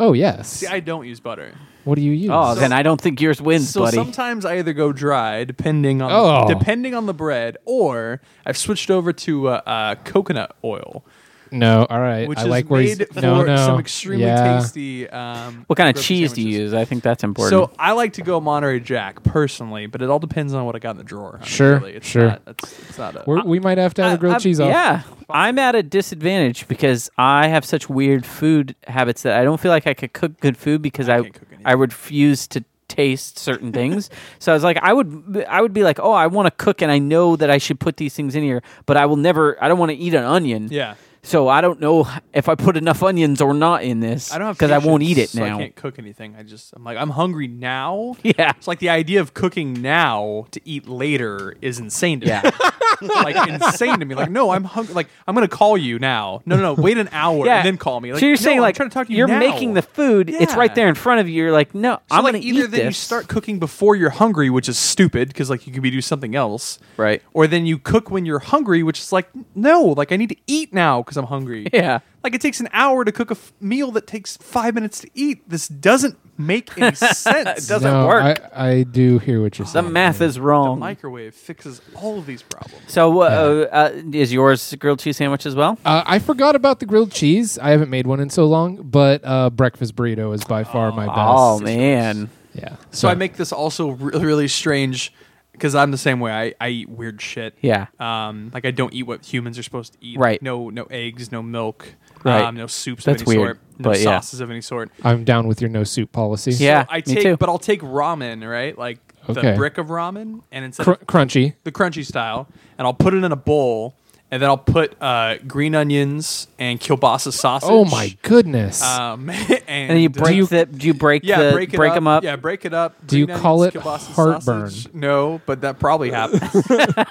[SPEAKER 2] Oh yes.
[SPEAKER 4] See, I don't use butter.
[SPEAKER 2] what do you use?
[SPEAKER 1] Oh, then I don't think yours wins,
[SPEAKER 4] So
[SPEAKER 1] buddy.
[SPEAKER 4] sometimes I either go dry, depending on
[SPEAKER 2] Oh.
[SPEAKER 4] depending on the bread, or I've switched over to uh, uh, coconut oil,
[SPEAKER 2] no. All right.
[SPEAKER 4] which
[SPEAKER 2] I
[SPEAKER 4] is
[SPEAKER 2] like where he's,
[SPEAKER 4] made for
[SPEAKER 2] no, no.
[SPEAKER 4] some extremely
[SPEAKER 2] yeah.
[SPEAKER 4] tasty. Um,
[SPEAKER 1] what kind of
[SPEAKER 4] grilled
[SPEAKER 1] cheese do
[SPEAKER 4] sandwiches.
[SPEAKER 1] you use? I think that's important.
[SPEAKER 4] So I like to go Monterey Jack personally, but it all depends on what I got in the drawer. I mean,
[SPEAKER 2] Sure,
[SPEAKER 4] really. it's
[SPEAKER 2] sure.
[SPEAKER 4] Not, it's, it's not a,
[SPEAKER 2] We're, we might have to have a grilled
[SPEAKER 1] I'm-
[SPEAKER 2] cheese off.
[SPEAKER 1] Yeah, I'm at a disadvantage because I have such weird food habits that I don't feel like I could cook good food because I I,
[SPEAKER 4] can't cook anything.
[SPEAKER 1] refuse to taste certain things. so I was like, I would I would be like, oh, I want to cook and I know that I should put these things in here, but I will never. I don't want to eat an onion.
[SPEAKER 4] Yeah.
[SPEAKER 1] So I don't know if I put enough onions or not in this.
[SPEAKER 4] I don't have
[SPEAKER 1] because I won't
[SPEAKER 4] patience,
[SPEAKER 1] eat it
[SPEAKER 4] so
[SPEAKER 1] now.
[SPEAKER 4] I can't cook anything. I just I'm like I'm hungry now.
[SPEAKER 1] Yeah.
[SPEAKER 4] It's like the idea of cooking now to eat later is insane to me. like insane to me. Like no, I'm hungry. Like I'm gonna call you now. No, no, no. Wait an hour and then call me. Like,
[SPEAKER 1] so you're
[SPEAKER 4] no,
[SPEAKER 1] saying
[SPEAKER 4] I'm
[SPEAKER 1] like
[SPEAKER 4] trying to talk to you.
[SPEAKER 1] are
[SPEAKER 4] now.
[SPEAKER 1] making the food. It's
[SPEAKER 4] Yeah.
[SPEAKER 1] right there in front of you. You're like, no,
[SPEAKER 4] So,
[SPEAKER 1] I'm
[SPEAKER 4] like,
[SPEAKER 1] gonna
[SPEAKER 4] either
[SPEAKER 1] eat
[SPEAKER 4] then
[SPEAKER 1] this.
[SPEAKER 4] you start cooking before you're hungry, which is stupid because like you could be do something else,
[SPEAKER 1] Right.
[SPEAKER 4] Or then you cook when you're hungry, which is like no, like I need to eat now because I'm hungry.
[SPEAKER 1] Yeah.
[SPEAKER 4] like it takes an hour to cook a f- meal that takes five minutes to eat. This doesn't make any sense.
[SPEAKER 1] It doesn't
[SPEAKER 2] no,
[SPEAKER 1] work.
[SPEAKER 2] I, I do hear what you're
[SPEAKER 1] the
[SPEAKER 2] saying.
[SPEAKER 1] math is
[SPEAKER 4] The
[SPEAKER 1] wrong.
[SPEAKER 4] microwave fixes all of these problems.
[SPEAKER 1] So, uh, uh, is yours grilled cheese sandwich as well?
[SPEAKER 2] Uh, I forgot about the grilled cheese. I haven't made one in so long, but uh, breakfast burrito is by far my best.
[SPEAKER 1] Oh man,
[SPEAKER 2] Yeah.
[SPEAKER 4] So I make this also really, really strange because I'm the same way. I, I eat weird shit.
[SPEAKER 1] Yeah.
[SPEAKER 4] Um, like I don't eat what humans are supposed to eat.
[SPEAKER 1] Right.
[SPEAKER 4] No no eggs, no milk,
[SPEAKER 1] Right.
[SPEAKER 4] um, no soups
[SPEAKER 1] That's
[SPEAKER 4] of any
[SPEAKER 1] weird,
[SPEAKER 4] sort, no
[SPEAKER 1] but yeah.
[SPEAKER 4] sauces of any sort.
[SPEAKER 2] I'm down with your no soup policy.
[SPEAKER 1] Yeah.
[SPEAKER 4] So I
[SPEAKER 1] me
[SPEAKER 4] take
[SPEAKER 1] too.
[SPEAKER 4] but I'll take ramen, right? Like
[SPEAKER 2] Okay.
[SPEAKER 4] the brick of ramen and instead
[SPEAKER 2] Cr-
[SPEAKER 4] of
[SPEAKER 2] crunchy.
[SPEAKER 4] the crunchy style, and I'll put it in a bowl and then I'll put uh, green onions and kielbasa sausage.
[SPEAKER 2] Oh my goodness.
[SPEAKER 4] Um, and,
[SPEAKER 1] And you
[SPEAKER 4] uh,
[SPEAKER 1] break the do you break
[SPEAKER 4] yeah,
[SPEAKER 1] the
[SPEAKER 4] break, it up,
[SPEAKER 1] them up?
[SPEAKER 4] Yeah, break it up.
[SPEAKER 2] Do you
[SPEAKER 4] Green
[SPEAKER 2] call
[SPEAKER 4] onions,
[SPEAKER 2] it
[SPEAKER 4] kielbasa
[SPEAKER 2] heartburn?
[SPEAKER 4] sausage. No, but that probably happens.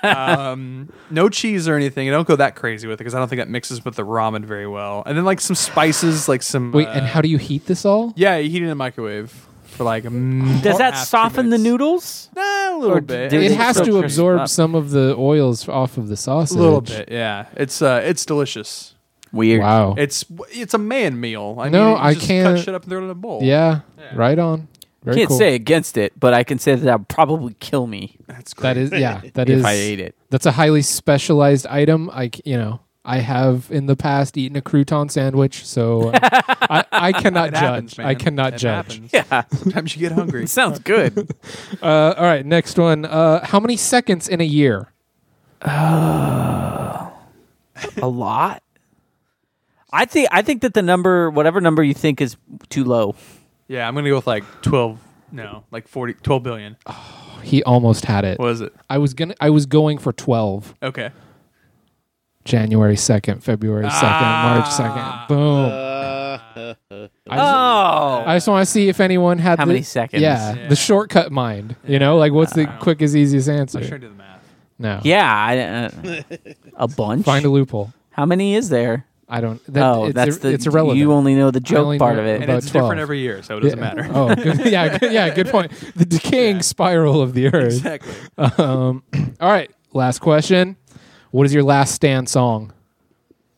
[SPEAKER 4] um, no cheese or anything. I don't go that crazy with it because I don't think that mixes with the ramen very well. And then like some spices, like some.
[SPEAKER 2] Wait,
[SPEAKER 4] uh,
[SPEAKER 2] and how do you heat this all?
[SPEAKER 4] yeah, you heat it in a microwave for like. A
[SPEAKER 1] Does that soften the noodles?
[SPEAKER 4] Nah, a little
[SPEAKER 1] Or
[SPEAKER 4] bit.
[SPEAKER 1] do
[SPEAKER 2] It
[SPEAKER 1] It's
[SPEAKER 2] has
[SPEAKER 1] so
[SPEAKER 2] to
[SPEAKER 1] crisp
[SPEAKER 2] absorb
[SPEAKER 1] up.
[SPEAKER 2] some of the oils off of the
[SPEAKER 4] a
[SPEAKER 2] sausage.
[SPEAKER 4] little bit. Yeah, it's uh, it's delicious.
[SPEAKER 1] Weird.
[SPEAKER 2] Wow.
[SPEAKER 4] It's it's a man meal. I
[SPEAKER 2] No,
[SPEAKER 4] mean, you
[SPEAKER 2] I
[SPEAKER 4] just
[SPEAKER 2] can't-
[SPEAKER 4] Cut shit up and throw it in a bowl.
[SPEAKER 2] yeah, Right on. Very
[SPEAKER 1] Can't
[SPEAKER 2] cool.
[SPEAKER 1] say against it, but I can say that that would probably kill me
[SPEAKER 4] that's great.
[SPEAKER 2] that is yeah. That is
[SPEAKER 1] if I ate it.
[SPEAKER 2] That's a highly specialized item. I c- you know I have in the past eaten a crouton sandwich, so uh, I, I cannot
[SPEAKER 4] It
[SPEAKER 2] judge.
[SPEAKER 4] happens,
[SPEAKER 2] I
[SPEAKER 4] man.
[SPEAKER 2] cannot
[SPEAKER 4] It
[SPEAKER 2] judge.
[SPEAKER 4] happens.
[SPEAKER 1] Yeah,
[SPEAKER 4] Sometimes you get hungry.
[SPEAKER 1] it sounds good.
[SPEAKER 2] Uh, all right, next one. Uh, how many seconds in a year?
[SPEAKER 1] a lot. I think I think that the number, whatever number you think is too low,
[SPEAKER 4] Yeah, I'm gonna go with like Ah. 12. No, like 40, 12 billion.
[SPEAKER 2] He almost had it.
[SPEAKER 4] What is it?
[SPEAKER 2] I was gonna. I was going for twelve.
[SPEAKER 4] Okay.
[SPEAKER 2] January second, February second,
[SPEAKER 4] Ah.
[SPEAKER 2] March second. Boom.
[SPEAKER 3] Uh,
[SPEAKER 2] I just,
[SPEAKER 1] Oh,
[SPEAKER 2] I just want to see if anyone had
[SPEAKER 1] How
[SPEAKER 2] the-
[SPEAKER 1] many seconds?
[SPEAKER 2] Yeah,
[SPEAKER 4] Yeah.
[SPEAKER 2] the shortcut mind. You know, like what's the quickest, easiest answer?
[SPEAKER 4] I sure did the math.
[SPEAKER 2] No.
[SPEAKER 1] yeah, I, uh, a bunch.
[SPEAKER 2] Find a loophole.
[SPEAKER 1] How many is there?
[SPEAKER 2] I don't. That,
[SPEAKER 1] oh,
[SPEAKER 2] it's,
[SPEAKER 1] that's
[SPEAKER 2] ir-
[SPEAKER 1] the
[SPEAKER 2] It's irrelevant.
[SPEAKER 1] You only know the joke
[SPEAKER 2] only
[SPEAKER 1] part
[SPEAKER 2] know
[SPEAKER 1] of it.
[SPEAKER 4] And
[SPEAKER 2] About
[SPEAKER 4] it's
[SPEAKER 2] 12.
[SPEAKER 4] different every year, so it doesn't
[SPEAKER 2] Yeah.
[SPEAKER 4] matter.
[SPEAKER 2] oh, good. yeah, good, yeah. Good point. The decaying spiral of the earth.
[SPEAKER 4] Exactly.
[SPEAKER 2] All right, last question. What is your last stand song?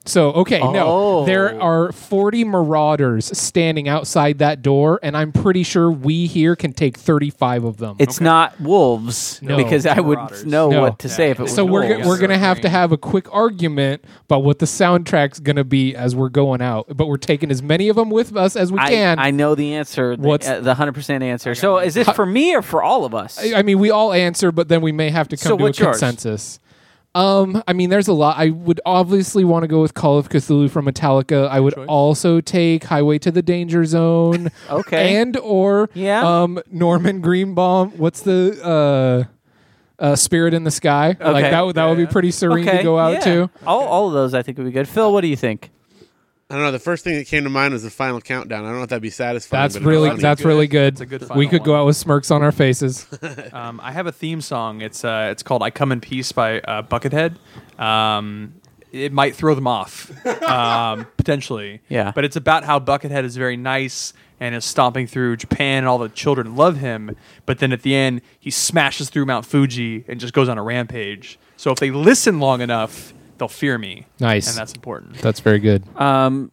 [SPEAKER 2] So, okay, no.
[SPEAKER 1] Oh.
[SPEAKER 2] There are 40 marauders standing outside that door, and I'm pretty sure we here can take 35 of them.
[SPEAKER 1] It's not wolves
[SPEAKER 2] No.
[SPEAKER 1] because I
[SPEAKER 4] Marauders.
[SPEAKER 1] would know
[SPEAKER 2] No.
[SPEAKER 1] what to say if it was
[SPEAKER 2] so we're,
[SPEAKER 1] wolves.
[SPEAKER 2] go- we're gonna have to have a quick argument about what the soundtrack's gonna be as we're going out, but we're taking as many of them with us as we
[SPEAKER 1] I,
[SPEAKER 2] can.
[SPEAKER 1] I know the answer.
[SPEAKER 2] What's-
[SPEAKER 1] What's the hundred percent answer? So is this for me or for all of us?
[SPEAKER 2] I mean, we all answer, but then we may have to come
[SPEAKER 1] So
[SPEAKER 2] to a
[SPEAKER 1] what's yours?
[SPEAKER 2] consensus. Um, I mean, there's a lot. I would obviously want to go with Call of Cthulhu from Metallica. I would also take Highway to the Danger Zone.
[SPEAKER 1] Okay.
[SPEAKER 2] and or
[SPEAKER 1] Yeah.
[SPEAKER 2] um, Norman Greenbaum. What's the uh, uh, Spirit in the Sky? Like that. would- That would be pretty serene
[SPEAKER 1] okay,
[SPEAKER 2] to go out
[SPEAKER 1] yeah.
[SPEAKER 2] to.
[SPEAKER 1] All, all of those I think would be good. Phil, what do you think?
[SPEAKER 3] I don't know. The first thing that came to mind was the final countdown. I don't know if that'd be satisfying.
[SPEAKER 2] That's
[SPEAKER 3] but it'd be
[SPEAKER 2] really
[SPEAKER 3] funny.
[SPEAKER 2] that's
[SPEAKER 4] good.
[SPEAKER 2] really good.
[SPEAKER 4] It's a good
[SPEAKER 2] we
[SPEAKER 4] final
[SPEAKER 2] could go
[SPEAKER 4] one.
[SPEAKER 2] out with smirks on our faces.
[SPEAKER 4] Um, I have a theme song. It's uh, it's called "I Come in Peace" by uh, Buckethead. Um, it might throw them off, um, potentially.
[SPEAKER 1] Yeah.
[SPEAKER 4] But it's about how Buckethead is very nice and is stomping through Japan, and all the children love him. But then at the end, he smashes through Mount Fuji and just goes on a rampage. So if they listen long enough, they'll fear me.
[SPEAKER 2] Nice.
[SPEAKER 4] And that's important.
[SPEAKER 2] that's very good.
[SPEAKER 1] Um,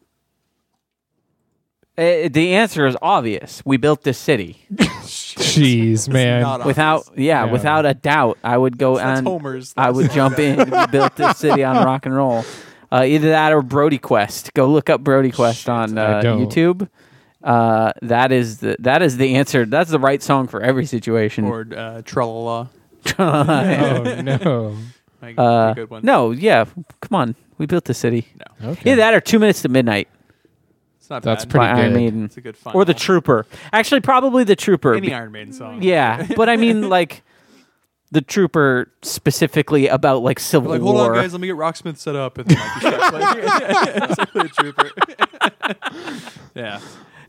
[SPEAKER 1] eh, the answer is obvious. We built this city
[SPEAKER 2] Jeez, man.
[SPEAKER 4] Not
[SPEAKER 1] without, yeah,
[SPEAKER 2] Yeah.
[SPEAKER 1] without a doubt. I would go
[SPEAKER 4] That's
[SPEAKER 1] and
[SPEAKER 4] Homer's.
[SPEAKER 1] I would jump in. We built this city on rock and roll. Uh, either that or Brody Quest. Go look up Brody Quest on
[SPEAKER 2] I
[SPEAKER 1] uh,
[SPEAKER 2] don't.
[SPEAKER 1] YouTube. Uh, that is the that is the answer. That's the right song for every situation.
[SPEAKER 4] or uh, Tralala.
[SPEAKER 2] oh no.
[SPEAKER 4] Like,
[SPEAKER 1] Uh,
[SPEAKER 4] a good one.
[SPEAKER 1] No, yeah, come on. We built the city.
[SPEAKER 4] no,
[SPEAKER 2] Okay.
[SPEAKER 1] Either that or Two Minutes to Midnight
[SPEAKER 4] it's not
[SPEAKER 2] That's
[SPEAKER 4] bad.
[SPEAKER 2] pretty
[SPEAKER 1] by Iron
[SPEAKER 2] good.
[SPEAKER 1] Maiden.
[SPEAKER 4] It's a good final.
[SPEAKER 1] Or The Trooper. Actually, probably The Trooper.
[SPEAKER 4] Any
[SPEAKER 1] be-
[SPEAKER 4] Iron Maiden song.
[SPEAKER 1] Yeah, but I mean, like, the Trooper specifically about, like, Civil
[SPEAKER 4] Like, hold
[SPEAKER 1] War.
[SPEAKER 4] on, guys, let me get Rocksmith set up. And then, like, you start playing. It's like the trooper. yeah.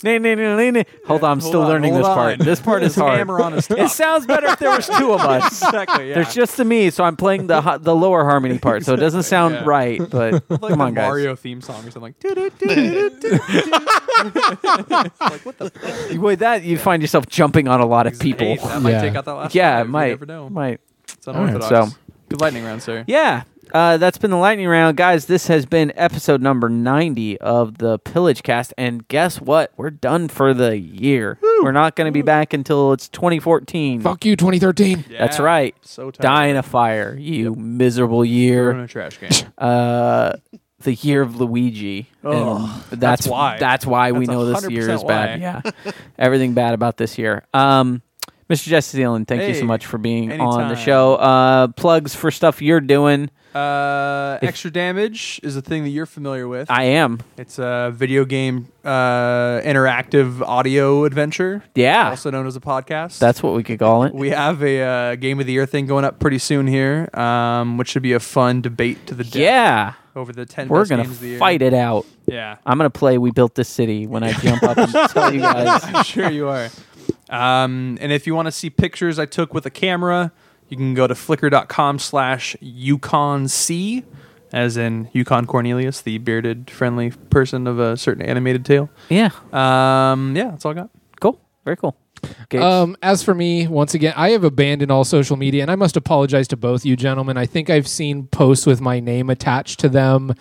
[SPEAKER 1] Nay, nay, nay, nay, nay. Hold on, I'm
[SPEAKER 4] Hold
[SPEAKER 1] still
[SPEAKER 4] on,
[SPEAKER 1] learning
[SPEAKER 4] hold
[SPEAKER 1] this part.
[SPEAKER 4] on.
[SPEAKER 1] This part is hard.
[SPEAKER 4] Hammer on his top.
[SPEAKER 1] It sounds better if there was two of us.
[SPEAKER 4] Exactly. Yeah.
[SPEAKER 1] There's just the me, so I'm playing the ho- the lower harmony part, so it doesn't sound
[SPEAKER 4] yeah.
[SPEAKER 1] right. But come
[SPEAKER 4] like the
[SPEAKER 1] on, guys.
[SPEAKER 4] Mario theme song or something like. doo-doo-doo-doo-doo-doo. like what the fuck?
[SPEAKER 1] With that, you find yourself jumping on a lot of people.
[SPEAKER 4] Hey, that might
[SPEAKER 2] Yeah.
[SPEAKER 4] take out that last.
[SPEAKER 1] Yeah,
[SPEAKER 4] one.
[SPEAKER 1] it
[SPEAKER 4] You
[SPEAKER 1] might.
[SPEAKER 4] Never know.
[SPEAKER 1] Might.
[SPEAKER 4] It's unorthodox.
[SPEAKER 1] All right, so-
[SPEAKER 4] Good lightning round, sir.
[SPEAKER 1] Yeah. Uh, that's been the lightning round, guys. This has been episode number ninety of the Pillage Cast, and guess what? We're done for the year. We're not going to be back until it's twenty fourteen.
[SPEAKER 2] Fuck you, 2013.
[SPEAKER 1] That's
[SPEAKER 4] Yeah.
[SPEAKER 1] right.
[SPEAKER 4] So tired.
[SPEAKER 1] Die in a fire, you miserable
[SPEAKER 4] Throw it in
[SPEAKER 1] year.
[SPEAKER 4] a trash can.
[SPEAKER 1] Uh, the year of Luigi. And
[SPEAKER 4] Ugh,
[SPEAKER 1] that's,
[SPEAKER 4] that's why.
[SPEAKER 1] That's why we
[SPEAKER 4] That's
[SPEAKER 1] know this year is
[SPEAKER 4] 100%
[SPEAKER 1] bad. Yeah, everything bad about this year. Um, Mr. Jesse Zealand, thank you so
[SPEAKER 4] Hey,
[SPEAKER 1] much for being on the
[SPEAKER 4] anytime.
[SPEAKER 1] show. Uh, plugs for stuff you're doing.
[SPEAKER 4] Uh, extra damage is a thing that you're familiar with.
[SPEAKER 1] I am.
[SPEAKER 4] it's a video game uh, interactive audio adventure.
[SPEAKER 1] Yeah.
[SPEAKER 4] also known as a podcast.
[SPEAKER 1] That's what we could call it.
[SPEAKER 4] we have a uh, game of the year thing going up pretty soon here, um, which should be a fun debate to the death
[SPEAKER 1] yeah.
[SPEAKER 4] over the ten.
[SPEAKER 1] We're
[SPEAKER 4] best
[SPEAKER 1] going
[SPEAKER 4] games of the
[SPEAKER 1] to
[SPEAKER 4] year.
[SPEAKER 1] fight it out.
[SPEAKER 4] Yeah,
[SPEAKER 1] I'm going to play We Built This City when I jump up and tell you guys.
[SPEAKER 4] I'm sure you are. Um, and if you want to see pictures I took with a camera, you can go to flickr.com slash UconC, as in Yukon Cornelius, the bearded, friendly person of a certain animated tale.
[SPEAKER 1] Yeah.
[SPEAKER 4] Um, yeah, that's all I got.
[SPEAKER 1] Uh, Cool. Very cool. Gates.
[SPEAKER 2] Um, as for me, once again, I have abandoned all social media, and I must apologize to both you gentlemen. I think I've seen posts with my name attached to them.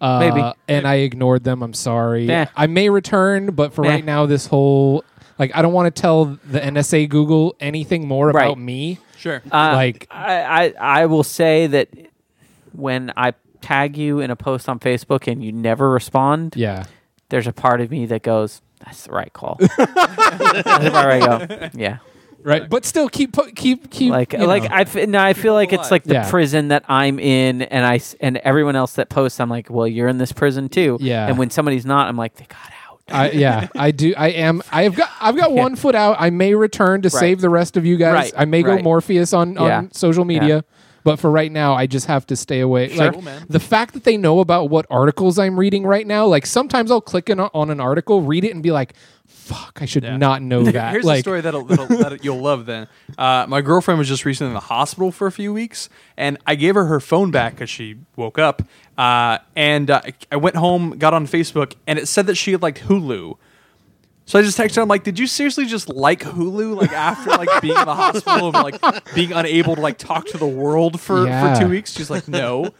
[SPEAKER 2] Uh,
[SPEAKER 1] Maybe.
[SPEAKER 2] and I ignored them. I'm sorry.
[SPEAKER 1] Yeah.
[SPEAKER 2] I may return, but for
[SPEAKER 1] Yeah.
[SPEAKER 2] right now, this whole like I don't want to tell the NSA Google anything more
[SPEAKER 1] Right.
[SPEAKER 2] about me.
[SPEAKER 4] Sure.
[SPEAKER 1] Uh,
[SPEAKER 2] like-
[SPEAKER 1] I, I I will say that when I tag you in a post on Facebook and you never respond,
[SPEAKER 2] Yeah,
[SPEAKER 1] there's a part of me that goes, "That's the right call." That's the part where I go, "Yeah."
[SPEAKER 2] right. But still, keep po- keep keep
[SPEAKER 1] Like
[SPEAKER 2] you know.
[SPEAKER 1] like I f- no, I feel like it's like the
[SPEAKER 2] Yeah.
[SPEAKER 1] prison that I'm in, and I s- and everyone else that posts, I'm like, "Well, you're in this prison too."
[SPEAKER 2] Yeah.
[SPEAKER 1] And when somebody's not, I'm like, "They got out."
[SPEAKER 2] I, yeah, I do. I am. I've got. I've got one foot out. I may return to save the rest of you guys.
[SPEAKER 1] Right,
[SPEAKER 2] I may go
[SPEAKER 1] right.
[SPEAKER 2] Morpheus on on
[SPEAKER 1] Yeah.
[SPEAKER 2] social media, but for right now, I just have to stay away. Like
[SPEAKER 4] Cool, man.
[SPEAKER 2] the fact that they know about what articles I'm reading right now. Like sometimes I'll click in on, on an article, read it, and be like, "Fuck, I should not know that."
[SPEAKER 4] Here's
[SPEAKER 2] like,
[SPEAKER 4] a story that'll, that'll, that you'll love. Then, uh, my girlfriend was just recently in the hospital for a few weeks, and I gave her her phone back because she woke up. Uh, and uh, I went home, got on Facebook, and it said that she had liked Hulu. So I just texted her. I'm like, "Did you seriously just like Hulu? Like after like being in the hospital and like being unable to like talk to the world for
[SPEAKER 2] Yeah.
[SPEAKER 4] for two weeks?" She's like, "No."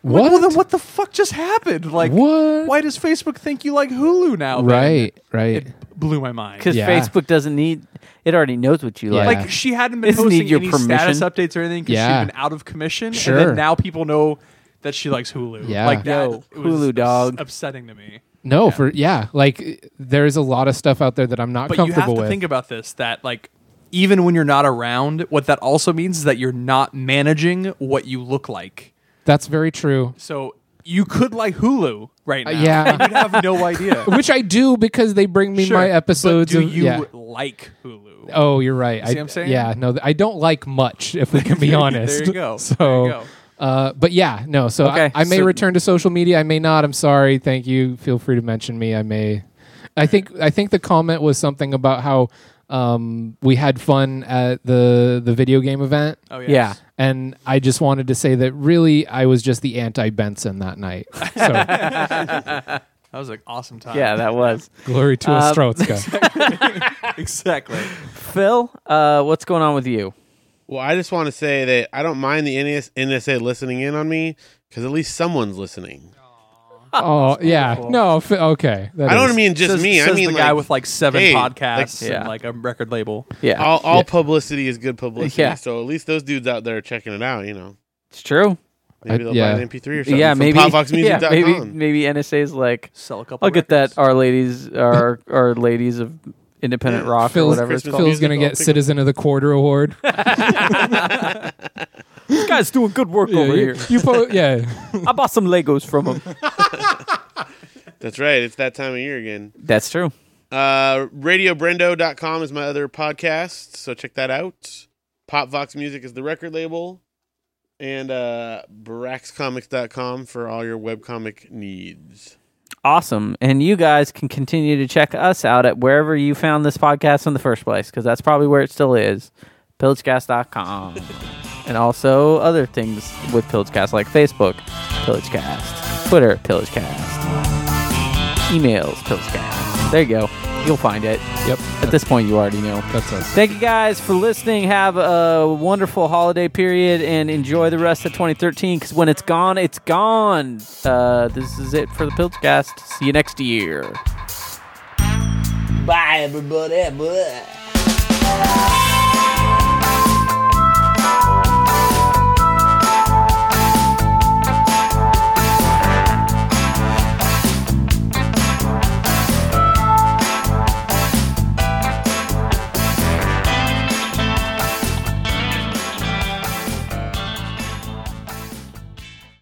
[SPEAKER 2] What?
[SPEAKER 4] Well, then what the fuck just happened? Like,
[SPEAKER 2] What?
[SPEAKER 4] why does Facebook think you like Hulu now? then?
[SPEAKER 2] right, right.
[SPEAKER 4] Blew my mind.
[SPEAKER 1] Because
[SPEAKER 2] Yeah.
[SPEAKER 1] Facebook doesn't need it already knows what you
[SPEAKER 2] Yeah.
[SPEAKER 1] like.
[SPEAKER 4] Like she hadn't been
[SPEAKER 1] Doesn't need
[SPEAKER 4] posting
[SPEAKER 1] your
[SPEAKER 4] any
[SPEAKER 1] permission.
[SPEAKER 4] status updates or anything because
[SPEAKER 2] Yeah.
[SPEAKER 4] she'd been out of commission. And
[SPEAKER 2] Sure.
[SPEAKER 4] then now people know that she likes Hulu.
[SPEAKER 2] Yeah.
[SPEAKER 4] Like that
[SPEAKER 1] Yo,
[SPEAKER 4] it was
[SPEAKER 1] Hulu,
[SPEAKER 4] ups-
[SPEAKER 1] dog.
[SPEAKER 4] upsetting to me.
[SPEAKER 2] No, for yeah. Like there is a lot of stuff out there that I'm not
[SPEAKER 4] But you have
[SPEAKER 2] comfortable
[SPEAKER 4] to
[SPEAKER 2] with.
[SPEAKER 4] think about this that like even when you're not around, what that also means is that you're not managing what you look like.
[SPEAKER 2] That's very true.
[SPEAKER 4] So you could like Hulu right now.
[SPEAKER 2] Uh, yeah.
[SPEAKER 4] And you'd have no idea.
[SPEAKER 2] Which I do because they bring me
[SPEAKER 4] Sure,
[SPEAKER 2] my episodes.
[SPEAKER 4] But do
[SPEAKER 2] of,
[SPEAKER 4] you
[SPEAKER 2] yeah.
[SPEAKER 4] like Hulu?
[SPEAKER 2] Oh, you're right. I,
[SPEAKER 4] see what I'm saying?
[SPEAKER 2] Yeah, no, th- I don't like much, if we can be honest.
[SPEAKER 4] There you go.
[SPEAKER 2] So,
[SPEAKER 4] There you go.
[SPEAKER 2] Uh, but yeah, no. So
[SPEAKER 1] Okay,
[SPEAKER 2] I, I may
[SPEAKER 1] so-
[SPEAKER 2] return to social media. I may not. I'm sorry. Thank you. Feel free to mention me. I may. I think. I think the comment was something about how um, we had fun at the the video game event.
[SPEAKER 4] Oh
[SPEAKER 1] yeah.
[SPEAKER 4] yes.
[SPEAKER 2] And I just wanted to say that really, I was just the anti Benson that night. So
[SPEAKER 4] That was an awesome time.
[SPEAKER 1] Yeah, that was
[SPEAKER 2] glory to
[SPEAKER 1] Um,
[SPEAKER 2] Ostrowska.
[SPEAKER 4] exactly.
[SPEAKER 1] Phil. Uh, what's going on with you?
[SPEAKER 3] Well, I just want to say that I don't mind the NS- NSA listening in on me because at least someone's listening.
[SPEAKER 2] oh yeah, no, f- okay. that
[SPEAKER 3] I don't
[SPEAKER 2] is-
[SPEAKER 3] mean just
[SPEAKER 4] Says-
[SPEAKER 3] me. I
[SPEAKER 4] says
[SPEAKER 3] mean
[SPEAKER 4] the
[SPEAKER 3] like,
[SPEAKER 4] guy with like seven
[SPEAKER 3] hey,
[SPEAKER 4] podcasts
[SPEAKER 1] like- Yeah.
[SPEAKER 4] and like a record label.
[SPEAKER 1] Yeah,
[SPEAKER 3] all, all publicity is good publicity.
[SPEAKER 1] Yeah.
[SPEAKER 3] So at least those dudes out there are checking it out. You know,
[SPEAKER 1] it's true.
[SPEAKER 3] maybe
[SPEAKER 2] I-
[SPEAKER 3] they'll
[SPEAKER 2] yeah.
[SPEAKER 3] buy an MP3 or something.
[SPEAKER 1] yeah,
[SPEAKER 3] from
[SPEAKER 1] maybe.
[SPEAKER 3] PopVoxMusic.com.
[SPEAKER 1] Yeah, maybe maybe NSA's like
[SPEAKER 4] Sell a couple.
[SPEAKER 1] I'll get that. Our ladies, our our ladies of independent
[SPEAKER 3] Yeah,
[SPEAKER 1] rock or
[SPEAKER 2] Phil's,
[SPEAKER 1] whatever it's
[SPEAKER 3] Christmas
[SPEAKER 1] called.
[SPEAKER 2] Phil's gonna
[SPEAKER 3] musical.
[SPEAKER 2] get
[SPEAKER 3] Pick up-
[SPEAKER 2] Citizen of the Quarter Award.
[SPEAKER 1] This guy's doing good work
[SPEAKER 2] Yeah, you, you po- yeah.
[SPEAKER 1] I bought some Legos from him.
[SPEAKER 3] That's right. It's that time of year again.
[SPEAKER 1] That's true.
[SPEAKER 3] Uh, RadioBrendo.com is my other podcast, so check that out. Pop Vox Music is the record label, and uh, BaraxComics.com for all your webcomic needs.
[SPEAKER 1] Awesome. And you guys can continue to check us out at wherever you found this podcast in the first place, because that's probably where it still is. Pillagecast.com. and also other things with Pillagecast, like Facebook, Pillagecast, Twitter, Pillagecast, emails, Pillagecast. There you go. You'll find it.
[SPEAKER 2] Yep.
[SPEAKER 1] At this point, you already know.
[SPEAKER 2] That's us.
[SPEAKER 1] Thank you guys for listening. Have a wonderful holiday period and enjoy the rest of 2013 because when it's gone, it's gone. Uh, this is it for the Pilchcast. See you next year. Bye, everybody. Bye.